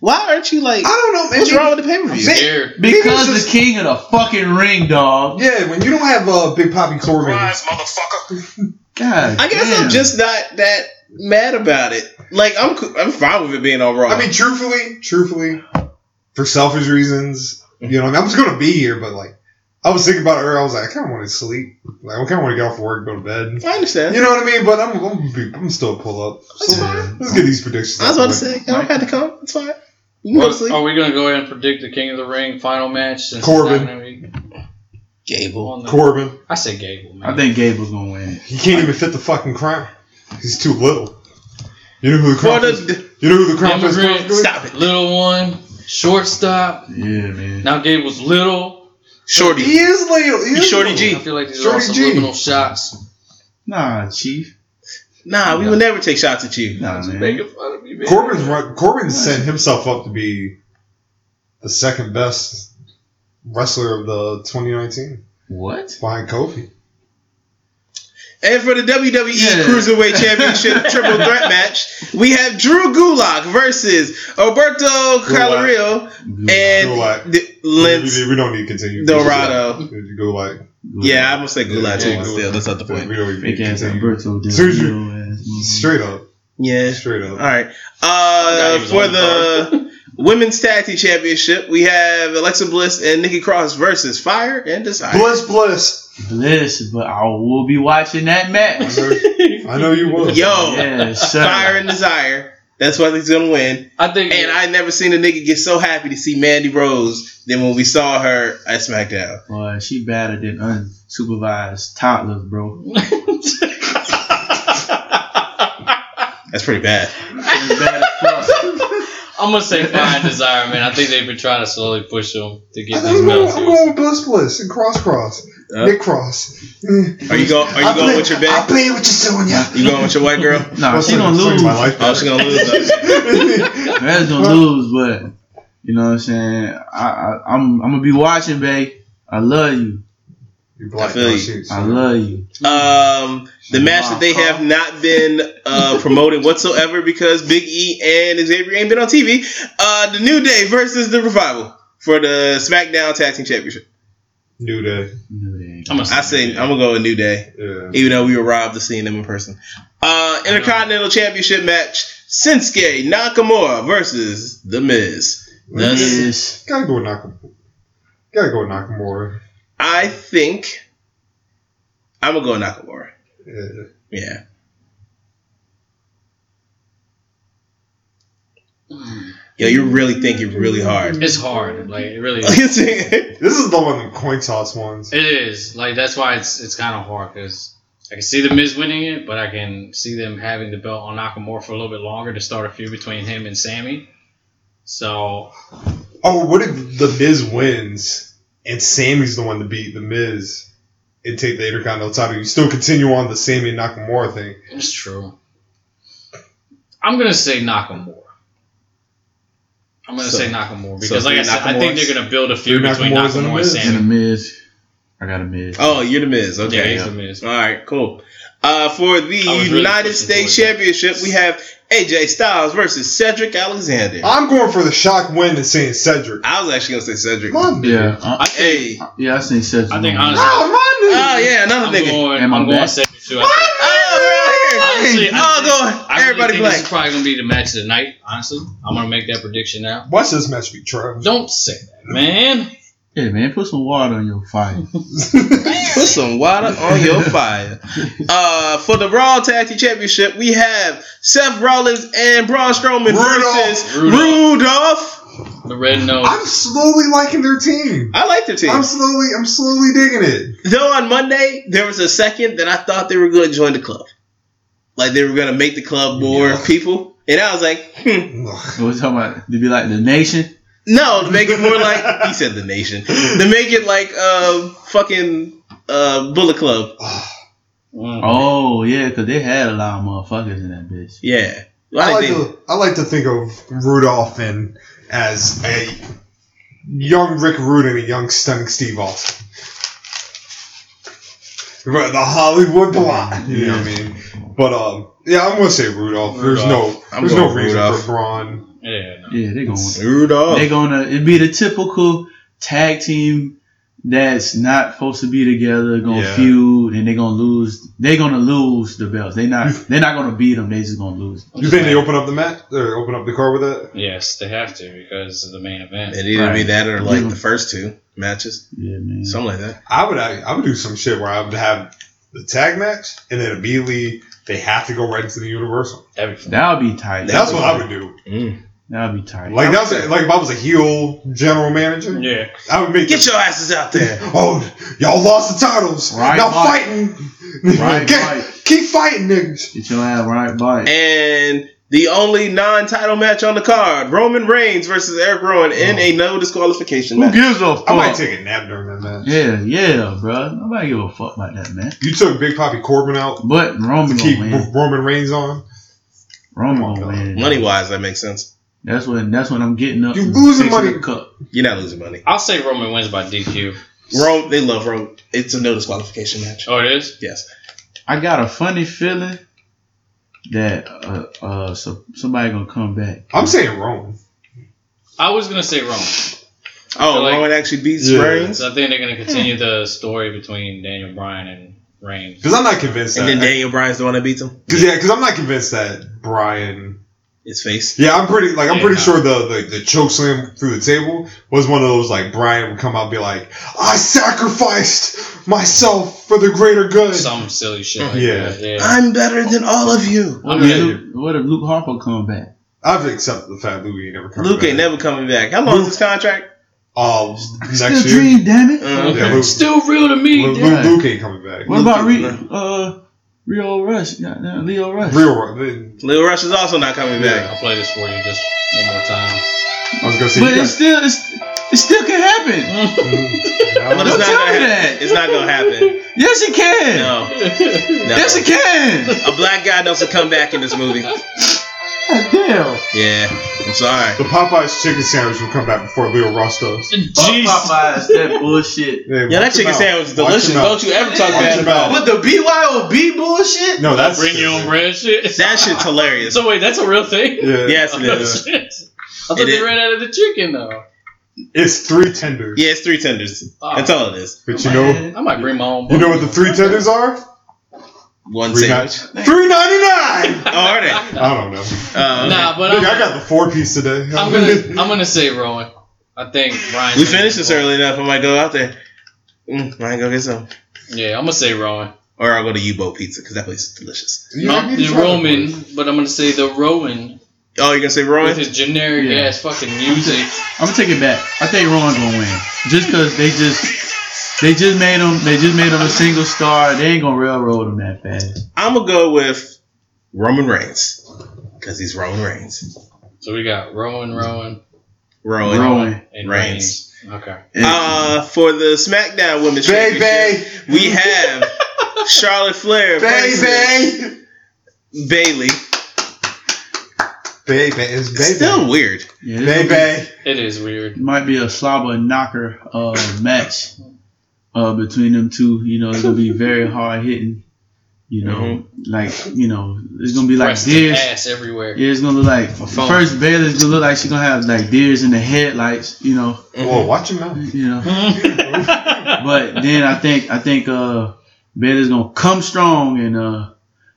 Speaker 9: Why aren't you like?
Speaker 4: I don't know, man.
Speaker 9: What's
Speaker 4: You-
Speaker 9: wrong with the pay per view?
Speaker 5: Scared.
Speaker 3: because
Speaker 4: Niggas
Speaker 3: the king of the fucking ring, dog.
Speaker 4: Yeah, when you don't have uh, Big Poppy Corbin,
Speaker 1: Rise, motherfucker.
Speaker 3: God,
Speaker 7: I guess
Speaker 4: Mm.
Speaker 3: damn.
Speaker 7: I'm just not that mad about it. Like I'm, co- I'm fine with it being on Raw.
Speaker 4: I mean, truthfully, truthfully, for selfish reasons, you know, I, mean, I was going to be here, but like, I was thinking about it earlier. I was like, I kind of want to sleep. Like, I kind of want to get off work, go to bed.
Speaker 9: I understand.
Speaker 4: You know what I mean? But I'm, I'm, gonna be, I'm still pull up. So, let's get these predictions.
Speaker 9: I was
Speaker 4: out
Speaker 9: about to
Speaker 4: the way.
Speaker 9: say, I don't have to come. It's fine. You can go to
Speaker 5: What, Oh.
Speaker 9: sleep.
Speaker 5: are we gonna go ahead and predict the King of the Ring final match? Since it's
Speaker 4: Corbin.
Speaker 5: not gonna be
Speaker 7: Gable.
Speaker 5: on the-
Speaker 4: Corbin,
Speaker 5: I say Gable. Man.
Speaker 3: I think Gable's gonna win.
Speaker 4: he can't even fit the fucking crown. He's too little. You know who the
Speaker 9: For
Speaker 4: crown? Prince-
Speaker 9: the
Speaker 4: you know who the crown? Prince-
Speaker 5: Immigrant,
Speaker 7: Stop it,
Speaker 5: little one, shortstop.
Speaker 3: Yeah, man.
Speaker 5: Now Gable's little.
Speaker 7: Shorty.
Speaker 4: He is little. He is
Speaker 7: Shorty
Speaker 4: little.
Speaker 7: G.
Speaker 5: I feel like these are all
Speaker 4: Shorty G.
Speaker 5: subliminal shots.
Speaker 3: Nah, Chief.
Speaker 7: Nah, we would never take shots at you.
Speaker 3: Nah, man.
Speaker 5: Making fun of me, man. [LAUGHS]
Speaker 4: Corbin's run, Corbin set himself up to be the second best wrestler of the 2019
Speaker 3: What?
Speaker 4: behind Kofi.
Speaker 7: And for the WWE
Speaker 3: Yeah.
Speaker 7: Cruiserweight Championship Triple Threat match, we have Drew Gulak versus Alberto Calario
Speaker 3: Mm,
Speaker 7: and
Speaker 4: Gulak. E
Speaker 7: the-
Speaker 4: We,
Speaker 7: Lince
Speaker 4: we- we don't need to continue.
Speaker 7: Dorado.
Speaker 4: You Go like.
Speaker 7: Yeah, I'm gonna say Gulak too.
Speaker 4: Mm. Yeah,
Speaker 7: but
Speaker 4: Gulak.
Speaker 7: still, that's not the point.
Speaker 4: We don't need
Speaker 3: Fake
Speaker 4: to
Speaker 3: ass
Speaker 4: continue.
Speaker 3: Alberto. Del
Speaker 4: Seriously.
Speaker 3: Rio ass motherfucker.
Speaker 4: Straight up.
Speaker 7: Yeah.
Speaker 4: Straight up.
Speaker 7: All right.
Speaker 5: Nah,
Speaker 7: Uh,
Speaker 5: he was
Speaker 7: for
Speaker 5: on
Speaker 7: the women's tag team championship, we have Alexa Bliss and Nikki Cross versus Fire and Desire.
Speaker 4: Bliss, bliss.
Speaker 3: Bliss, but I will be watching that
Speaker 7: [LAUGHS]
Speaker 4: I
Speaker 3: match.
Speaker 4: know, I know you will.
Speaker 7: Yo,
Speaker 3: yeah, sir.
Speaker 7: Oh, Fire and Desire. That's why he's gonna win.
Speaker 5: I think.
Speaker 7: And I never seen a nigga get so happy to see Mandy Rose than when we saw her at SmackDown.
Speaker 3: Boy, she better than unsupervised toddlers, bro.
Speaker 5: [LAUGHS]
Speaker 7: That's pretty bad.
Speaker 3: She bad as fuck.
Speaker 5: I'm gonna say Fire and Desire, man. I think they've been trying to slowly push them to
Speaker 4: I
Speaker 5: get these
Speaker 4: think I'm going,
Speaker 5: belts.
Speaker 4: I'm going with bliss, bliss and cross, cross.
Speaker 7: Uh,
Speaker 4: Nick Cross. Mm.
Speaker 7: Are you going? Are
Speaker 4: I
Speaker 7: you going
Speaker 4: play-
Speaker 7: with your
Speaker 4: I
Speaker 7: bet?
Speaker 4: play with you, Sonya.
Speaker 7: You going with your white girl?
Speaker 3: Nah, she gonna
Speaker 4: Sonya-
Speaker 3: lose.
Speaker 4: Sonya, I like
Speaker 7: Oh, she's gonna lose.
Speaker 4: [LAUGHS] that.
Speaker 3: Red's gonna lose, but you know what I'm saying. I, I I'm I'm gonna be watching, babe. I love you.
Speaker 4: You're black.
Speaker 7: I feel
Speaker 4: Oh,
Speaker 7: you.
Speaker 4: shoot.
Speaker 3: I love you.
Speaker 7: Um, the match that they have not been uh, promoted whatsoever because Big E and Xavier ain't been on TV. Uh, the New Day versus the Revival for the SmackDown Tag Team Championship.
Speaker 4: New day.
Speaker 3: No, they ain't.
Speaker 5: I'm gonna
Speaker 7: I say I'm gonna go with New Day,
Speaker 4: Yeah.
Speaker 7: even though we were robbed of seeing them in person. Uh, Intercontinental Championship match: Shinsuke Nakamura versus The Miz.
Speaker 3: It
Speaker 7: That's-
Speaker 3: is.
Speaker 4: Gotta go with Nakamura. Gotta go with Nakamura.
Speaker 7: I think I'm gonna go with Nakamura.
Speaker 4: Yeah.
Speaker 7: Yeah. Yo, you're really thinking really hard.
Speaker 5: It's hard. Like it really. Is.
Speaker 7: yeah,
Speaker 4: This is the one of the coin toss ones.
Speaker 5: It is like that's why it's it's kind of hard because I can see the Miz winning it, but I can see them having the belt on Nakamura for a little bit longer to start a feud between him and Sammy. So
Speaker 4: Oh, what if the Miz wins and Sammy's the one to beat the Miz and take the Intercontinental title? You still continue on the Sammy and Nakamura thing.
Speaker 5: it's true. I'm gonna say Nakamura. I'm gonna
Speaker 7: So-
Speaker 5: say
Speaker 7: so
Speaker 5: Nakamura because, like I
Speaker 7: three
Speaker 5: said, I think
Speaker 7: Nakamuras?
Speaker 5: they're gonna build a feud
Speaker 4: Three
Speaker 5: between
Speaker 4: Nakamuras and a
Speaker 5: Nakamura and
Speaker 4: Miz.
Speaker 3: And a
Speaker 5: Sammy.
Speaker 3: Miz. I got a Miz.
Speaker 7: [LAUGHS] Oh, you're the Miz.
Speaker 5: Yeah,
Speaker 7: Okay.
Speaker 5: he's the Miz.
Speaker 7: All right, cool. Uh, for the
Speaker 5: I was
Speaker 7: United
Speaker 5: really pushing
Speaker 7: States
Speaker 5: for it.
Speaker 7: Championship, we have AJ Styles versus Cedric Alexander.
Speaker 4: I'm going for the shock win and saying Cedric.
Speaker 7: I was actually gonna say Cedric.
Speaker 4: My nigga.
Speaker 3: Yeah, uh,
Speaker 5: I think.
Speaker 7: Hey.
Speaker 3: yeah, I seen Cedric.
Speaker 5: I think
Speaker 3: on-
Speaker 5: honestly,
Speaker 4: Oh, my nigga.
Speaker 7: Oh yeah, another
Speaker 5: I'm
Speaker 7: nigga.
Speaker 5: going.
Speaker 3: Am I
Speaker 5: I'm going
Speaker 3: back?
Speaker 5: Sammy too. I think-
Speaker 7: Oh, right
Speaker 5: Honestly,
Speaker 7: here.
Speaker 5: I
Speaker 7: Oh,
Speaker 5: think-
Speaker 7: go
Speaker 5: I
Speaker 7: on.
Speaker 5: really
Speaker 7: Everybody
Speaker 5: think This
Speaker 7: black.
Speaker 5: is probably gonna be the match of the night. Honestly, I'm gonna make that prediction now.
Speaker 4: Watch this match be trash.
Speaker 5: Don't say that, man.
Speaker 3: Yeah, man, put some water on your fire. [LAUGHS]
Speaker 4: [LAUGHS]
Speaker 7: Put some water on your fire. Uh, for the Raw Tag Team Championship, we have Seth Rollins and Braun Strowman
Speaker 4: Rudolph.
Speaker 7: versus Rudolph.
Speaker 5: Rudolph. The red nose.
Speaker 7: Ah.
Speaker 4: I'm slowly liking their team.
Speaker 7: I like their team.
Speaker 4: I'm slowly, I'm slowly digging it.
Speaker 7: Though on Monday there was a second that I thought they were going to join the club, like they were going to make the club more people, and I was like, hmm,
Speaker 4: Ugh.
Speaker 3: So we're talking about to be like the nation.
Speaker 7: no, to make it more like he said the nation, to make it like uh fucking uh Bullet Club,
Speaker 5: Mm.
Speaker 3: Oh yeah, because they had a lot of motherfuckers in that bitch.
Speaker 7: yeah.
Speaker 4: I
Speaker 7: I
Speaker 4: like
Speaker 7: think
Speaker 4: to I like to think of Rudolph and as a young Rick Rude and a young stunning Steve Austin. Right, the Hollywood plot. You know what I mean? But um, yeah, I'm gonna say Rudolph. There's no,
Speaker 7: I'm
Speaker 4: there's
Speaker 7: going
Speaker 4: no reason
Speaker 7: Rudolph.
Speaker 4: for Braun.
Speaker 5: Yeah, no.
Speaker 3: Yeah, they going.
Speaker 4: Oh.
Speaker 7: Rudolph.
Speaker 3: They gonna it'd be the typical tag team that's not supposed to be together, gonna
Speaker 4: Yeah.
Speaker 3: feud, and they gonna lose. They gonna lose the belts. They
Speaker 4: [LAUGHS]
Speaker 3: not. They're not gonna beat them. They just gonna lose.
Speaker 4: You think they open up the mat or open up the car with that?
Speaker 5: Yes, they have to because of the main event.
Speaker 7: It either be
Speaker 3: Right. Mm-hmm.
Speaker 7: that or like
Speaker 3: Mhm.
Speaker 7: the first two matches,
Speaker 3: Yeah, man.
Speaker 7: something like that.
Speaker 4: I would I, I would do some shit where I would have the tag match and then immediately they have to go right into the universal.
Speaker 5: That'd be fun.
Speaker 3: That'll be tight.
Speaker 4: That's what I would do.
Speaker 3: That'll be tight.
Speaker 4: Like that's like if I was a heel general manager,
Speaker 5: Yeah.
Speaker 4: I would make
Speaker 7: Get
Speaker 4: the-
Speaker 7: your asses out there.
Speaker 4: Oh, y'all lost the titles.
Speaker 3: Right,
Speaker 4: y'all
Speaker 3: Mike.
Speaker 4: fighting. [LAUGHS]
Speaker 3: Right,
Speaker 4: Get-
Speaker 3: Mike.
Speaker 4: Keep fighting, niggas.
Speaker 3: Get your ass right by it.
Speaker 7: And the only non-title match on the card: Roman Reigns versus Eric Rowan in a no disqualification
Speaker 3: Who
Speaker 7: match.
Speaker 3: gives a fuck?
Speaker 4: I might take a nap during that match.
Speaker 3: yeah, yeah, bro. Nobody give a fuck about that, man.
Speaker 4: You took Big Poppy Corbin out
Speaker 3: But
Speaker 4: to
Speaker 3: Roman
Speaker 4: keep
Speaker 3: gonna win.
Speaker 4: Roman Reigns on.
Speaker 3: Roman
Speaker 4: on,
Speaker 3: gonna
Speaker 4: God.
Speaker 3: win.
Speaker 7: Money wise, that makes sense.
Speaker 3: That's when. That's when I'm getting up.
Speaker 4: You
Speaker 3: and
Speaker 4: losing
Speaker 3: fixing
Speaker 4: money.
Speaker 3: the Cup.
Speaker 7: You're not losing money.
Speaker 5: I'll say Roman wins by DQ.
Speaker 7: Rome, they love Rome. It's a no disqualification match.
Speaker 5: Oh, it is?
Speaker 7: Yes.
Speaker 3: I got a funny feeling that uh, uh so, somebody gonna come back.
Speaker 4: I'm saying Roman.
Speaker 5: I was going to say Roman.
Speaker 7: Oh,
Speaker 5: So, like-
Speaker 7: Rowan actually beats
Speaker 4: Yeah.
Speaker 7: Reigns,
Speaker 5: So I think they're going to continue the story between Daniel Bryan and Reigns.
Speaker 4: Because I'm not convinced
Speaker 7: and then
Speaker 4: that.
Speaker 7: Daniel Bryan's the one that beats him.
Speaker 4: [LAUGHS] Because yeah, because I'm not convinced that Brian.
Speaker 7: His face.
Speaker 4: Yeah, I'm pretty like I'm
Speaker 5: Yeah.
Speaker 4: pretty sure the, the the choke slam through the table was one of those like Brian would come out and be like, I sacrificed myself for the greater good.
Speaker 5: Some silly shit like
Speaker 4: Yeah.
Speaker 5: that. Yeah.
Speaker 7: I'm better than all of you.
Speaker 3: What
Speaker 5: I'm
Speaker 3: if,
Speaker 5: outta
Speaker 3: Luke, what if Luke Harper come back?
Speaker 4: I've accepted the fact Luke ain't never coming
Speaker 7: Luke
Speaker 4: back.
Speaker 7: ain't never coming back. How long is his contract?
Speaker 4: Uh,
Speaker 3: Still
Speaker 4: next year.
Speaker 3: dream, damn it.
Speaker 7: Uh,
Speaker 4: Yeah, Luke,
Speaker 5: Still real to me.
Speaker 4: Luke,
Speaker 5: dude.
Speaker 4: Luke, Luke ain't coming back.
Speaker 3: what about
Speaker 7: Luke-
Speaker 3: Re, uh Rio Rush? Goddamn, Leo Rush.
Speaker 4: Real, they-
Speaker 7: Lil Rush is also not coming back.
Speaker 5: I'll play this for you just one more
Speaker 4: [LAUGHS]
Speaker 5: time.
Speaker 4: I was gonna say,
Speaker 3: But
Speaker 4: you
Speaker 3: it's still it's, it still can happen.
Speaker 4: got-
Speaker 7: But it's
Speaker 4: no,
Speaker 3: Don't
Speaker 7: not
Speaker 3: tell
Speaker 7: gonna
Speaker 3: me
Speaker 7: happen.
Speaker 3: that.
Speaker 7: It's not gonna happen.
Speaker 3: Yes, it can.
Speaker 7: No. No.
Speaker 3: Yes, it can.
Speaker 7: A black guy doesn't come back in this movie.
Speaker 3: God damn.
Speaker 7: Yeah, I'm sorry.
Speaker 4: the Popeyes chicken sandwich will come back before Leo Ross does.
Speaker 5: Jeez.
Speaker 3: Popeyes, that bullshit.
Speaker 4: Yeah,
Speaker 7: Yeah, that chicken sandwich is delicious. Don't you ever talk
Speaker 4: Watch
Speaker 7: bad
Speaker 4: your
Speaker 7: about
Speaker 4: mouth.
Speaker 7: it.
Speaker 3: But the BYOB bullshit.
Speaker 4: No, that's
Speaker 5: Bring your own bread shit.
Speaker 7: That
Speaker 5: [LAUGHS]
Speaker 7: shit's hilarious.
Speaker 5: So wait, that's a real thing? Oh,
Speaker 4: Yeah,
Speaker 7: [LAUGHS] Yes, it is.
Speaker 5: Shit. I thought
Speaker 7: It
Speaker 5: they
Speaker 7: is.
Speaker 5: ran out of the chicken though.
Speaker 4: it's three tenders.
Speaker 7: Yeah, it's three tenders.
Speaker 5: Oh,
Speaker 7: That's all it is.
Speaker 4: But you know,
Speaker 5: I might bring my own.
Speaker 4: you know what the
Speaker 5: [LAUGHS]
Speaker 4: three tenders are?
Speaker 7: One
Speaker 4: Three
Speaker 7: sandwich.
Speaker 4: ninety nine.
Speaker 7: Oh, are they? Oh,
Speaker 4: I don't know.
Speaker 7: okay.
Speaker 5: Nah, but
Speaker 4: Look, I
Speaker 5: I'm,
Speaker 4: got the four piece today.
Speaker 5: I'm gonna I'm gonna say Rowan. I think Ryan.
Speaker 7: We finished this early enough. I might go out there. Mm, I might go get some.
Speaker 5: Yeah, I'm gonna say Rowan.
Speaker 7: Or I'll go to U-Boat Pizza because that place is delicious.
Speaker 4: You
Speaker 5: Not
Speaker 4: might need
Speaker 5: the
Speaker 4: to try
Speaker 5: Roman,
Speaker 4: that
Speaker 5: but I'm gonna say the Rowan
Speaker 7: Oh, you're going to say
Speaker 5: with
Speaker 7: Rowan?
Speaker 5: his generic
Speaker 3: Yeah.
Speaker 5: ass fucking music.
Speaker 3: I'm gonna take it back. I think Ron gonna win just because they just they just made him they just made him a single star. They ain't gonna railroad him that fast.
Speaker 7: I'm going to go with Roman Reigns because he's Roman Reigns.
Speaker 5: So we got Rowan, Rowan,
Speaker 7: Rowan.
Speaker 3: Rowan.
Speaker 5: and
Speaker 7: Reigns.
Speaker 5: Reigns. Okay.
Speaker 7: Uh, for the SmackDown Women's
Speaker 4: Baby.
Speaker 7: Championship, we
Speaker 4: [LAUGHS]
Speaker 7: have Charlotte Flair,
Speaker 4: Baby,
Speaker 7: Bailey.
Speaker 4: baby, it's baby,
Speaker 7: Still weird.
Speaker 3: Yeah, this will be-
Speaker 4: baby.
Speaker 5: It is weird.
Speaker 3: might be a slobber knocker uh, match uh, between them two. You know, it's gonna be very hard hitting. You know, like you know, it's gonna be like
Speaker 5: Breast and
Speaker 3: deers. Yeah,
Speaker 5: ass everywhere.
Speaker 3: it's gonna look like
Speaker 5: Phone.
Speaker 3: first Bailey's gonna look like she's gonna have like deers in the headlights. You know,
Speaker 7: Mm-hmm.
Speaker 4: Whoa, watch your mouth.
Speaker 3: you know. But then I think I think uh, Bailey's gonna come strong and uh,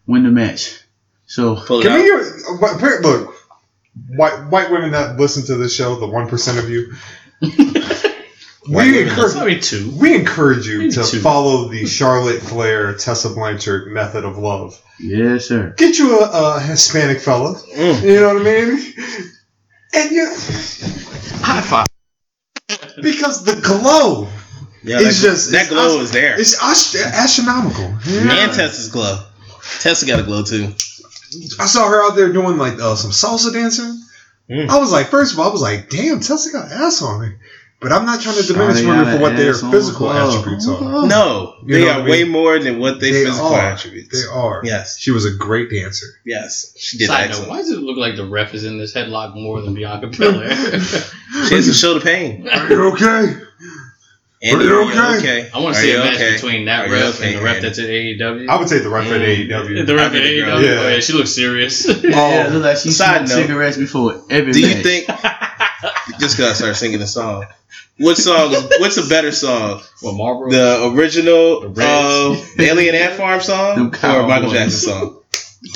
Speaker 3: win the match. So
Speaker 7: Pull it
Speaker 4: Can we
Speaker 7: out.
Speaker 4: hear? uh, wh- par- Look, white white women that listen to this show, the one percent of
Speaker 5: [LAUGHS]
Speaker 4: you.
Speaker 7: White
Speaker 4: we
Speaker 7: women, that's
Speaker 4: encourage
Speaker 7: probably two.
Speaker 4: we encourage you to
Speaker 7: two.
Speaker 4: follow the Charlotte Flair Tessa Blanchard method of love.
Speaker 3: yes, sir.
Speaker 4: Get you a, a Hispanic fella.
Speaker 7: Mm.
Speaker 4: You know what I mean? And you
Speaker 7: High five.
Speaker 4: because the glow
Speaker 7: Yeah,
Speaker 4: It's
Speaker 7: that,
Speaker 4: just-
Speaker 7: that
Speaker 4: it's
Speaker 7: glow
Speaker 4: us-
Speaker 7: is there.
Speaker 4: is ast- astronomical.
Speaker 7: And Tessa's glow. Tessa got a glow too.
Speaker 4: I saw her out there doing like uh, some salsa dancing.
Speaker 7: Mm.
Speaker 4: I was like, first of all, I was like, damn, Tessa got ass on her. But I'm not trying to diminish
Speaker 3: Shawty
Speaker 4: women
Speaker 3: got
Speaker 4: for what their
Speaker 3: ass on
Speaker 4: physical
Speaker 3: her.
Speaker 4: attributes are.
Speaker 7: No,
Speaker 4: Oh. You
Speaker 7: they
Speaker 4: know
Speaker 7: are
Speaker 4: what I mean?
Speaker 7: way more than what they,
Speaker 4: They
Speaker 7: physical
Speaker 4: are. They
Speaker 7: attributes.
Speaker 4: are.
Speaker 7: Yes,
Speaker 4: She was a great dancer.
Speaker 7: yes, she did
Speaker 5: Side note,
Speaker 7: excellent.
Speaker 5: why does it look like the ref is in
Speaker 7: [LAUGHS]
Speaker 5: this headlock more than Bianca Belair?
Speaker 4: [LAUGHS]
Speaker 7: She has to show the pain
Speaker 4: Are you okay?
Speaker 7: Andy,
Speaker 4: Are you
Speaker 7: are you
Speaker 4: okay?
Speaker 7: okay?
Speaker 5: I want
Speaker 7: Are
Speaker 5: to see
Speaker 7: you
Speaker 5: a match
Speaker 7: okay?
Speaker 5: between that
Speaker 7: Are you
Speaker 5: ref
Speaker 7: okay,
Speaker 5: and the ref
Speaker 7: Andy?
Speaker 5: that's at AEW.
Speaker 4: I would say the ref at
Speaker 7: E
Speaker 4: E
Speaker 5: Yeah,
Speaker 4: AEW.
Speaker 5: Mm. the ref at
Speaker 7: I think
Speaker 5: AEW.
Speaker 7: the
Speaker 5: Oh,
Speaker 4: girl-
Speaker 5: Yeah. she
Speaker 7: [LAUGHS]
Speaker 5: looks serious.
Speaker 4: Oh,
Speaker 3: Yeah, it look like she
Speaker 7: Side
Speaker 3: smoked
Speaker 7: note.
Speaker 3: cigarettes before every
Speaker 7: Do you
Speaker 3: match.
Speaker 5: [LAUGHS]
Speaker 7: think? just gotta start singing the song. What song? Is, what's a better song?
Speaker 5: well, Marlboro.
Speaker 7: The
Speaker 5: The
Speaker 7: original
Speaker 3: [LAUGHS]
Speaker 5: Reds.
Speaker 7: uh, Alien Ant Farm
Speaker 3: Them
Speaker 7: song or
Speaker 3: cowboys.
Speaker 7: Michael Jackson song?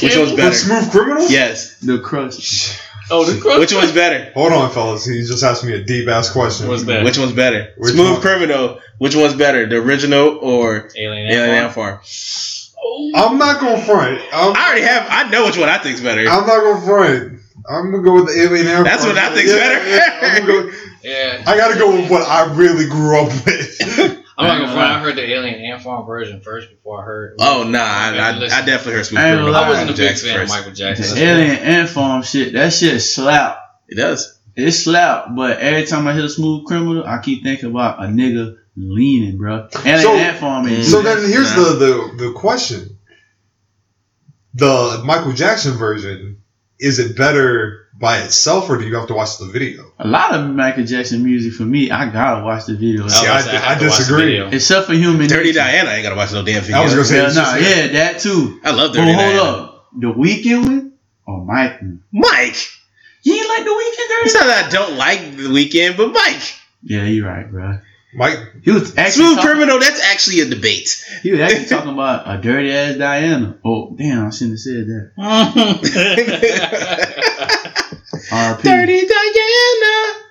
Speaker 7: Which one's
Speaker 4: With
Speaker 7: better?
Speaker 4: Smooth Criminal?
Speaker 5: [LAUGHS]
Speaker 7: Yes.
Speaker 3: the crush?
Speaker 5: oh, the crutch.
Speaker 7: Which one's better?
Speaker 4: Hold on, fellas. He just asked me a deep ass question.
Speaker 5: was that?
Speaker 7: Which one's better?
Speaker 4: Which
Speaker 7: Smooth
Speaker 4: one?
Speaker 7: Criminal. Which one's better? The original or
Speaker 5: Alien.
Speaker 7: Alien
Speaker 5: Ant Oh.
Speaker 7: Ant Farm?
Speaker 4: I'm not going to front. I'm,
Speaker 7: I already have. I know which one I think's better.
Speaker 4: I'm not going to front. I'm going to go with the alien Air
Speaker 7: That's
Speaker 4: Force.
Speaker 7: what I think's better.
Speaker 4: I'm gonna go,
Speaker 5: Farm. Yeah.
Speaker 4: I got to go with what I really grew up with.
Speaker 7: [LAUGHS]
Speaker 5: I'm not gonna
Speaker 3: Uh,
Speaker 5: front. I heard the Alien Ant Farm version first before I heard.
Speaker 7: Oh nah, I, I,
Speaker 5: Listen.
Speaker 7: I definitely heard Smooth
Speaker 3: I ain't
Speaker 7: Criminal.
Speaker 3: gonna lie.
Speaker 5: I wasn't a big
Speaker 7: Jackson
Speaker 5: fan of
Speaker 7: first.
Speaker 5: Michael
Speaker 7: [LAUGHS]
Speaker 5: Jackson.
Speaker 3: The alien and farm shit. That shit slap.
Speaker 7: It does.
Speaker 3: It slap. But every time I hit a smooth criminal, I keep thinking about a nigga leaning, bro. Alien
Speaker 4: So-
Speaker 3: and farm is.
Speaker 4: so then here's
Speaker 7: Nah.
Speaker 4: the, the, the question The Michael Jackson version, is it better by itself or do you have to watch the video?
Speaker 3: a lot of Michael Jackson music for me. I gotta watch the video.
Speaker 5: was
Speaker 4: I
Speaker 5: gonna say,
Speaker 4: di-
Speaker 5: have
Speaker 4: I
Speaker 5: to watch the
Speaker 4: disagree.
Speaker 5: video.
Speaker 3: Except for human.
Speaker 7: Dirty
Speaker 3: Nature.
Speaker 7: Diana. I ain't gotta watch no damn video.
Speaker 4: I
Speaker 7: I,
Speaker 4: was going to say,
Speaker 3: Hell
Speaker 4: it's
Speaker 3: nah,
Speaker 4: just-
Speaker 3: yeah, that too.
Speaker 7: love
Speaker 3: But
Speaker 7: Dirty
Speaker 3: hold
Speaker 7: Diana.
Speaker 3: up, the weekend one or Mike? one?
Speaker 7: Mike.
Speaker 3: You ain't like the weekend,
Speaker 7: It's
Speaker 3: Dirty?
Speaker 7: not that I don't like the weekend, but Mike.
Speaker 3: Yeah, you're right, bro.
Speaker 4: Mike,
Speaker 3: He was actually
Speaker 7: Smooth
Speaker 3: talking,
Speaker 7: Criminal, that's actually a
Speaker 3: [LAUGHS]
Speaker 7: debate. [LAUGHS]
Speaker 3: he was actually talking about a dirty ass Diana. Oh damn, I shouldn't have said that. R.P.
Speaker 7: Dirty Diana.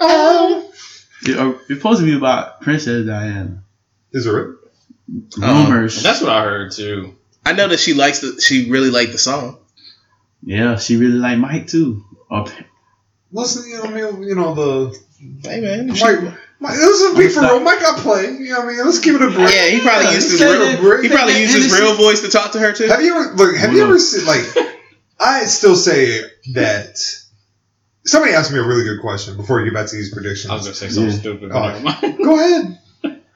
Speaker 7: Oh.
Speaker 3: It- uh, It's supposed to be about Princess Diana.
Speaker 4: is it real?
Speaker 7: Oh.
Speaker 3: Rumors.
Speaker 5: That's what I heard too.
Speaker 7: I know that she likes the she really liked the song.
Speaker 3: yeah, she really liked Mike too. Oh, Up-
Speaker 4: Listen, you know, I mean, you know the
Speaker 7: Hey man. she-
Speaker 4: Mike. Mike this is be for real. Mike got play. You know, what I mean, let's give it a break.
Speaker 7: yeah, he probably
Speaker 3: Yeah,
Speaker 7: used
Speaker 3: he
Speaker 7: his
Speaker 3: said
Speaker 4: that-
Speaker 7: real he
Speaker 4: that-
Speaker 7: probably
Speaker 4: that
Speaker 7: used his
Speaker 4: innocent-
Speaker 7: real voice to talk to her too.
Speaker 4: Have you ever look? Have you ever seen like? I still say that. Somebody asked me a really good question before we get back to these predictions.
Speaker 5: I was gonna say something
Speaker 3: Yeah.
Speaker 5: stupid.
Speaker 4: Oh.
Speaker 5: But never mind.
Speaker 4: Go ahead.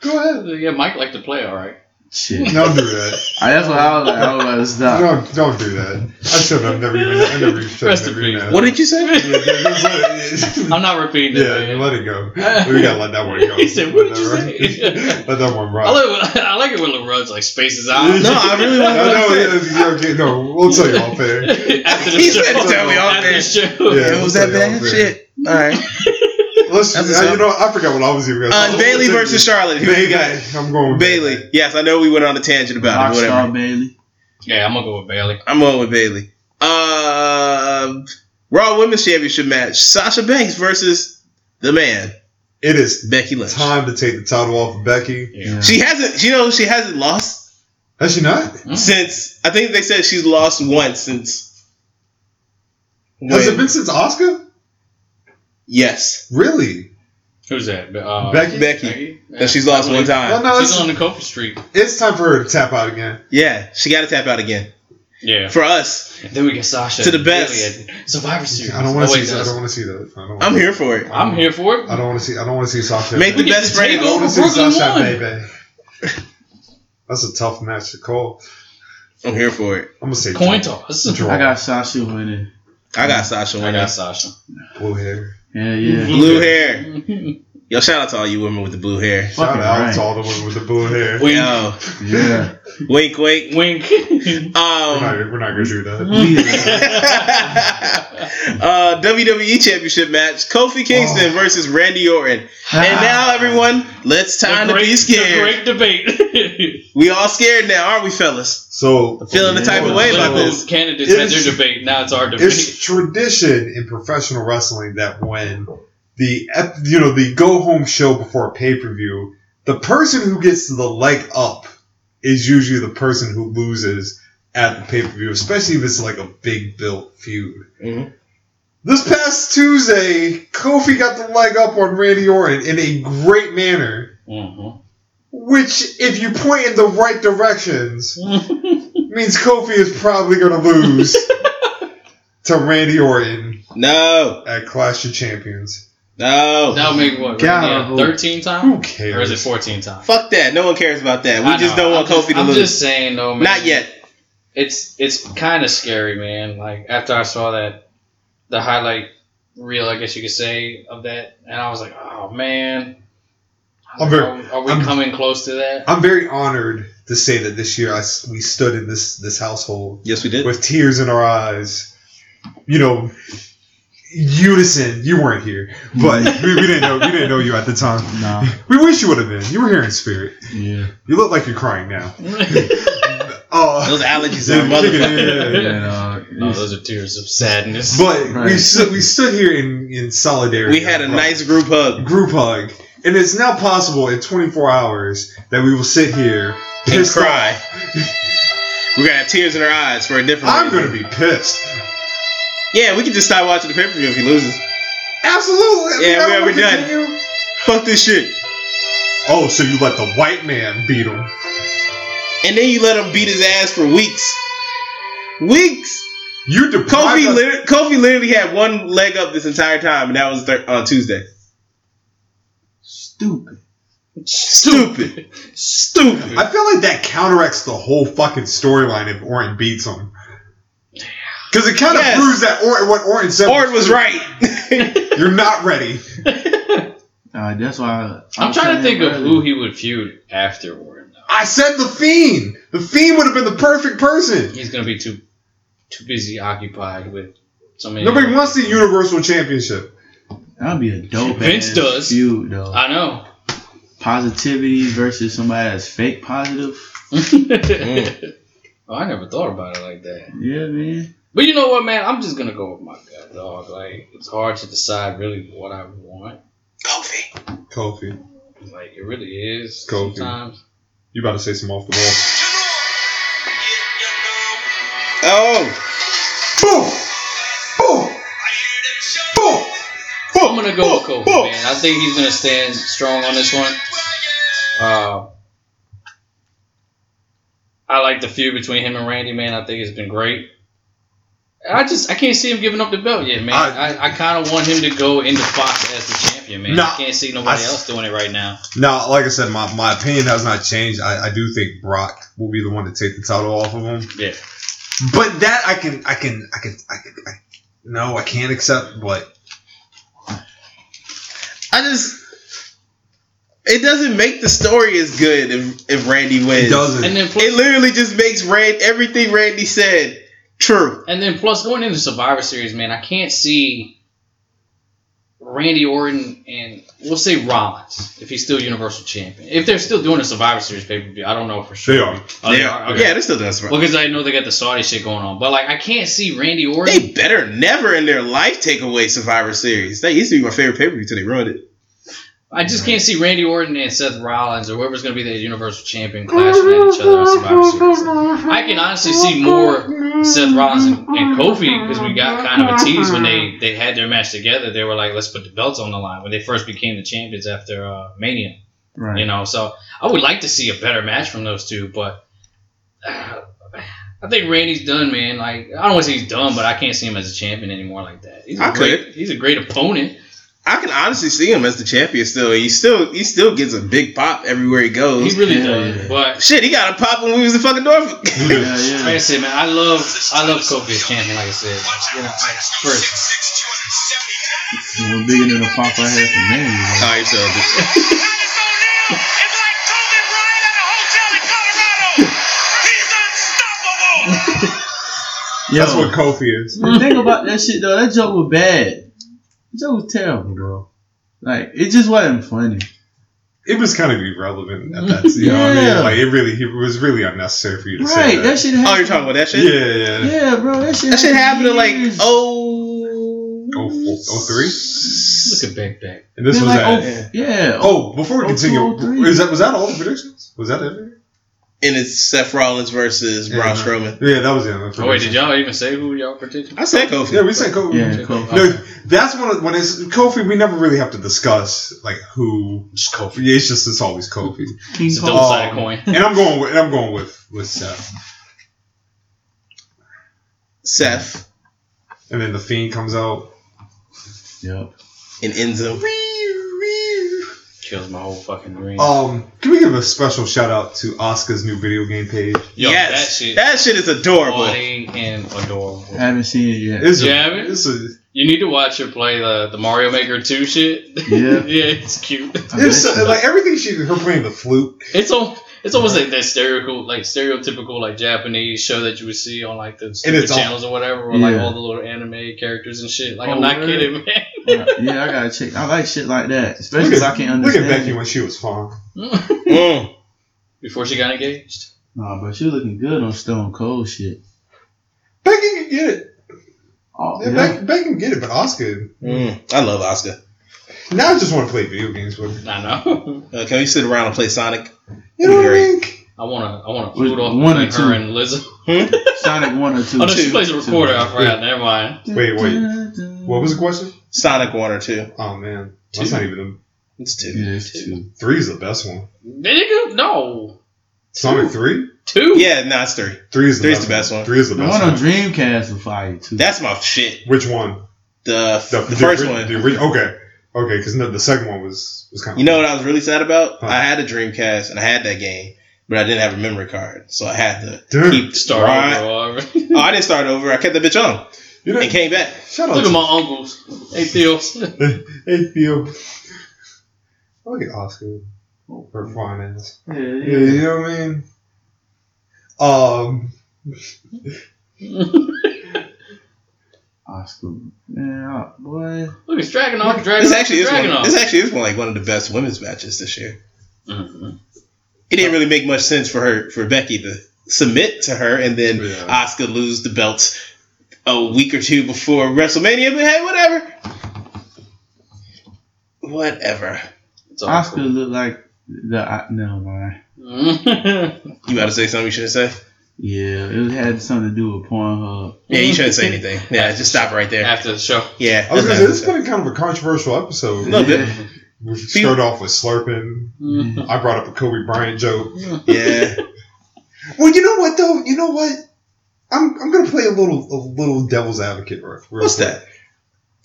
Speaker 4: Go ahead.
Speaker 5: [LAUGHS] yeah, Mike liked to play. All right.
Speaker 3: Shit.
Speaker 4: Don't do that.
Speaker 3: [LAUGHS] I, that's what I was like. I was about to stop.
Speaker 4: Don't don't do that. I should have never even. I never even should
Speaker 5: Rest
Speaker 4: have
Speaker 5: in
Speaker 4: never even.
Speaker 5: peace.
Speaker 4: asked.
Speaker 7: What did you say?
Speaker 4: Yeah, just let it-
Speaker 5: I'm not repeating
Speaker 4: [LAUGHS] yeah,
Speaker 5: it. man.
Speaker 4: let it go. We gotta let that one go.
Speaker 5: He said, "What did you
Speaker 4: Let that
Speaker 5: say?"
Speaker 4: run- [LAUGHS] let that one run.
Speaker 5: I, like, I like it when [LAUGHS] LeBron's like spaces out.
Speaker 7: No, I really
Speaker 4: No,
Speaker 7: want
Speaker 5: [LAUGHS]
Speaker 7: to
Speaker 4: no, yeah, yeah, okay, no. We'll tell you off air.
Speaker 5: after the
Speaker 7: He
Speaker 5: show.
Speaker 7: said, "Tell me off
Speaker 5: after
Speaker 7: air."
Speaker 5: the show.
Speaker 4: Yeah.
Speaker 7: It was that
Speaker 4: Yeah,
Speaker 7: bad
Speaker 4: man.
Speaker 7: shit. Alright.
Speaker 4: Let's
Speaker 7: That's
Speaker 4: just,
Speaker 7: what's
Speaker 4: you
Speaker 7: up.
Speaker 4: know, I forgot what I was even going to
Speaker 7: Uh, Bailey versus Charlotte. Who you
Speaker 4: Bailey.
Speaker 7: got?
Speaker 4: I'm going with
Speaker 7: Bailey. Yes, I know we went on a tangent about it. Whatever.
Speaker 3: Rockstar Bailey.
Speaker 5: Yeah, I'm gonna go with Bailey.
Speaker 7: I'm going with Bailey. Uh, Raw Women's Championship match: Sasha Banks versus the man
Speaker 4: It is
Speaker 7: Becky Lynch.
Speaker 4: time to take the title off of Becky.
Speaker 5: Yeah.
Speaker 7: She hasn't, you know, she hasn't lost
Speaker 4: Has she not?
Speaker 7: since. I think they said she's lost once since.
Speaker 4: Has
Speaker 7: when-
Speaker 4: it been since Oscar?
Speaker 7: yes,
Speaker 4: Really?
Speaker 5: Who's that? Uh,
Speaker 4: Becky?
Speaker 7: Becky. That she's lost one
Speaker 4: Well,
Speaker 7: time.
Speaker 4: no,
Speaker 5: She's
Speaker 4: it's,
Speaker 5: on the Copa Street.
Speaker 4: it's time for her to tap out again.
Speaker 7: Yeah, she got to tap out again.
Speaker 5: Yeah.
Speaker 7: For us,
Speaker 5: then we get Sasha
Speaker 7: To the
Speaker 5: and
Speaker 7: best.
Speaker 5: Bailey at Survivor Series.
Speaker 4: I don't want
Speaker 5: Oh,
Speaker 4: to
Speaker 5: wait,
Speaker 4: see. I
Speaker 5: that's-
Speaker 4: don't want to see that. I don't wanna-
Speaker 7: I'm here for it.
Speaker 5: I'm here for it.
Speaker 4: I don't want to see. I don't want to see Sasha.
Speaker 7: Make
Speaker 5: We
Speaker 7: the
Speaker 5: get
Speaker 7: best
Speaker 5: to
Speaker 7: friend.
Speaker 5: take
Speaker 4: I want
Speaker 5: over
Speaker 4: to see
Speaker 5: Brooklyn
Speaker 4: Sasha,
Speaker 5: one.
Speaker 4: baby. That's a tough match to call.
Speaker 7: I'm here for it.
Speaker 4: I'm gonna say
Speaker 5: Coin
Speaker 4: draw.
Speaker 5: toss.
Speaker 4: Draw.
Speaker 3: I got Sasha winning.
Speaker 7: I got Sasha
Speaker 5: I
Speaker 7: winning.
Speaker 5: got [LAUGHS] Sasha.
Speaker 4: blue hair.
Speaker 3: Yeah, yeah.
Speaker 7: Blue hair. Yo, shout out to all you women with the blue hair.
Speaker 4: Shout
Speaker 3: Fucking
Speaker 4: out
Speaker 3: right.
Speaker 4: to all the women with the blue hair.
Speaker 5: Wink.
Speaker 7: Yo,
Speaker 3: Yeah.
Speaker 7: wink, wink.
Speaker 5: Wink.
Speaker 7: [LAUGHS]
Speaker 4: We're not,
Speaker 7: Um,
Speaker 4: we're not gonna do
Speaker 3: Mm-hmm.
Speaker 5: Mm-hmm.
Speaker 4: that.
Speaker 3: Yeah.
Speaker 5: [LAUGHS]
Speaker 7: uh, WWE Championship match: Kofi Kingston
Speaker 5: Oh.
Speaker 7: versus Randy Orton. And
Speaker 3: [LAUGHS]
Speaker 7: now, everyone, let's time to be scared.
Speaker 5: Ah. The [LAUGHS] great debate.
Speaker 7: We all scared now, aren't we, fellas?
Speaker 4: So
Speaker 7: Feeling the type of way about
Speaker 5: Political
Speaker 7: this.
Speaker 5: Candidates
Speaker 4: It
Speaker 5: had
Speaker 4: is-
Speaker 5: their debate. Now it's our debate.
Speaker 4: it's tradition in professional wrestling that when the ep- you know the go home show before a pay per view, the person who gets the leg up is usually the person who loses at the pay per view, especially if it's like a big built feud.
Speaker 7: Mhm.
Speaker 4: This past Tuesday, Kofi got the leg up on Randy Orton in a great manner,
Speaker 5: Mhm.
Speaker 4: which, if you point in the right directions, means Kofi is probably going to lose to Randy Orton
Speaker 7: No,
Speaker 4: at uh, Clash of Champions.
Speaker 7: no.
Speaker 5: That'll make what?
Speaker 3: God.
Speaker 5: yeah, 13
Speaker 4: Who
Speaker 5: times?
Speaker 4: cares?
Speaker 5: Or is it 14 times?
Speaker 7: Fuck that. No one cares about that. We
Speaker 5: I
Speaker 7: just
Speaker 5: know.
Speaker 7: don't want
Speaker 5: I'm
Speaker 7: Kofi
Speaker 5: just-
Speaker 7: to
Speaker 5: I'm
Speaker 7: lose.
Speaker 5: just saying, though, man.
Speaker 7: Not yet.
Speaker 5: It's it's kind of scary, man. Like after I saw that, the highlight reel, I guess you could say, of that, and I was like, oh man,
Speaker 4: I'm very-
Speaker 5: Are, are we
Speaker 4: I'm-
Speaker 5: coming close
Speaker 4: [LAUGHS]
Speaker 5: to that? [LAUGHS]
Speaker 4: I'm very honored to say that this year I s we stood in this this household
Speaker 7: Yes, we did.
Speaker 4: with tears in our eyes. You know, unison. You weren't here,
Speaker 7: [LAUGHS]
Speaker 4: but we, we didn't know we didn't know you at the time.
Speaker 3: No.
Speaker 4: We wish you would have been. You were here in spirit.
Speaker 3: [LAUGHS] Yeah.
Speaker 4: You look like you're crying now.
Speaker 5: no,
Speaker 4: Oh,
Speaker 7: Those allergies
Speaker 4: Yeah,
Speaker 5: [LAUGHS]
Speaker 7: are
Speaker 4: yeah, yeah,
Speaker 7: motherfucker. [LAUGHS]
Speaker 4: yeah.
Speaker 3: Yeah, dog.
Speaker 5: those are tears of sadness.
Speaker 4: But we
Speaker 3: Right.
Speaker 4: stood we stood here in in solidarity.
Speaker 7: We had a nice group hug.
Speaker 4: group hug, and it's now possible in 24 hours that we will sit here
Speaker 7: And
Speaker 4: pissed off.
Speaker 7: cry. We're gonna have tears in our eyes for a different
Speaker 4: I'm
Speaker 7: reason.
Speaker 4: gonna be pissed.
Speaker 7: Yeah, we can just stop watching the pay per view if he loses.
Speaker 4: Absolutely.
Speaker 7: Yeah,
Speaker 4: I
Speaker 7: we-
Speaker 4: wanna
Speaker 7: we done.
Speaker 4: continue.
Speaker 7: Fuck this shit.
Speaker 4: Oh, so you let the white man beat him?
Speaker 7: And then you let him beat his ass for weeks. Weeks.
Speaker 4: You deprived
Speaker 7: Kofi,
Speaker 4: us-
Speaker 7: liter- Kofi literally had one leg up this entire time, and that was thir- on Tuesday.
Speaker 3: Stupid.
Speaker 7: Stupid. Stupid.
Speaker 4: I feel like that counteracts the whole fucking storyline if Orton beats him. Because it kind of
Speaker 7: Yes.
Speaker 4: proves that Orton, what Orton said.
Speaker 7: Ford was right.
Speaker 4: You're not ready.
Speaker 5: [LAUGHS]
Speaker 3: Uh, that's why I,
Speaker 5: I'm
Speaker 3: I
Speaker 5: trying
Speaker 3: said
Speaker 5: to think of
Speaker 3: earlier.
Speaker 5: who he would feud afterward.
Speaker 4: I said the Fiend. The Fiend would have been the perfect person.
Speaker 5: He's gonna be too too busy occupied with so many.
Speaker 4: Nobody wants the Universal Championship.
Speaker 3: That'd be a dope.
Speaker 5: Vince
Speaker 3: ass
Speaker 5: does.
Speaker 3: feud though.
Speaker 5: I know.
Speaker 3: Positivity versus somebody that's fake positive.
Speaker 5: [LAUGHS] Oh, I never thought about it like that.
Speaker 3: Yeah, man.
Speaker 5: But you know what, man? I'm just gonna go with my gut, dog. Like it's hard to decide really what I want.
Speaker 7: Kofi.
Speaker 4: Kofi,
Speaker 5: Like it really is
Speaker 4: Kofi.
Speaker 5: sometimes.
Speaker 4: you about to say some off the wall?
Speaker 7: Oh.
Speaker 4: Boom! Boom! Boom!
Speaker 5: I'm gonna go with Kofi, man. I think he's gonna stand strong on this one. Uh, I like the feud between him and Randy, man. I think it's been great. I just I can't see him giving up the belt yet, man. I,
Speaker 4: I-
Speaker 5: I, kind of want him to go into Fox as the champion, man.
Speaker 4: Nah,
Speaker 5: I can't see nobody
Speaker 4: I-
Speaker 5: else doing it right now.
Speaker 4: Now, like I said, my, my opinion has not changed. I, I do think Brock will be the one to take the title off of him.
Speaker 5: Yeah.
Speaker 4: But that I can I can I can I can I, no I can't accept. But
Speaker 7: I just. It doesn't make the story as good if, if Randy wins.
Speaker 4: it doesn't.
Speaker 5: And then plus,
Speaker 7: It literally just makes Rand everything Randy said true.
Speaker 5: and then plus going into Survivor Series, man, I can't see Randy Orton and we'll say Rollins if he's still Universal Champion. If they're still doing a Survivor Series pay per view, I don't know for sure.
Speaker 4: they are.
Speaker 5: Oh, they are? Okay.
Speaker 7: yeah, this still does.
Speaker 5: Well, because I know they got the Saudi shit going on, but like I can't see Randy Orton.
Speaker 7: They better never in their life take away Survivor Series. That used to be my favorite pay per view until they ruined it.
Speaker 5: I just can't see Randy Orton and Seth Rollins or whoever's going to be the Universal Champion clashing at each other in Survivor Series. I can honestly see more Seth Rollins and, and Kofi because we got kind of a tease when they, they had their match together. They were like, let's put the belts on the line when they first became the champions after uh, Mania.
Speaker 3: Right.
Speaker 5: You know, so I would like to see a better match from those two, but uh, I think Randy's done, man. Like I don't want to say he's done, but I can't see him as a champion anymore like that. He's a
Speaker 7: I
Speaker 5: great, he's a great opponent.
Speaker 7: I can honestly see him as the champion still. He still he still gets a big pop everywhere he
Speaker 5: He
Speaker 7: goes.
Speaker 5: really
Speaker 3: Yeah,
Speaker 5: does,
Speaker 3: yeah.
Speaker 5: but
Speaker 7: Shit, he got a pop when we was in fucking Norfolk.
Speaker 3: Yeah,
Speaker 5: Like I
Speaker 3: yeah.
Speaker 5: said, man, I love I love Kofi as champion. Like I said, you know, like, first
Speaker 3: We're bigger than a pop I had for man. you know.
Speaker 7: All right, so
Speaker 1: Titus O'Neil is like Kobe Bryant at a hotel in Colorado. He's
Speaker 3: [LAUGHS]
Speaker 1: unstoppable.
Speaker 3: Yo,
Speaker 4: That's what Kofi is.
Speaker 3: the thing about that shit though, that joke was bad. That joke was terrible, bro. Like it just wasn't funny.
Speaker 4: It was kind of irrelevant at that. You know what I
Speaker 3: Yeah.
Speaker 4: mean? Like it really it was really unnecessary for you to say
Speaker 3: Right,
Speaker 4: that.
Speaker 3: that shit. Happened.
Speaker 7: oh, you're talking about that shit.
Speaker 4: yeah, yeah.
Speaker 3: Yeah, bro, that shit.
Speaker 7: That shit happened in like
Speaker 3: years.
Speaker 7: oh
Speaker 4: Oh, four, oh three.
Speaker 5: look at Big Bang.
Speaker 4: And this
Speaker 3: Yeah,
Speaker 4: was
Speaker 3: like,
Speaker 4: at.
Speaker 3: oh, yeah. Oh,
Speaker 4: Oh, before we
Speaker 3: oh,
Speaker 4: continue,
Speaker 3: 203.
Speaker 4: is that was that all the predictions? Was that it?
Speaker 7: and it's Seth Rollins versus
Speaker 4: Yeah,
Speaker 7: Braun
Speaker 4: no.
Speaker 7: Strowman.
Speaker 4: Yeah, that was the end. of the
Speaker 5: Oh wait, did
Speaker 4: predictions.
Speaker 5: y'all even say who y'all predicted?
Speaker 7: I said Kofi.
Speaker 4: Yeah, we said Kofi.
Speaker 3: yeah,
Speaker 5: Okay.
Speaker 3: Kofi.
Speaker 4: No, that's one of when it's Kofi. We never really have to discuss like who.
Speaker 5: Just Kofi.
Speaker 4: It's just it's always Kofi,
Speaker 3: King
Speaker 5: It's a
Speaker 3: Kong.
Speaker 5: double side coin.
Speaker 3: [LAUGHS]
Speaker 4: and I'm going with and I'm going with with Seth.
Speaker 7: Seth
Speaker 4: And then the Fiend comes out.
Speaker 3: Yep.
Speaker 7: and Enzo.
Speaker 5: Kills my whole fucking dream.
Speaker 3: Oh,
Speaker 4: Um, can we give a special shout out to Oscar's new video game page?
Speaker 5: Yo,
Speaker 7: yes, that shit.
Speaker 5: that shit
Speaker 7: is adorable.
Speaker 5: funny and adorable.
Speaker 3: Haven't seen it yet.
Speaker 4: It's a,
Speaker 5: Yeah, I mean-
Speaker 4: it's a,
Speaker 5: You need to watch her play the, the Mario Maker 2 shit.
Speaker 3: Yeah.
Speaker 5: [LAUGHS] yeah, it's cute.
Speaker 4: It's uh, like everything she her playing the flute.
Speaker 5: It's all. It's almost like that stereotypical, like stereotypical, like Japanese show that you would see on like the stupid
Speaker 4: it's all-
Speaker 5: channels or whatever, with like
Speaker 3: Yeah.
Speaker 5: all the little anime characters and shit. Like
Speaker 3: Oh,
Speaker 5: I'm not
Speaker 3: word.
Speaker 5: kidding,
Speaker 3: yeah, I gotta check. I like shit like that, especially
Speaker 4: Look
Speaker 3: 'cause
Speaker 4: at-
Speaker 3: I can't
Speaker 4: Look
Speaker 3: understand.
Speaker 4: at Becky when she was fun.
Speaker 5: man. [LAUGHS]
Speaker 7: Mm.
Speaker 5: Before she got engaged,
Speaker 3: Nah, but she looking good on Stone Cold shit.
Speaker 4: Becky can get it.
Speaker 3: Oh,
Speaker 4: Yeah,
Speaker 3: yeah.
Speaker 4: Becky, Becky can get it, but Oscar
Speaker 7: Mm. I love Oscar.
Speaker 4: now I just want to play video games with. her.
Speaker 5: I know.
Speaker 7: Uh, can we sit around and play Sonic?
Speaker 4: You know what I
Speaker 7: Great.
Speaker 4: mean?
Speaker 5: [LAUGHS] I wanna, I wanna
Speaker 3: Was
Speaker 5: flute off
Speaker 3: one or
Speaker 5: between
Speaker 3: two?
Speaker 5: her and Liz.
Speaker 3: Sonic one or two.
Speaker 5: [LAUGHS] Oh no, she
Speaker 3: Two.
Speaker 5: plays a recorder. I
Speaker 3: Two.
Speaker 5: forgot. Never mind.
Speaker 4: Wait, What was the question?
Speaker 7: Sonic one or two?
Speaker 4: Oh man, that's not even
Speaker 7: It's two.
Speaker 3: Yeah, it's two.
Speaker 4: a, three is the best one.
Speaker 5: Nigga, no.
Speaker 4: Sonic three,
Speaker 5: Two.
Speaker 7: Yeah, no, it's three.
Speaker 4: three is the
Speaker 7: Three's
Speaker 4: best
Speaker 7: the best one.
Speaker 4: Three is the
Speaker 3: The
Speaker 4: best
Speaker 3: one on
Speaker 4: one.
Speaker 3: Dreamcast was fire too.
Speaker 7: That's my shit.
Speaker 4: Which one?
Speaker 7: The the, first
Speaker 4: ori-
Speaker 7: one.
Speaker 4: the ori- okay, okay, because the, the second one was was kind of
Speaker 7: You know what I was really sad about?
Speaker 4: Huh.
Speaker 7: I had a Dreamcast and I had that game, but I didn't have a memory card, so I had to
Speaker 4: Dude,
Speaker 7: keep
Speaker 5: Star.
Speaker 7: right.
Speaker 5: Over.
Speaker 7: Oh, I didn't start over. I kept the bitch on
Speaker 4: you
Speaker 7: and
Speaker 4: know,
Speaker 7: came back.
Speaker 4: shout out
Speaker 5: [LAUGHS] Look
Speaker 4: to
Speaker 5: at my uncles. Hey [LAUGHS] Theo.
Speaker 4: [LAUGHS] hey Theo. Look at Oscar, her fine ass.
Speaker 3: Yeah,
Speaker 4: Yeah,
Speaker 3: yeah.
Speaker 4: you know what I mean? Um,
Speaker 3: Oscar. Yeah, boy.
Speaker 5: Look, it's dragging off. Dragging
Speaker 7: This
Speaker 5: off.
Speaker 7: actually is
Speaker 5: dragging
Speaker 7: one.
Speaker 5: off.
Speaker 7: This actually is one like one of the best women's matches this year.
Speaker 5: Mhm.
Speaker 7: It didn't really make much sense for her for Becky to submit to her and then
Speaker 4: Yeah.
Speaker 7: Oscar lose the belt a week or two before WrestleMania. But hey, whatever. Whatever.
Speaker 5: It's all
Speaker 3: Oscar
Speaker 5: cool.
Speaker 3: looked like the. I, no, man.
Speaker 7: You about to say something you shouldn't say?
Speaker 3: Yeah, it had something to do with Pornhub.
Speaker 7: [LAUGHS] Yeah, you shouldn't
Speaker 5: [LAUGHS]
Speaker 7: say anything. Yeah, just stop right there.
Speaker 5: After the show.
Speaker 7: Yeah.
Speaker 4: I was gonna
Speaker 7: that's
Speaker 4: say
Speaker 7: not-
Speaker 4: this has been kind of a controversial episode.
Speaker 7: No, but-
Speaker 4: we started off with slurping.
Speaker 7: Mm-hmm.
Speaker 4: I brought up a Kobe Bryant joke.
Speaker 7: Yeah.
Speaker 4: [LAUGHS] Well, you know what though? You know what? I'm I'm gonna play a little a little devil's advocate. Real real
Speaker 7: What's
Speaker 4: quick.
Speaker 7: that?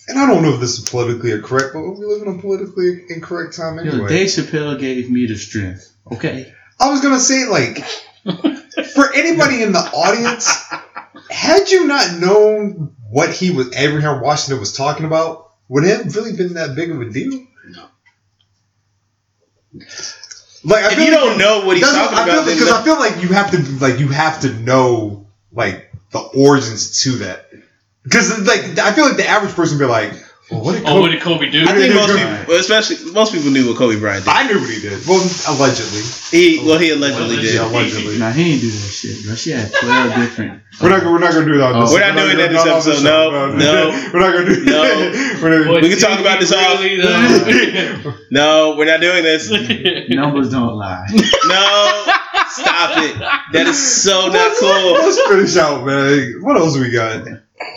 Speaker 4: And I don't know if this is politically correct, but we live in a politically incorrect time
Speaker 3: Yo,
Speaker 4: anyway.
Speaker 3: Dave Chappelle gave me the strength. Okay.
Speaker 4: I was gonna say like, for anybody in the audience, had you not known what he was Abraham Washington was talking about, would it have really been that big of a deal?
Speaker 5: No.
Speaker 4: Like I
Speaker 7: If
Speaker 4: feel
Speaker 7: you
Speaker 4: like-
Speaker 7: don't know what he's
Speaker 4: that's
Speaker 7: talking
Speaker 4: what I feel
Speaker 7: about, then
Speaker 4: because I feel like you have to like you have to know like the origins to that because like I feel like the average person would be like, well, what did
Speaker 5: Oh, what
Speaker 4: Kobe?
Speaker 5: did Kobe do?
Speaker 7: I think most
Speaker 4: Right.
Speaker 7: people, well, especially most people knew what Kobe Bryant did.
Speaker 4: I knew what he did. Well, allegedly,
Speaker 7: He well, he allegedly
Speaker 5: Well,
Speaker 7: did.
Speaker 4: yeah, allegedly.
Speaker 3: Now he ain't do that shit, bro. She had twelve different.
Speaker 4: We're not, we're not gonna do that.
Speaker 5: Oh.
Speaker 4: on this-
Speaker 7: We're not doing
Speaker 4: gonna-
Speaker 7: that this
Speaker 4: not on
Speaker 7: episode. No,
Speaker 4: show.
Speaker 7: no.
Speaker 4: [LAUGHS] we're not gonna do.
Speaker 7: No.
Speaker 4: we're not,
Speaker 7: We can talk about this all- No, we're not doing this. No,
Speaker 3: Numbers don't [LAUGHS] lie.
Speaker 7: stop it. That is
Speaker 4: [LAUGHS]
Speaker 7: so not
Speaker 4: let's,
Speaker 7: cool.
Speaker 4: let's finish out, man. What else we got?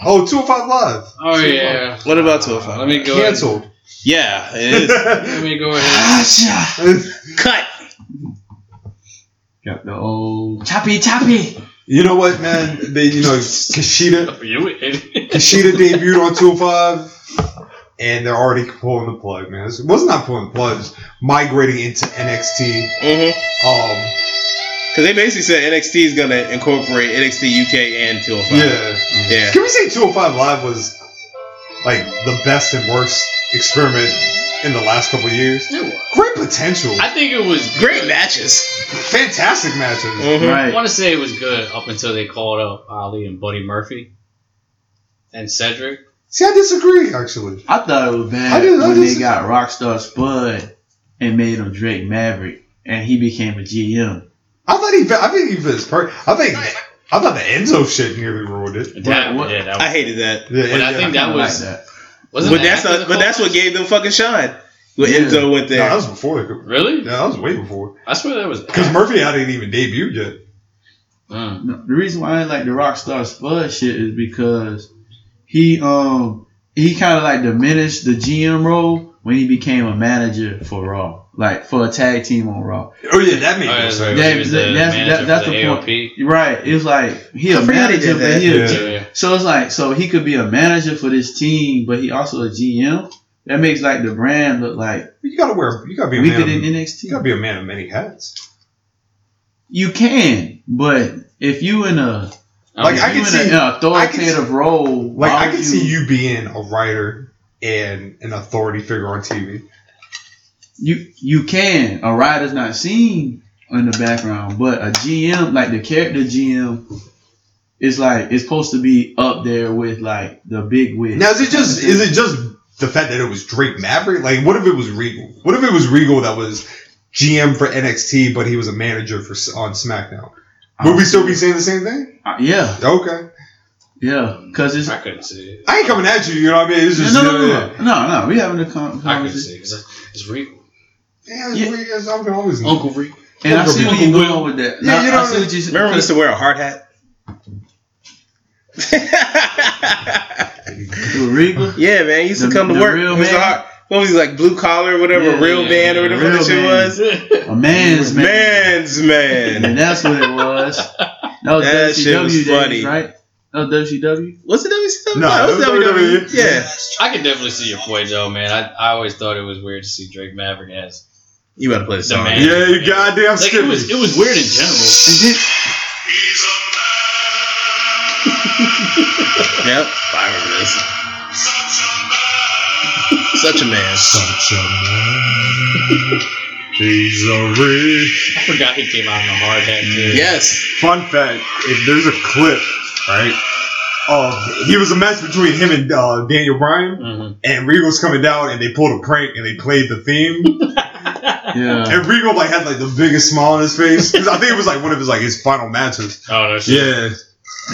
Speaker 4: Oh, 205 Live
Speaker 5: [LAUGHS] oh yeah.
Speaker 7: What about
Speaker 5: Uh,
Speaker 7: 205?
Speaker 5: let me go. ahead-
Speaker 4: canceled.
Speaker 7: Yeah, it
Speaker 4: [LAUGHS]
Speaker 7: is.
Speaker 5: Let
Speaker 4: yeah,
Speaker 5: me go ahead.
Speaker 7: Cut.
Speaker 3: Got the old choppy choppy.
Speaker 4: [LAUGHS] you know what, man? They, you know,
Speaker 5: [LAUGHS]
Speaker 4: Kashida,
Speaker 5: You idiot.
Speaker 4: Kashida debuted on 205, and they're already pulling the plug, man. It was not pulling the plug, it's migrating into NXT.
Speaker 7: Mm-hmm.
Speaker 4: Um,
Speaker 7: Because they basically said NXT is gonna incorporate NXT UK and 205.
Speaker 4: yeah.
Speaker 7: Yeah. Yeah.
Speaker 4: Can we say 205 Live was like the best and worst experiment in the last couple of years?
Speaker 5: It was.
Speaker 4: Great potential,
Speaker 5: I think it was
Speaker 7: Great matches.
Speaker 4: fantastic matches.
Speaker 7: Mhm.
Speaker 5: I
Speaker 3: Right.
Speaker 5: want to say it was good up until they called up Ali and Buddy Murphy and Cedric.
Speaker 4: See, I disagree actually.
Speaker 3: I thought it was bad
Speaker 4: I didn't
Speaker 3: when
Speaker 4: notice
Speaker 3: they got Rockstar Spud and made him Drake Maverick, and he became a GM.
Speaker 4: I thought he, I think he was per. I think
Speaker 3: [LAUGHS]
Speaker 4: I thought the Enzo shit nearly ruined it.
Speaker 5: That,
Speaker 3: what-
Speaker 5: yeah, that
Speaker 7: I
Speaker 5: was,
Speaker 7: hated that.
Speaker 4: Yeah,
Speaker 5: But I
Speaker 4: yeah.
Speaker 5: think
Speaker 3: I
Speaker 5: that
Speaker 3: kinda
Speaker 5: was.
Speaker 3: like that.
Speaker 5: wasn't
Speaker 7: But
Speaker 5: that
Speaker 7: that's not,
Speaker 5: after the
Speaker 7: but that's
Speaker 5: call?
Speaker 7: what gave them fucking shine. When
Speaker 3: Yeah.
Speaker 7: Enzo went
Speaker 4: no,
Speaker 7: there.
Speaker 4: that was before. the-
Speaker 5: Really?
Speaker 4: Yeah, that was way before.
Speaker 5: I swear that was.
Speaker 4: Because Murphy hadn't even debuted yet.
Speaker 5: Mm.
Speaker 3: No, the reason why I didn't like the Rockstar Spud shit is because he um he kind of like diminished the GM role when he became a manager for Raw, like for a tag team on Raw.
Speaker 4: Oh yeah, that made
Speaker 5: Oh, yeah,
Speaker 4: no
Speaker 5: so
Speaker 4: sense.
Speaker 3: Yeah,
Speaker 5: he was the
Speaker 3: that's- that's-
Speaker 5: manager
Speaker 3: that's
Speaker 5: for
Speaker 3: the point.
Speaker 5: AOP.
Speaker 3: Right, it's like he a
Speaker 7: I forgot he did
Speaker 3: manager, but
Speaker 7: that.
Speaker 3: he a
Speaker 4: Yeah.
Speaker 3: G-
Speaker 5: Yeah, yeah.
Speaker 3: so it's like so he could be a manager for this team, but he also a GM. That makes like the brand look like
Speaker 4: You gotta wear. You gotta be a
Speaker 3: weaker
Speaker 4: man.
Speaker 3: than
Speaker 4: Of, you gotta
Speaker 3: NXT.
Speaker 4: be a man of many hats.
Speaker 3: You can, but if you in a
Speaker 4: Like, I
Speaker 3: you in
Speaker 4: can see-
Speaker 3: a, an authoritative
Speaker 4: I
Speaker 3: role. why
Speaker 4: Like I
Speaker 3: would
Speaker 4: can see you being a writer and an authority figure on TV.
Speaker 3: You you can. A rider's not seen in the background, but a GM, like the character GM, is like it's supposed to be up there with like the big wig.
Speaker 4: Now is it just is it just the fact that it was Drake Maverick? Like what if it was Regal? What if it was Regal that was GM for NXT, but he was a manager for on SmackDown? Would we still be saying the same thing?
Speaker 3: Uh, yeah,
Speaker 4: Okay,
Speaker 3: yeah, because it's
Speaker 5: I couldn't see it.
Speaker 4: I ain't coming at you. You know what I mean? It's
Speaker 3: no,
Speaker 4: just
Speaker 3: no, no, no, no, no. We having a con-
Speaker 5: I couldn't
Speaker 3: conversation,
Speaker 5: see it because it's real.
Speaker 4: Yeah, it's weird. It's- I can always
Speaker 5: Uncle [LAUGHS] Reed.
Speaker 3: and I see where you going with that.
Speaker 4: Yeah,
Speaker 3: Yeah,
Speaker 4: you
Speaker 3: you
Speaker 4: know
Speaker 3: I see
Speaker 4: what
Speaker 3: what you
Speaker 7: Remember when I used to wear a hard hat?
Speaker 3: with Regal.
Speaker 7: yeah, man. I used to
Speaker 3: The-
Speaker 7: come to
Speaker 3: the
Speaker 7: work.
Speaker 3: real
Speaker 7: It was a
Speaker 3: man?
Speaker 7: hard, what was he like? Blue collar, or whatever.
Speaker 5: Yeah,
Speaker 7: real
Speaker 5: yeah,
Speaker 7: man, or
Speaker 5: yeah,
Speaker 7: whatever
Speaker 3: real
Speaker 7: that shit
Speaker 3: man.
Speaker 7: was.
Speaker 3: A man's man.
Speaker 7: Man's man.
Speaker 3: [LAUGHS] And that's what it was. That was
Speaker 7: That
Speaker 3: WCW
Speaker 7: shit was
Speaker 3: days,
Speaker 7: funny.
Speaker 3: right? That was WCW.
Speaker 7: was it WCW?
Speaker 4: No,
Speaker 7: it was E.
Speaker 4: it was WWE.
Speaker 7: Yeah,
Speaker 5: I can definitely see your point, though, man. I, I always thought it was weird to see Drake Maverick as
Speaker 7: you gotta play the
Speaker 5: the
Speaker 7: song.
Speaker 5: man.
Speaker 4: Yeah, you goddamn
Speaker 5: Like,
Speaker 4: skippy.
Speaker 5: it was it was weird in general.
Speaker 3: And then,
Speaker 10: He's a man,
Speaker 7: Yep, I remember this.
Speaker 10: such a man.
Speaker 7: Such a man.
Speaker 4: Such a man. He's a real.
Speaker 5: I forgot he came out in a hard hat. Too.
Speaker 7: Yes.
Speaker 4: Fun fact: If there's a clip, right? Of he was a match between him and uh, Daniel Bryan,
Speaker 5: Mhm.
Speaker 4: and Regal's coming down, and they pulled a prank, and they played the
Speaker 5: Uh-huh.
Speaker 4: theme,
Speaker 3: yeah.
Speaker 4: and Regal like had like the biggest smile on his face. 'Cause I think it was like one of his like his final matches.
Speaker 5: Oh no, shit.
Speaker 4: Yeah,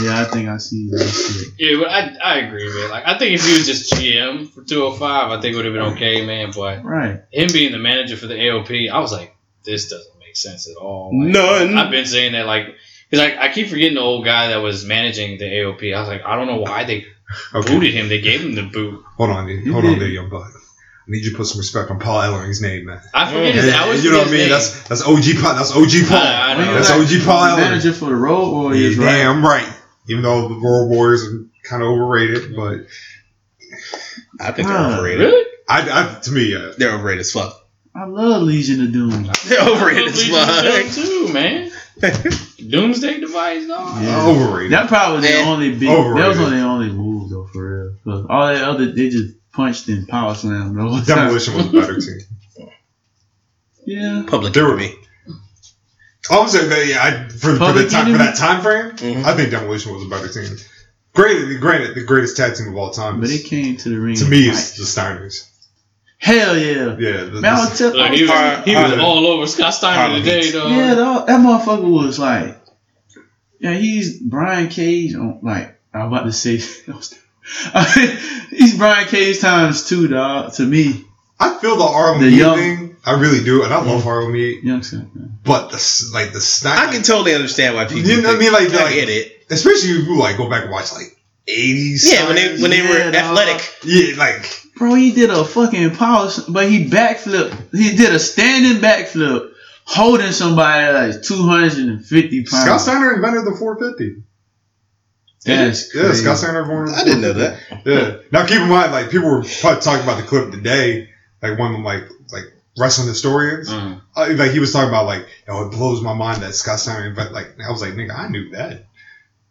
Speaker 3: Yeah, I think I see that shit.
Speaker 5: Yeah, but I, I agree, man. Like I think if he was just GM for 205, I think it would have been okay, man. But
Speaker 3: Right.
Speaker 5: him being the manager for the AOP, I was like, this doesn't make sense at all. Like,
Speaker 7: None.
Speaker 5: I've been saying that like because I, I keep forgetting the old guy that was managing the AOP. I was like, I don't know why they
Speaker 4: okay.
Speaker 5: booted him. They gave him the boot.
Speaker 4: Hold on, dude. hold on there, young buck. I need you to put some respect on Paul Ellering's name, man.
Speaker 5: I forget his. I always
Speaker 4: Mm. you know what I
Speaker 5: forget
Speaker 4: mean?
Speaker 5: his name.
Speaker 4: That's that's OG Paul. That's OG Paul.
Speaker 5: I- I know.
Speaker 4: that's OG Paul
Speaker 3: He's the
Speaker 4: Ellering.
Speaker 3: manager for the Road Warriors,
Speaker 4: Yeah,
Speaker 3: right?
Speaker 4: Damn right. Even though the Royal Warriors are kind of overrated, but
Speaker 7: I think they're
Speaker 3: Huh.
Speaker 7: overrated.
Speaker 5: Really?
Speaker 4: I, I to me, yeah.
Speaker 7: They're overrated as fuck. [LAUGHS]
Speaker 3: I love Legion of Doom.
Speaker 7: They're overrated as
Speaker 5: Legion
Speaker 7: fuck.
Speaker 5: of Doom
Speaker 4: [LAUGHS]
Speaker 5: too, man. Doomsday device, dog.
Speaker 3: Yeah.
Speaker 4: overrated.
Speaker 3: That probably was their
Speaker 7: Eh,
Speaker 3: only big. That was
Speaker 4: overrated.
Speaker 3: one of their only moves though, for real. 'Cause all that other, they just punched and power slammed. the whole time.
Speaker 4: Demolition was a better team.
Speaker 3: Yeah.
Speaker 7: Public
Speaker 4: They were-
Speaker 7: enemy.
Speaker 4: I would say that yeah, I, for, for, the
Speaker 3: Public
Speaker 4: time, for
Speaker 3: Enemy?
Speaker 4: that time frame,
Speaker 7: Mhm.
Speaker 4: I think Demolition was a better team. Granted, granted, the greatest tag team of all time.
Speaker 3: But it
Speaker 4: Is,
Speaker 3: came to the ring.
Speaker 4: to
Speaker 3: and
Speaker 4: me,
Speaker 3: fight.
Speaker 4: is the Steiners.
Speaker 3: hell yeah.
Speaker 4: Yeah, the,
Speaker 3: Man, I
Speaker 4: the,
Speaker 3: was tell-
Speaker 5: Look, he was, he was
Speaker 4: Hard-
Speaker 5: all over Scott Steiner
Speaker 7: hard
Speaker 5: today,
Speaker 7: hits.
Speaker 5: though.
Speaker 3: Yeah, dog, that motherfucker was like, yeah, he's Brian Cage on like I'm about to say, [LAUGHS] he's Brian Cage times two, dog. To me,
Speaker 4: I feel the Harlem
Speaker 3: The
Speaker 4: Heat
Speaker 3: young-
Speaker 4: thing. I really do, and I love Harlem Heat.
Speaker 3: youngster.
Speaker 4: But the s- like the Steiners,
Speaker 7: I can totally understand why people.
Speaker 4: You know what I mean? Like,
Speaker 7: think- I
Speaker 4: like-
Speaker 7: get it.
Speaker 4: especially if you like go back and watch like eighties.
Speaker 7: Yeah, when they when they
Speaker 3: Yeah,
Speaker 7: were
Speaker 3: dog.
Speaker 7: athletic.
Speaker 4: yeah, like
Speaker 3: Bro, he did a fucking power, s- but he backflip. He did a standing backflip, holding somebody like 250 pounds.
Speaker 4: Scott Steiner invented the four fifty.
Speaker 3: That's
Speaker 4: Yeah,
Speaker 3: crazy.
Speaker 4: Scott Steiner born.
Speaker 7: I didn't know that.
Speaker 4: Yeah. Now keep in mind, like people were probably talking about the clip today, like one of them, like like wrestling historians.
Speaker 5: Mm.
Speaker 4: Uh, like he was talking about, like, oh, it blows my mind that Scott Steiner. But like, I was like, nigga, I knew that.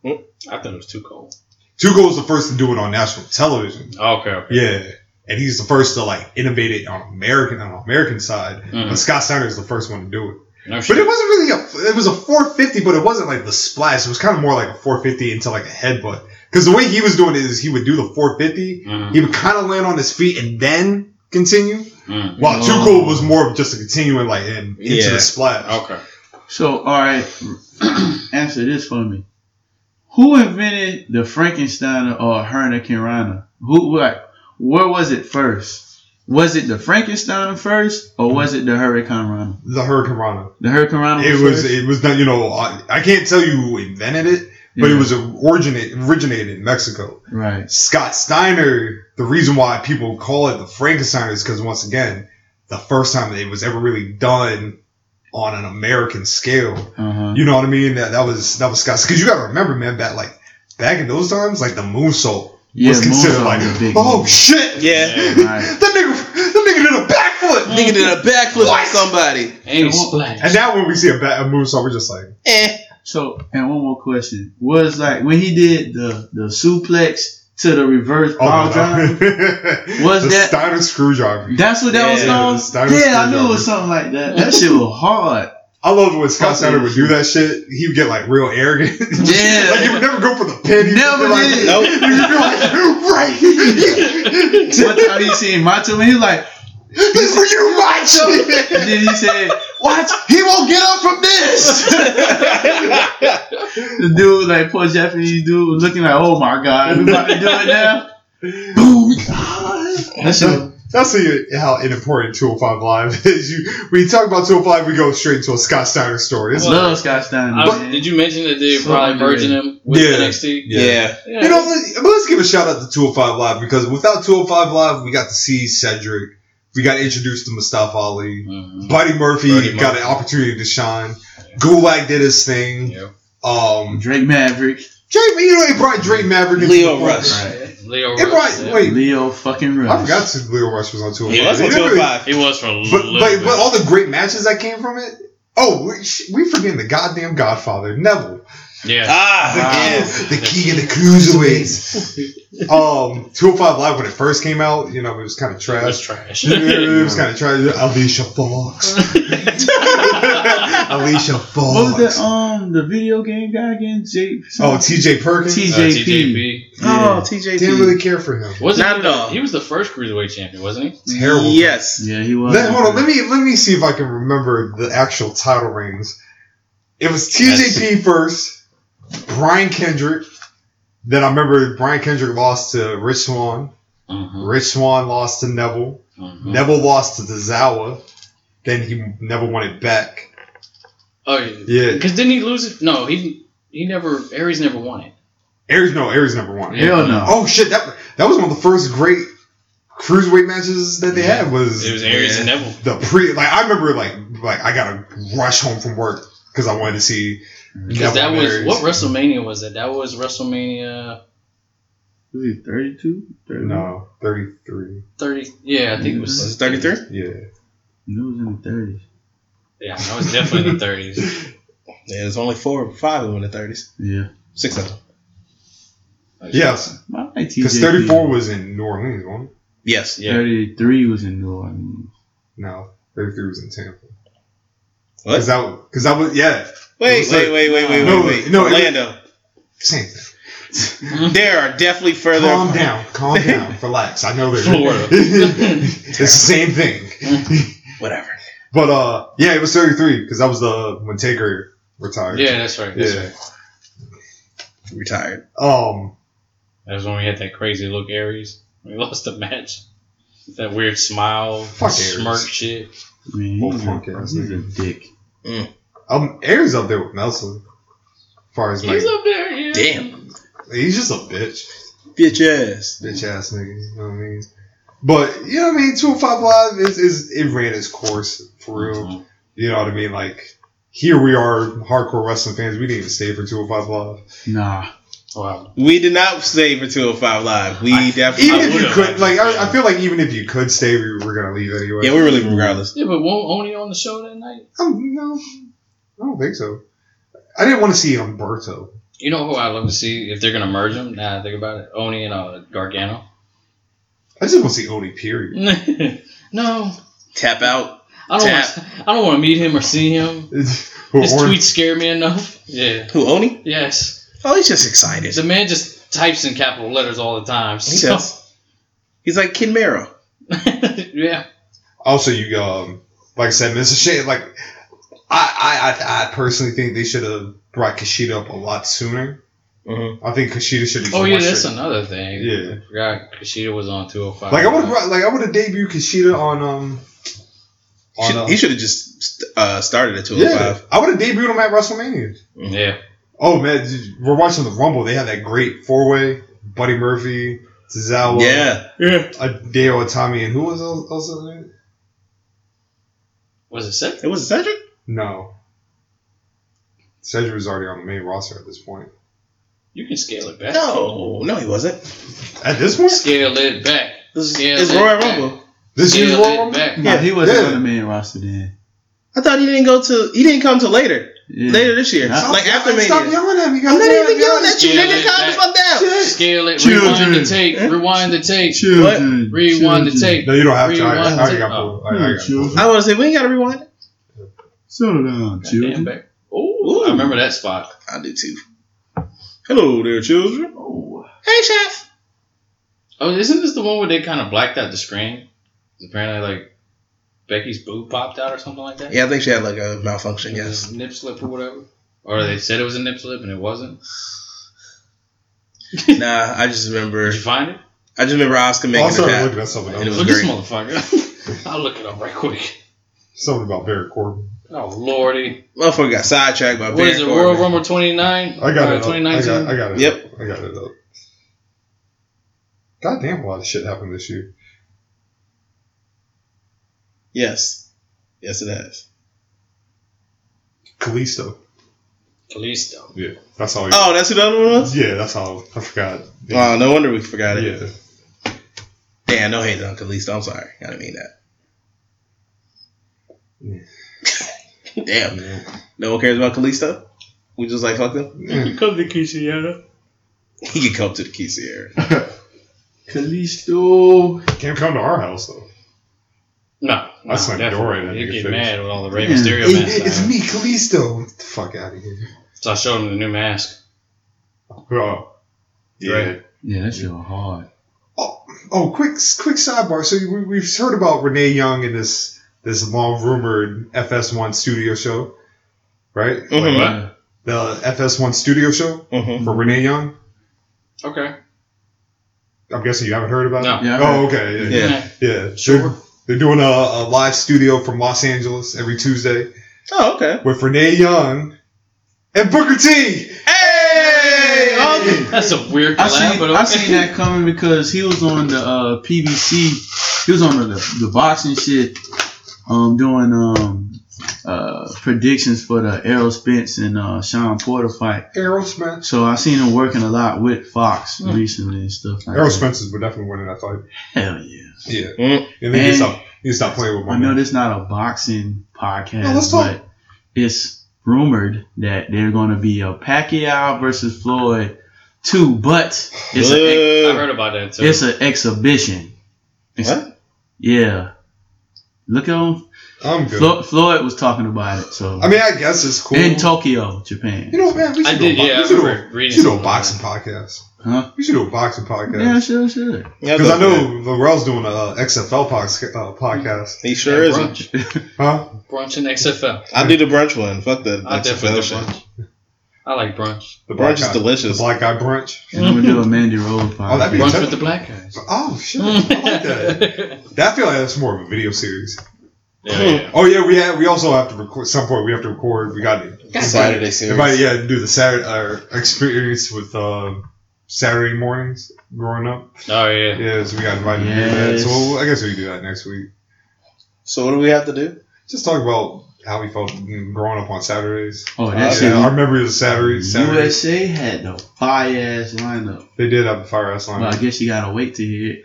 Speaker 5: I thought it was too cold.
Speaker 4: Tuco was the first to do it on national television.
Speaker 5: Okay. okay.
Speaker 4: Yeah. And he's the first to like innovate it on American on the American side,
Speaker 5: Mhm.
Speaker 4: but Scott Steiner is the first one to do it.
Speaker 5: No
Speaker 4: But
Speaker 5: shit.
Speaker 4: it wasn't really a. It was a 450, but it wasn't like the splash. It was kind of more like a 450 into like a headbutt. Because the way he was doing it is he would do the 450,
Speaker 5: Mhm.
Speaker 4: He would kind of land on his feet and then continue.
Speaker 5: Mm.
Speaker 4: While
Speaker 3: Oh.
Speaker 4: Too Cool was more of just a continuing like in, into
Speaker 7: Yeah.
Speaker 4: the splash.
Speaker 5: Okay.
Speaker 3: So, all right, [CLEARS THROAT] answer this for me. Who invented the Frankenstein or Hurricane Who like where was it first? Was it the Frankenstein first, or was it the Hurricane Rana?
Speaker 4: The Hurricane Rana.
Speaker 3: The Hurricane Rana.
Speaker 4: It was
Speaker 3: first?
Speaker 4: it was not you know I, I can't tell you who invented it, but
Speaker 3: Yeah,
Speaker 4: it was originate originated in Mexico.
Speaker 3: right.
Speaker 4: Scott Steiner. The reason why people call it the Frankenstein is because once again, the first time it was ever really done on an American scale.
Speaker 3: Uh huh.
Speaker 4: You know what I mean? That that was that was Scott's because you gotta remember, man, back like back in those times, like the moonsault
Speaker 3: Yeah,
Speaker 4: was considered
Speaker 3: Moonsault
Speaker 4: like,
Speaker 3: was a big
Speaker 4: oh
Speaker 3: move.
Speaker 4: shit,
Speaker 7: Yeah.
Speaker 4: [LAUGHS]
Speaker 3: Right.
Speaker 4: that nigga, that nigga did a backflip.
Speaker 7: Nigga did a backflip on somebody.
Speaker 5: And
Speaker 3: So,
Speaker 5: splash.
Speaker 4: And now when we see a, ba- a moonsault, we're just like,
Speaker 7: Eh.
Speaker 3: So, and one more question was like when he did the the suplex to the reverse
Speaker 4: [LAUGHS]
Speaker 3: power drive. Was
Speaker 4: was oh, the
Speaker 3: that-
Speaker 4: Steiner screwdriver?
Speaker 3: That's what that
Speaker 7: Yeah,
Speaker 3: was
Speaker 4: the
Speaker 3: called.
Speaker 4: Steiner
Speaker 3: Yeah, I knew it
Speaker 4: screwdriver.
Speaker 3: was something like that. That shit was hard.
Speaker 4: I loved when Scott Steiner would
Speaker 3: Fucking-
Speaker 4: do that shit. He would get like real arrogant. [LAUGHS]
Speaker 3: Yeah.
Speaker 4: like he would never go for the pin. He would
Speaker 3: Never
Speaker 4: be like,
Speaker 3: did.
Speaker 4: Nope. He would be like, right.
Speaker 3: One time he seen Macho and he was like,
Speaker 4: [LAUGHS]
Speaker 3: "Oh."
Speaker 4: this for you, [LAUGHS] Macho.
Speaker 3: and then he said, "What? He won't get up from this."
Speaker 4: [LAUGHS]
Speaker 3: the dude, like poor Japanese dude, was looking like, "Oh my god, we about to do it now." Boom. That shit.
Speaker 4: That's how you- how unimportant 205 Live [LAUGHS] is. You, when you talk about 205, Live, we go straight into a Scott Steiner story. It's-
Speaker 5: Well,
Speaker 3: Love Scott Steiner.
Speaker 5: I was-
Speaker 3: man.
Speaker 5: did you mention that they
Speaker 3: So
Speaker 5: probably merging
Speaker 3: underrated.
Speaker 5: him with
Speaker 4: Yeah.
Speaker 5: NXT?
Speaker 7: Yeah.
Speaker 5: Yeah.
Speaker 4: you know, let's, but let's give a shout out to 205 Live because without 205 Live, we got to see Cedric. We got introduced to Mustafa Ali.
Speaker 5: Mhm.
Speaker 4: Buddy Murphy
Speaker 7: Buddy
Speaker 4: got
Speaker 7: Murphy.
Speaker 4: an opportunity to shine. Gulag did his thing.
Speaker 5: Yeah.
Speaker 4: Um,
Speaker 3: Drake Maverick,
Speaker 4: Drake, you know, he brought Drake Maverick. into
Speaker 7: Leo
Speaker 4: the fold.
Speaker 7: Rush.
Speaker 5: Leo
Speaker 4: It
Speaker 5: Rush,
Speaker 4: brought,
Speaker 5: yeah.
Speaker 4: wait,
Speaker 3: Leo fucking Rush.
Speaker 4: I forgot to Leo Rush was on 205.
Speaker 7: He was on
Speaker 4: They never-
Speaker 7: 205.
Speaker 5: He was for a
Speaker 4: But,
Speaker 5: little
Speaker 4: but,
Speaker 5: bit.
Speaker 4: but all the great matches that came from it. Oh, we, sh- we forgetting the goddamn Godfather, Neville,
Speaker 5: yeah.
Speaker 7: Ah,
Speaker 4: the,
Speaker 7: yes.
Speaker 4: king, the king of the cruiserweights. um, 205 Live when it first came out, you know, it was kind of
Speaker 5: It was
Speaker 4: trash.
Speaker 5: trash.
Speaker 4: [LAUGHS]
Speaker 5: [LAUGHS]
Speaker 4: it was kind of trash.
Speaker 7: [LAUGHS]
Speaker 4: Alicia Fox. [LAUGHS]
Speaker 5: Uh,
Speaker 4: Alicia
Speaker 3: What was
Speaker 4: Fox.
Speaker 3: that? Um, the video game guy again, Jake.
Speaker 4: Oh, TJ Perkins.
Speaker 3: T-
Speaker 5: Uh,
Speaker 3: TJP.
Speaker 5: TJP.
Speaker 11: Oh,
Speaker 4: Didn't
Speaker 11: TJP.
Speaker 4: really care for him.
Speaker 5: Wasn't
Speaker 11: Not
Speaker 5: he,
Speaker 11: at
Speaker 5: the,
Speaker 11: all.
Speaker 5: he was the first cruiserweight champion, wasn't he?
Speaker 4: Terrible.
Speaker 11: Yes.
Speaker 3: yeah, he was.
Speaker 4: Let, hold on. Let me let me see if I can remember the actual title rings. It was TJP first, Brian Kendrick. Then I remember Brian Kendrick lost to Rich Swan.
Speaker 5: Mm-hmm.
Speaker 4: Rich Swan lost to Neville. Neville lost to Dazawa. Then he never won it back.
Speaker 5: Oh, yeah.
Speaker 4: Yeah,
Speaker 5: Because didn't he lose it? No, he he never. Aries never won it.
Speaker 4: Aries no Aries never won.
Speaker 3: Hell no.
Speaker 4: Oh shit, that that was one of the first great cruiserweight matches that they
Speaker 5: Yeah.
Speaker 4: had was
Speaker 5: It was Aries and Neville.
Speaker 4: the pre like I remember like like I gotta rush home from work because I wanted to see
Speaker 5: Because
Speaker 4: Neville
Speaker 5: that
Speaker 4: and
Speaker 5: was
Speaker 4: Aries.
Speaker 5: what WrestleMania was it? That was WrestleMania
Speaker 3: Was he 32? 31?
Speaker 4: No, 33.
Speaker 5: thirty. Yeah, I think it was.
Speaker 7: Was it 33?
Speaker 4: Yeah.
Speaker 3: He was in the 30s.
Speaker 5: Yeah, that was definitely the thirties.
Speaker 7: Yeah, there's only four or five of them in the 30s.
Speaker 3: Yeah.
Speaker 7: Six of them.
Speaker 4: Yes.
Speaker 3: I like TJP.
Speaker 4: Because 34 was in New Orleans, wasn't it?
Speaker 7: Yes.
Speaker 5: Yeah.
Speaker 3: 33 was in New Orleans.
Speaker 4: No, 33 was in Tampa.
Speaker 7: What?
Speaker 4: Because that, because that was, yeah,
Speaker 7: Wait,
Speaker 4: What's
Speaker 7: wait,
Speaker 4: that?
Speaker 7: wait, wait, wait,
Speaker 4: No,
Speaker 7: wait, wait.
Speaker 4: no, it-
Speaker 7: Orlando.
Speaker 4: same thing.
Speaker 7: There are definitely further.
Speaker 4: Calm down, calm down, relax. I know there's.
Speaker 5: Florida.
Speaker 4: [LAUGHS] it's the same thing.
Speaker 7: Whatever.
Speaker 4: But, uh, yeah, it was 33, because that was the, when Taker retired.
Speaker 5: Yeah, that's right. That's
Speaker 4: Yeah.
Speaker 5: right.
Speaker 7: Retired.
Speaker 4: Um,
Speaker 5: That was when we had that crazy look Aries. We lost the match. That weird smile,
Speaker 4: Fuck
Speaker 5: smirk
Speaker 4: Aries.
Speaker 5: shit.
Speaker 3: Man, he
Speaker 4: Well,
Speaker 3: was
Speaker 4: punk
Speaker 3: a,
Speaker 4: ass
Speaker 3: he's a
Speaker 4: nigga.
Speaker 3: dick.
Speaker 4: um, Aries up there with Nelson. As far as like,
Speaker 5: He's up there, yeah.
Speaker 7: Damn.
Speaker 4: he's just a bitch.
Speaker 7: Bitch ass.
Speaker 4: bitch ass niggas. You know what I mean? But you know what I mean. Two oh five live is, is it ran its course for real.
Speaker 7: Mm-hmm.
Speaker 5: Mhm.
Speaker 4: You know what I mean? Like here we are, hardcore wrestling fans. We didn't even stay for two oh five live.
Speaker 3: Nah.
Speaker 5: Oh, Wow.
Speaker 7: We did not stay for 205 Live. We
Speaker 5: I-
Speaker 7: definitely.
Speaker 4: Even if you
Speaker 5: would've,
Speaker 4: could, like
Speaker 5: yeah.
Speaker 4: I, I feel like even if you could stay, we were gonna leave anyway.
Speaker 7: yeah, we were leaving regardless.
Speaker 5: Yeah, but won't Oni on the show that night?
Speaker 4: Um, no, I don't think so. I didn't want to see Umberto.
Speaker 5: You know who I'd love to see if they're gonna merge them? Now that I think about it, Oni and uh, Gargano. [LAUGHS]
Speaker 4: I just want to see Oni. Period. [LAUGHS]
Speaker 5: no,
Speaker 7: Tap out.
Speaker 5: I don't. Want, I don't want to meet him or see him.
Speaker 4: Who
Speaker 5: His
Speaker 4: Orton-
Speaker 5: tweets scare me enough. Yeah.
Speaker 7: Who, Oni?
Speaker 5: Yes.
Speaker 7: Oh, he's just excited.
Speaker 5: The man just types in capital letters all the time.
Speaker 7: He
Speaker 5: So. [LAUGHS]
Speaker 7: does. He's like Kid Mero.
Speaker 5: yeah.
Speaker 4: Also, you um, like I said, Mr. Shane, like I, I, I, I personally think they should have brought Kushida up a lot sooner.
Speaker 7: Mhm.
Speaker 4: I think Kushida should have.
Speaker 5: Oh yeah,
Speaker 4: just
Speaker 5: that's
Speaker 4: went
Speaker 5: another thing.
Speaker 4: Yeah.
Speaker 5: I forgot Kushida was on 205.
Speaker 4: straight- Like I would have, like I would have debuted Kushida on um. On,
Speaker 7: Should-
Speaker 4: uh,
Speaker 7: he should have just uh, started at
Speaker 4: yeah,
Speaker 7: 205.
Speaker 4: I would have debuted him at WrestleMania.
Speaker 5: Yeah.
Speaker 4: Oh man, dude, we're watching the Rumble. They had that great four way: Buddy Murphy, Tozawa,
Speaker 7: Yeah.
Speaker 5: Yeah.
Speaker 4: Hideo Itami, and who was else? else in it?
Speaker 5: Was it Seth?
Speaker 7: It was Cedric?
Speaker 4: No, Cedric was already on the main roster at this point.
Speaker 5: You can scale it back.
Speaker 7: No. No, he wasn't.
Speaker 4: At this point,
Speaker 5: Scale it back.
Speaker 7: This is,
Speaker 5: Yeah,
Speaker 7: it's
Speaker 5: they-
Speaker 7: Royal Rumble.
Speaker 4: this year's
Speaker 5: Scale
Speaker 4: Royal
Speaker 5: it
Speaker 4: Rumble.
Speaker 5: back.
Speaker 3: Nah, he wasn't
Speaker 4: yeah.
Speaker 3: on the main roster then.
Speaker 7: I thought he didn't go to. He didn't come to later.
Speaker 3: Yeah.
Speaker 12: Later this year.
Speaker 3: Nah.
Speaker 7: Like, after
Speaker 13: Stop- Stop
Speaker 7: Mania.
Speaker 13: yelling at me.
Speaker 12: I'm not even yelling at you,
Speaker 5: Yeah,
Speaker 12: nigga.
Speaker 5: that-
Speaker 12: Calm the fuck down.
Speaker 5: Scale it.
Speaker 3: Children.
Speaker 5: Rewind the tape. Rewind the tape.
Speaker 3: Children.
Speaker 5: Rewind the
Speaker 3: children.
Speaker 5: tape.
Speaker 4: No, you don't have to. I
Speaker 5: Rewind
Speaker 4: already- I already got
Speaker 5: to- oh.
Speaker 4: pulled. I already got pulled.
Speaker 3: Children.
Speaker 12: I want to say, we ain't got to rewind it.
Speaker 3: Settle down,
Speaker 5: Goddamn,
Speaker 3: children.
Speaker 5: babe. Ooh, I remember that spot.
Speaker 7: I do too. Hello there, children. Hey, chef.
Speaker 5: Oh, isn't this the one where they kind of blacked out the screen? 'Cause Apparently, like Becky's boob popped out or something like that.
Speaker 7: Yeah, I think she had like a malfunction.
Speaker 5: It was
Speaker 7: Yes.
Speaker 5: a nip slip or whatever. Or they said it was a nip slip and it wasn't.
Speaker 7: nah, I just remember.
Speaker 5: Did you find it?
Speaker 7: I just remember Oscar making
Speaker 4: Also,
Speaker 7: a
Speaker 4: I'm
Speaker 7: pass.
Speaker 4: looking at something
Speaker 7: It
Speaker 4: else.
Speaker 7: was
Speaker 5: Look this
Speaker 7: great.
Speaker 5: motherfucker. [LAUGHS] I'll look it up right quick.
Speaker 4: Something about Barry Corbin.
Speaker 5: Oh lordy,
Speaker 7: Motherfucker got sidetracked by
Speaker 5: what is
Speaker 7: Baron
Speaker 5: it?
Speaker 7: Corbin.
Speaker 5: Royal Rumble 29?
Speaker 4: I got
Speaker 5: Uh,
Speaker 4: it. Up. I
Speaker 5: 2019.
Speaker 4: got, I got it.
Speaker 7: Yep.
Speaker 4: Up. I got it up. Goddamn, a lot of shit happened this year.
Speaker 7: Yes. Yes, it has.
Speaker 4: Kalisto.
Speaker 5: Kalisto.
Speaker 4: Yeah, that's all.
Speaker 7: Oh, that's who the other one was?
Speaker 4: Yeah, that's all. I forgot.
Speaker 7: Oh, no wonder we forgot it.
Speaker 4: yeah.
Speaker 7: Damn, no hate on Kalisto. I'm sorry. I didn't mean that. [LAUGHS] Damn. No one cares about Kalisto? We just like fuck them?
Speaker 5: Come to Kisiana.
Speaker 7: [LAUGHS] He could come to the Key [LAUGHS] Sierra.
Speaker 3: Kalisto.
Speaker 4: Can't come to our house though.
Speaker 5: No, no,
Speaker 4: That's not
Speaker 5: definitely.
Speaker 4: door in that
Speaker 5: He'd
Speaker 4: nigga's
Speaker 5: get
Speaker 4: face.
Speaker 5: mad with all the Rey
Speaker 3: Yeah.
Speaker 5: Mysterio
Speaker 13: It-
Speaker 5: masks.
Speaker 13: it's
Speaker 5: on.
Speaker 13: me, Kalisto. Get the fuck out of here.
Speaker 5: So I showed him the new mask.
Speaker 4: Oh, yeah.
Speaker 5: Right.
Speaker 3: Yeah, that shit hard.
Speaker 4: Oh, quick, quick sidebar. So we, we've heard about Renee Young in this this long rumored FS1 studio show, right?
Speaker 7: Mhm.
Speaker 5: What?
Speaker 4: The FS1 studio show
Speaker 7: Mhm.
Speaker 4: for Renee Young.
Speaker 5: Okay.
Speaker 4: I'm guessing you haven't heard about
Speaker 5: No.
Speaker 4: it.
Speaker 3: Yeah.
Speaker 4: Oh, okay. Yeah,
Speaker 7: Yeah.
Speaker 4: yeah. They're-
Speaker 5: Sure.
Speaker 4: They're doing a, a live studio from Los Angeles every Tuesday
Speaker 7: Oh, okay.
Speaker 4: with Renee Young and Booker T.
Speaker 7: Hey!
Speaker 3: Oh,
Speaker 5: That's a weird
Speaker 3: I
Speaker 5: collab,
Speaker 3: seen,
Speaker 5: but
Speaker 3: I
Speaker 5: okay.
Speaker 3: seen that coming because he was on the uh, PBC. He was on the, the boxing shit, um, doing um, uh, predictions for the Errol Spence and uh, Sean Porter fight.
Speaker 4: Errol Spence.
Speaker 3: So I seen him working a lot with Fox recently and stuff like
Speaker 4: Errol
Speaker 3: that.
Speaker 4: Spence would definitely winning that fight.
Speaker 3: Hell yeah!
Speaker 4: Yeah.
Speaker 7: Mm.
Speaker 4: And then
Speaker 3: Hey.
Speaker 4: you stop, you stop playing with my
Speaker 3: I know
Speaker 4: man.
Speaker 3: this not a boxing podcast,
Speaker 4: No, let's talk.
Speaker 3: but it's rumored that they're going to be a Pacquiao versus Floyd two, but it's a
Speaker 5: [LAUGHS] I
Speaker 7: Boo.
Speaker 5: heard about that too.
Speaker 3: It's an exhibition. It's-
Speaker 7: What?
Speaker 3: Yeah. Look on
Speaker 4: I'm good.
Speaker 3: Flo- Floyd was talking about it. So
Speaker 4: I mean, I guess it's cool.
Speaker 3: in Tokyo, Japan.
Speaker 4: You know, man, we should
Speaker 5: I
Speaker 4: do,
Speaker 5: did,
Speaker 4: a, bo-
Speaker 5: yeah. I
Speaker 4: we should do, a,
Speaker 5: remember reading
Speaker 4: we should do a
Speaker 5: something about
Speaker 4: boxing podcast.
Speaker 3: Huh?
Speaker 4: We should do a boxing
Speaker 3: Yeah,
Speaker 4: podcast.
Speaker 3: sure, sure.
Speaker 7: Yeah,
Speaker 4: Because I
Speaker 7: look,
Speaker 4: know
Speaker 7: man.
Speaker 4: Lorel's doing a uh, XFL pox, uh, podcast.
Speaker 7: He sure is. not
Speaker 5: brunch,
Speaker 4: Huh?
Speaker 5: brunch and XFL.
Speaker 7: I do the brunch one. Fuck the
Speaker 5: I
Speaker 7: that's a
Speaker 5: definitely do
Speaker 7: fellowship.
Speaker 5: brunch. I like brunch.
Speaker 4: The
Speaker 7: Brunch is
Speaker 4: guy, The
Speaker 7: delicious.
Speaker 4: black guy brunch.
Speaker 3: And I'm gonna do a Mandy Rose
Speaker 4: Oh, that'd be
Speaker 3: podcast.
Speaker 5: Brunch
Speaker 4: tough.
Speaker 5: with the black guys.
Speaker 4: Oh,
Speaker 3: [LAUGHS]
Speaker 4: shit. [LAUGHS] I like that. That- I feel like that's more of a video series.
Speaker 5: [LAUGHS] Yeah, yeah.
Speaker 4: Oh, yeah, we have, we also have to record, some point we have to record, we got to
Speaker 7: Saturday series.
Speaker 4: Everybody, yeah, do the Saturday our experience with uh, Saturday mornings growing up.
Speaker 5: Oh yeah.
Speaker 4: Yeah, so we got invited to do that.
Speaker 3: Yes.
Speaker 4: So I guess we can do that next week.
Speaker 7: So what do we have to do?
Speaker 4: Just talk about how we felt growing up on Saturdays. Uh,
Speaker 3: Oh, that
Speaker 4: yeah, our
Speaker 3: shit.
Speaker 4: memory of Saturdays. Saturdays.
Speaker 3: USA had the fire ass lineup.
Speaker 4: They did have a fire ass
Speaker 3: Well, I
Speaker 4: line.
Speaker 3: guess you gotta wait to hear it.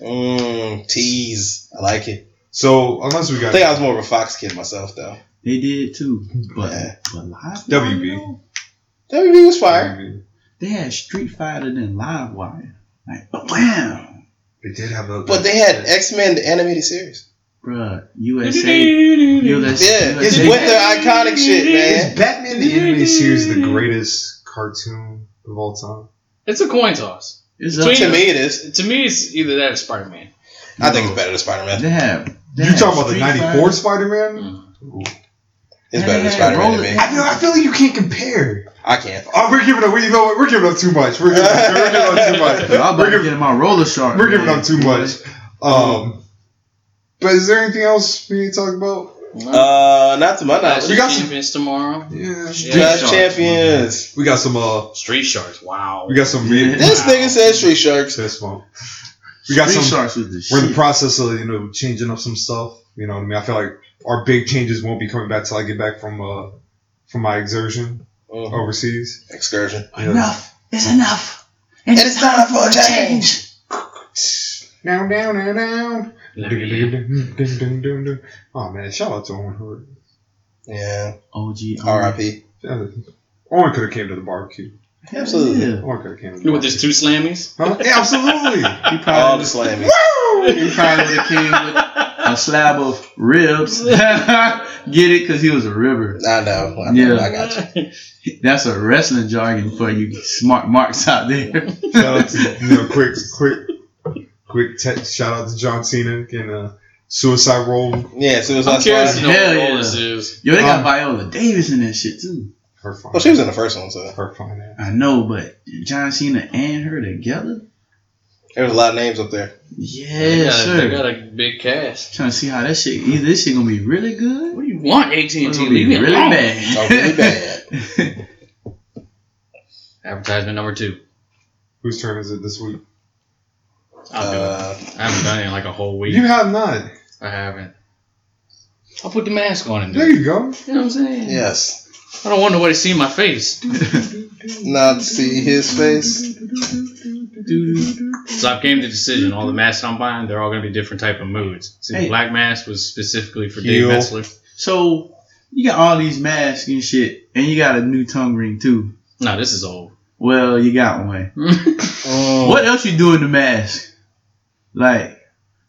Speaker 7: Mm, tease. I like it.
Speaker 4: [LAUGHS] so unless we
Speaker 7: I
Speaker 4: got
Speaker 7: think I was more of a Fox kid myself though.
Speaker 3: They did too, but
Speaker 7: Yeah.
Speaker 3: but live
Speaker 4: WB.
Speaker 3: Wire,
Speaker 7: WB was fire.
Speaker 3: they had Street Fighter than Live Wire. Like bam,
Speaker 4: they did have a
Speaker 7: Mm. But they had X Men the animated series.
Speaker 3: bruh. USA, USA.
Speaker 7: Yeah, it's with their iconic shit, man.
Speaker 13: Is Batman the
Speaker 4: anime
Speaker 13: animated
Speaker 4: series the greatest cartoon of all time.
Speaker 5: It's a coin toss.
Speaker 3: It's
Speaker 5: Between
Speaker 7: To me, it is.
Speaker 5: To me, it's either that or Spider Man.
Speaker 7: I think it's better than Spider Man.
Speaker 3: They have. They
Speaker 4: You
Speaker 3: have
Speaker 4: talking about the
Speaker 3: Street
Speaker 4: '94
Speaker 3: Fighter.
Speaker 4: Spider Man?
Speaker 7: It's
Speaker 3: Yeah,
Speaker 7: better than
Speaker 3: yeah,
Speaker 7: Spider Man
Speaker 3: roll
Speaker 7: to
Speaker 3: it.
Speaker 7: me.
Speaker 13: I feel, I feel like you can't compare.
Speaker 7: I can't.
Speaker 4: Oh, we're giving up. You know what? We're giving up too much. We're giving, we're giving up too
Speaker 3: [LAUGHS]
Speaker 4: much.
Speaker 3: Yo, I'm about
Speaker 4: We're
Speaker 3: to
Speaker 4: giving,
Speaker 3: get in my roller shark.
Speaker 4: we're giving
Speaker 3: man.
Speaker 4: up too much. Um, but is there anything else we need to talk about?
Speaker 7: Uh, not to my
Speaker 5: Clash
Speaker 7: knowledge.
Speaker 5: of
Speaker 4: got you.
Speaker 5: Champions tomorrow.
Speaker 4: Yeah.
Speaker 5: Yeah.
Speaker 7: Clash of Champions.
Speaker 4: We got some. Uh,
Speaker 5: Street Sharks. Wow.
Speaker 4: we got some. meat.
Speaker 7: This nigga says Street Sharks.
Speaker 4: This one. We got
Speaker 3: Street
Speaker 4: some.
Speaker 3: sharks with the
Speaker 4: We're in the
Speaker 3: shit.
Speaker 4: process of you know changing up some stuff. You know what I mean? I feel like our big changes won't be coming back till I get back from uh from my exertion
Speaker 7: Oh,
Speaker 4: overseas.
Speaker 7: excursion.
Speaker 3: Enough is enough. And
Speaker 7: it's time for a change.
Speaker 4: Down, down, down, down.
Speaker 5: Let
Speaker 4: Dun,
Speaker 5: me-
Speaker 4: dun, dun, dun, dun, dun. Oh man! Shout out to Owen Hart.
Speaker 7: Yeah.
Speaker 3: OG.
Speaker 7: R.I.P.
Speaker 8: Owen could have came to the barbecue.
Speaker 7: Absolutely.
Speaker 3: Yeah.
Speaker 8: Owen could have came to the
Speaker 5: With
Speaker 8: barbecue.
Speaker 5: his two
Speaker 4: [LAUGHS]
Speaker 5: slammies.
Speaker 8: Huh? Yeah, absolutely.
Speaker 3: He
Speaker 7: All
Speaker 3: probably,
Speaker 7: the slammies.
Speaker 3: he probably would have came with a slab of ribs. Get it? Because he was a ribber.
Speaker 7: I know. I know.
Speaker 3: Yeah.
Speaker 7: I
Speaker 5: [LAUGHS]
Speaker 7: got you.
Speaker 3: That's a wrestling jargon for you smart marks out there.
Speaker 8: shout out to, you know, quick, quick, quick te- shout out to John Cena and uh, Suicide Roll.
Speaker 7: Yeah, as soon as I
Speaker 5: I'm curious to
Speaker 7: saw
Speaker 5: know
Speaker 3: Hell
Speaker 5: what
Speaker 3: yeah.
Speaker 5: all this is.
Speaker 3: Yo, they got
Speaker 8: Um,
Speaker 3: Viola Davis in that shit too.
Speaker 8: Her
Speaker 7: Well,
Speaker 8: fine.
Speaker 7: Oh, she was in the first one, so
Speaker 8: her fine ass.
Speaker 3: I know, but John Cena and her together?
Speaker 7: there was a lot of names up there.
Speaker 5: They
Speaker 3: Yeah,
Speaker 5: got, a-
Speaker 3: sure.
Speaker 5: they got a big cast.
Speaker 3: Trying to see how that shit. Either this shit gonna be really good,
Speaker 5: What do you want, AT&T?
Speaker 3: or it's gonna
Speaker 5: Leave
Speaker 3: be
Speaker 5: me
Speaker 3: really
Speaker 5: alone.
Speaker 3: bad.
Speaker 7: Oh,
Speaker 3: [LAUGHS]
Speaker 7: really bad.
Speaker 5: Advertisement number two.
Speaker 8: Whose turn is it this week?
Speaker 5: I'll do it.
Speaker 7: Uh,
Speaker 5: I haven't done it in like a whole week.
Speaker 8: You have not.
Speaker 5: I haven't. I'll put the mask on and do
Speaker 8: There
Speaker 5: it.
Speaker 8: you go.
Speaker 5: You know what I'm saying?
Speaker 7: yes.
Speaker 5: I don't want nobody seeing my face.
Speaker 7: Not see his face.
Speaker 5: So I came to the decision. All the masks I'm buying, they're all going to be different type of moods. See,
Speaker 3: Mm-hmm. Hey.
Speaker 5: the black mask was specifically for
Speaker 8: Heel.
Speaker 5: Dave Metzler.
Speaker 3: [LAUGHS] so you got all these masks and shit, and you got a new tongue ring too.
Speaker 5: No, this is old. [LAUGHS]
Speaker 3: Well, you got one.
Speaker 7: Mm.
Speaker 3: What else you do in the mask? Like,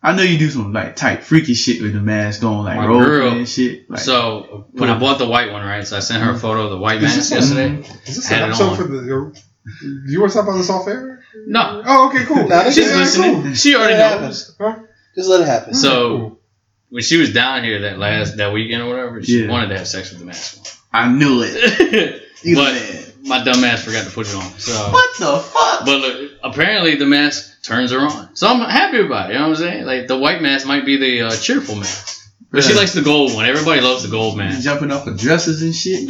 Speaker 3: I know you do some like type freaky shit with the mask on, like
Speaker 5: My
Speaker 3: roll
Speaker 5: girl.
Speaker 3: and shit. Like,
Speaker 5: so when I bought the white one, right? So I sent her
Speaker 3: Mm-hmm.
Speaker 5: a photo of the white mask yesterday.
Speaker 8: Is this
Speaker 5: Had
Speaker 8: an
Speaker 5: it
Speaker 8: episode
Speaker 5: on.
Speaker 8: for the? your- You want to talk about this off air?
Speaker 5: No,
Speaker 8: Oh, okay, cool.
Speaker 7: Nah, this
Speaker 5: she's
Speaker 7: is
Speaker 8: Yeah,
Speaker 5: listening.
Speaker 8: cool.
Speaker 5: She already
Speaker 7: Yeah.
Speaker 5: knows.
Speaker 7: Just let it happen.
Speaker 8: Hmm.
Speaker 5: So when she was down here that last that weekend or whatever, she
Speaker 3: Yeah.
Speaker 5: wanted to have sex with the mask. [LAUGHS]
Speaker 3: I knew it. You
Speaker 5: But-
Speaker 3: said,
Speaker 5: My dumb ass forgot to put it on. So.
Speaker 3: What the fuck?
Speaker 5: But look, apparently the mask turns her on. So I'm happy about it. You know what I'm saying? Like the white mask might be the uh, cheerful mask. But she
Speaker 3: Bruh.
Speaker 5: likes the gold one. Everybody loves the gold
Speaker 3: You
Speaker 5: mask.
Speaker 3: jumping off of dresses and
Speaker 5: [LAUGHS]
Speaker 3: shit.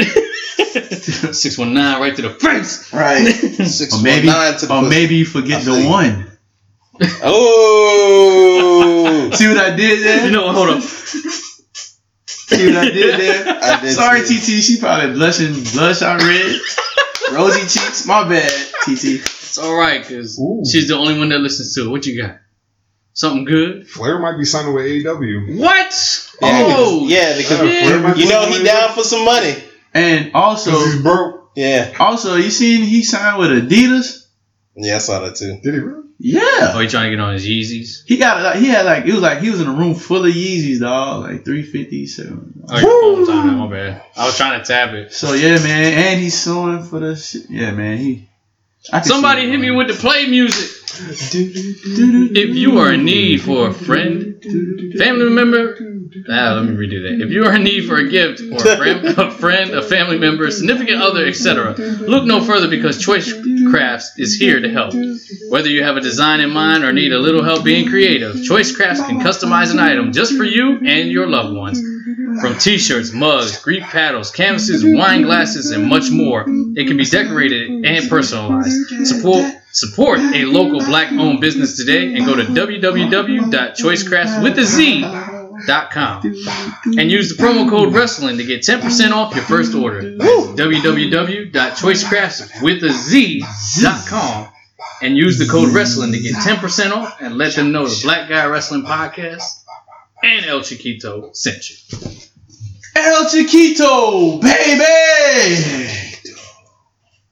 Speaker 5: 619 right to
Speaker 3: [LAUGHS]
Speaker 5: the face.
Speaker 3: Right.
Speaker 7: Six
Speaker 3: Or
Speaker 7: foot
Speaker 3: maybe,
Speaker 7: nine to the
Speaker 3: or
Speaker 7: pussy.
Speaker 3: maybe you forget
Speaker 7: I
Speaker 3: the
Speaker 7: see.
Speaker 3: one. [LAUGHS]
Speaker 7: Oh,
Speaker 3: See what I did there?
Speaker 5: You know what? Hold up.
Speaker 3: See what I did there?
Speaker 7: I did
Speaker 3: Sorry,
Speaker 7: see it.
Speaker 3: TT. She probably blushing, blush out [LAUGHS] red, rosy cheeks. My bad, TT.
Speaker 5: [LAUGHS] It's all right because
Speaker 8: Ooh.
Speaker 5: she's the only one that listens to it. What you got? Something good?
Speaker 8: Flair might be signing with E AEW.
Speaker 5: What?
Speaker 7: Yeah,
Speaker 5: oh,
Speaker 7: because- yeah, because
Speaker 8: Flair might be
Speaker 7: you know
Speaker 8: signing
Speaker 7: he
Speaker 8: with
Speaker 7: down for some money.
Speaker 3: And also,
Speaker 8: 'Cause he's broke.
Speaker 7: Yeah,
Speaker 3: also, you seen he signed with Adidas?
Speaker 7: yeah, I saw that too.
Speaker 8: Did he really?
Speaker 3: Yeah,
Speaker 5: Oh, you trying to get on his Yeezys?
Speaker 3: he got like he had like it was like he was in a room full of Yeezys, dog, like three fifty seven.
Speaker 5: Oh, your phone's on. My bad. I was trying to tap it.
Speaker 3: So yeah, man, and he's suing for the shit. Yeah, man, he. I can
Speaker 5: Somebody
Speaker 3: see-
Speaker 5: hit me with the play music. If you are in need for a friend, family member, ah, let me redo that. If you are in need for a gift or a friend, [LAUGHS] a, friend, a family member, significant other, etc., look no further because Choice Crafts is here to help. Whether you have a design in mind or need a little help being creative, Choice Crafts can customize an item just for you and your loved ones. From t shirts, mugs, Greek paddles, canvases, wine glasses, and much more, it can be decorated and personalized. Support, support a local black owned business today and go to www.choicecraftswithaz.com and use the promo code wrestling to get 10% off your first order. That's www.choicecraftswithaz.com and use the code wrestling to get 10% off and let them know the Black Guy Wrestling Podcast and El Chiquito sent you.
Speaker 3: El Chiquito, baby.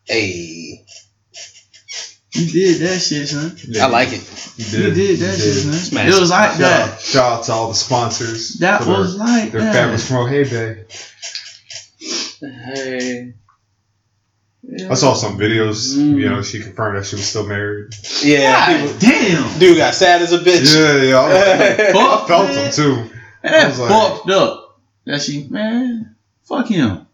Speaker 7: Hey,
Speaker 3: You did that shit, son.
Speaker 7: I like it.
Speaker 8: He
Speaker 3: You did that shit, son.
Speaker 5: Smash.
Speaker 3: It was like
Speaker 8: Shout,
Speaker 3: that.
Speaker 8: out, shout out to all the sponsors.
Speaker 3: That
Speaker 8: for their-
Speaker 3: was like
Speaker 8: their
Speaker 3: that.
Speaker 8: fabrics from Ohebe.
Speaker 5: Hey.
Speaker 8: I saw some videos.
Speaker 5: Mm.
Speaker 8: You know, she confirmed that she was still married.
Speaker 7: Yeah,
Speaker 3: God damn.
Speaker 7: people- dude got sad as a bitch.
Speaker 8: Yeah, yeah. I, was
Speaker 7: [LAUGHS]
Speaker 8: like, I
Speaker 3: Fuck,
Speaker 8: felt
Speaker 3: man.
Speaker 8: them too. I
Speaker 3: That
Speaker 8: was like-
Speaker 3: fucked up. That she man. Fuck him.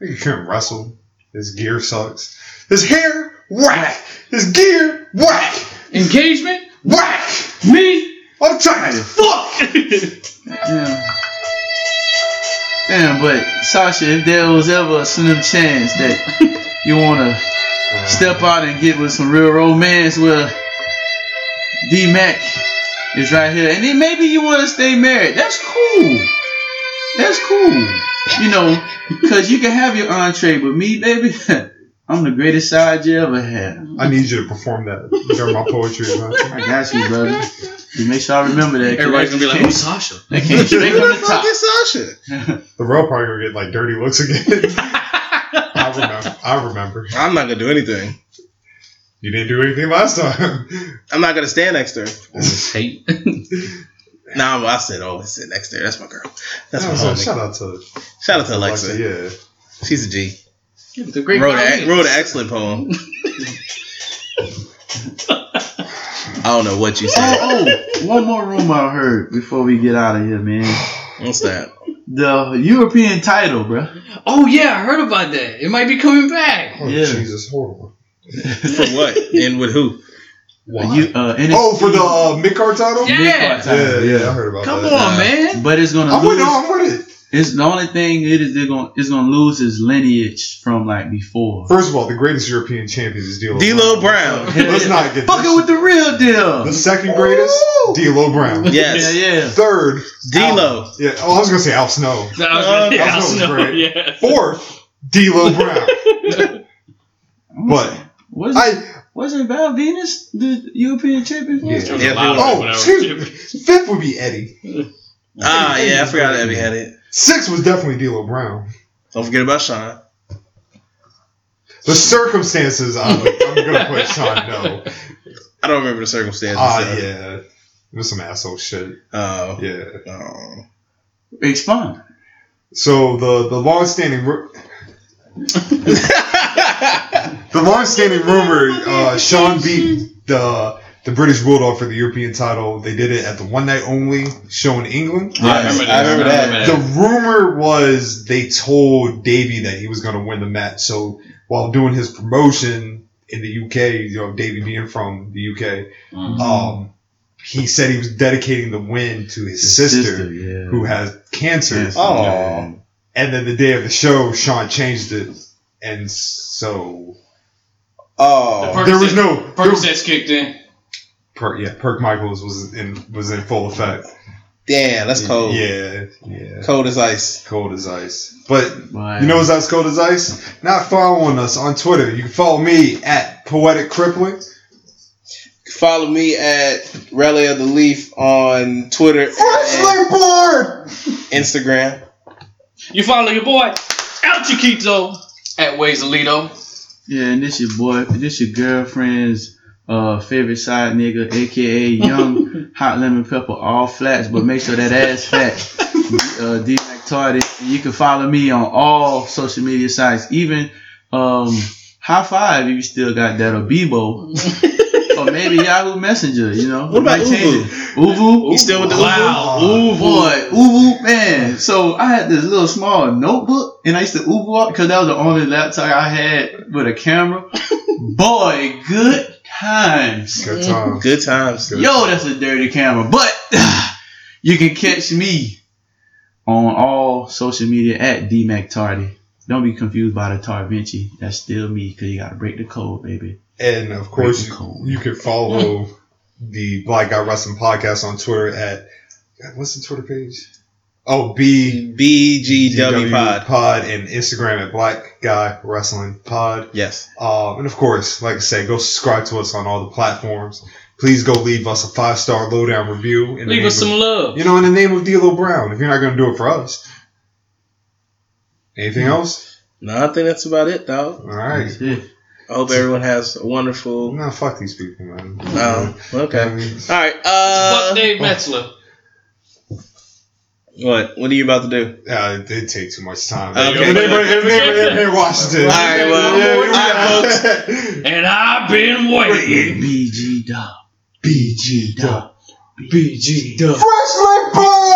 Speaker 8: He couldn't wrestle. His gear sucks. His hair whack. His gear whack.
Speaker 5: Engagement?
Speaker 8: Whack.
Speaker 5: Me?
Speaker 8: I'm trying
Speaker 5: [LAUGHS]
Speaker 8: to fuck.
Speaker 3: Yeah. Damn, but Sasha, if there was ever a slim chance that you wanna
Speaker 4: uh,
Speaker 3: step out and get with some real romance, well, D Mac is right here, and then maybe you wanna stay married. That's cool. That's cool. You know, cause you can have your entree, but me, baby, [LAUGHS] I'm the greatest side you ever had.
Speaker 4: I need you to perform that during my poetry. Huh?
Speaker 3: [LAUGHS] I got you, brother. You make sure I remember that. 'cause
Speaker 5: Everybody's
Speaker 3: that
Speaker 5: gonna be like,
Speaker 3: can't-
Speaker 5: "Who's Sasha?" [LAUGHS]
Speaker 3: that came straight from the top.
Speaker 7: Sasha.
Speaker 4: The real probably gonna get like dirty looks
Speaker 5: [LAUGHS]
Speaker 4: again. I remember. I remember.
Speaker 7: I'm not gonna do anything.
Speaker 4: You didn't do anything last time.
Speaker 7: I'm not gonna stand next to her.
Speaker 5: Always hate.
Speaker 7: Nah, I said always sit next to her. That's my girl. That's my
Speaker 3: Oh,
Speaker 4: Yeah, so
Speaker 7: homie.
Speaker 4: shout out to
Speaker 7: Shout out to Alexa.
Speaker 4: Yeah.
Speaker 7: She's a G.
Speaker 5: the great
Speaker 7: Wrote, a,
Speaker 5: comedian.
Speaker 7: wrote an excellent
Speaker 3: [LAUGHS]
Speaker 7: poem. I don't know what you said.
Speaker 3: Oh, oh, one more rumor I heard before we get out of here, man.
Speaker 7: What's that?
Speaker 3: The European title, bro.
Speaker 5: Oh yeah, I heard about that. It might be coming back.
Speaker 4: Oh
Speaker 3: Yeah.
Speaker 4: Jesus, hold on.
Speaker 7: For what? And with who?
Speaker 4: Why?
Speaker 3: You, uh, NXT
Speaker 4: oh, for the uh, Midcard title.
Speaker 5: Yeah.
Speaker 3: mid-card
Speaker 4: yeah,
Speaker 3: title.
Speaker 4: yeah, I heard about
Speaker 5: Come
Speaker 4: that.
Speaker 5: on, man.
Speaker 3: But it's gonna
Speaker 4: I'm with it.
Speaker 3: lose.
Speaker 4: I'm with it.
Speaker 3: It's the only thing it is. They're gonna it's gonna lose its lineage from like before.
Speaker 4: First of all, the greatest European champion is D'Lo.
Speaker 7: D'Lo Brown.
Speaker 4: Let's not get
Speaker 3: Fucking
Speaker 4: this.
Speaker 3: with the real deal.
Speaker 4: the second greatest, D'Lo Brown.
Speaker 7: Yes.
Speaker 3: Yeah, yeah.
Speaker 4: Third,
Speaker 7: D'Lo.
Speaker 4: Yeah. Oh, I was gonna say Al Snow.
Speaker 5: I was gonna-
Speaker 4: Oh, that
Speaker 5: I was
Speaker 4: was
Speaker 5: gonna-
Speaker 4: great.
Speaker 5: yeah.
Speaker 4: Fourth, D'Lo Brown. but
Speaker 3: Was
Speaker 4: I
Speaker 3: wasn't Val Venus the European champion? for us?
Speaker 5: It was
Speaker 7: Yeah,
Speaker 5: a lot of
Speaker 4: oh,
Speaker 5: whatever.
Speaker 4: excuse me. Fifth would be Eddie.
Speaker 7: Ah, yeah, I forgot that we had it.
Speaker 4: Sixth was definitely D'Lo Brown.
Speaker 7: Don't forget about Sean.
Speaker 4: The circumstances, I'm, I'm gonna put Sean No.
Speaker 7: I don't remember the circumstances.
Speaker 4: Ah,
Speaker 7: so-
Speaker 4: yeah. It was some asshole shit.
Speaker 7: Oh.
Speaker 4: Yeah.
Speaker 7: Oh. [LAUGHS]
Speaker 3: Explain.
Speaker 4: So the the long-standing ru- the long-standing rumor, uh, Sean beat the the British Bulldog for the European title. They did it at the one night only show in England.
Speaker 5: I remember that.
Speaker 3: I remember
Speaker 5: I
Speaker 3: that.
Speaker 5: remember
Speaker 4: The rumor was they told Davey that he was going to win the match. So while doing his promotion in the UK, you know, Davey being from the UK,
Speaker 5: Mm.
Speaker 4: um, he said he was dedicating the win to his, sister,
Speaker 3: yeah.
Speaker 4: who has cancer.
Speaker 3: Yes,
Speaker 7: Oh.
Speaker 3: yeah.
Speaker 4: And then the day of the show, Sean changed it, and so
Speaker 5: The
Speaker 7: Oh.
Speaker 5: first-
Speaker 4: there was no there was-
Speaker 5: Percocets kicked in.
Speaker 4: Perk, yeah, Perk Michaels was in was in full effect.
Speaker 7: Damn, that's cold.
Speaker 4: Yeah, yeah,
Speaker 7: Cold as ice.
Speaker 4: cold as ice. But
Speaker 3: But,
Speaker 4: You know what's as cold as ice? Not following us on Twitter. You can follow me at Poetic Crippling.
Speaker 7: Follow me at Rally of the Leaf on Twitter and
Speaker 4: Wrestling board!
Speaker 7: Instagram.
Speaker 5: You follow your boy, Al Chiquito, at Ways Alito.
Speaker 3: Yeah, and this your boy, this your girlfriend's uh favorite side nigga, aka young hot lemon pepper, all flats, but make sure that ass fat. Uh, D Mac Tardis. You can follow me on all social media sites, even um High Five if you still got that or Bebo. or maybe Yahoo Messenger, you know.
Speaker 7: What about
Speaker 3: Might change
Speaker 7: Uvu?
Speaker 3: it. Uvu?
Speaker 7: You still with the
Speaker 5: Wow.
Speaker 3: Ooh boy, ooh man. So I had this little small notebook, and I used to ooh up because that was the only laptop I had with a camera. boy, good times.
Speaker 4: Good time.
Speaker 7: Good times.
Speaker 3: Yo, that's a dirty camera, but [SIGHS] you can catch me on all social media at dmactardy. Don't be confused by the Tarvinci. That's still me because you gotta break the code, baby.
Speaker 4: And of course, you, you can follow the Black Guy Wrestling Podcast on Twitter at. God, what's the Twitter page? Oh, B.
Speaker 7: BGW Pod.
Speaker 4: Pod. Pod and Instagram at Black Guy Wrestling Pod.
Speaker 7: Yes.
Speaker 4: Um, and of course, like I said, go subscribe to us on all the platforms. Please go leave us a five star lowdown review. in the
Speaker 5: Leave
Speaker 4: name
Speaker 5: us
Speaker 4: of-
Speaker 5: some love.
Speaker 4: You know, in the name of D'Lo Brown, if you're not going to do it for us.
Speaker 7: Hmm.
Speaker 4: Anything else?
Speaker 7: No, I think that's about it, dog.
Speaker 4: All right.
Speaker 3: That's it.
Speaker 7: I hope everyone has a wonderful.
Speaker 4: No, fuck these people, man.
Speaker 7: Um, Hmm. okay.
Speaker 4: I mean,
Speaker 7: All right.
Speaker 5: Fuck
Speaker 7: Uh,
Speaker 5: Dave Metzler.
Speaker 7: what? What are you about to do?
Speaker 4: uh, it did take too much time.
Speaker 7: Okay.
Speaker 4: Okay. Everybody, everybody, everybody watched it.
Speaker 7: All right. Well. All right, folks.
Speaker 5: And I've been waiting.
Speaker 3: BG Dub. BG Dub.
Speaker 4: Freshly born!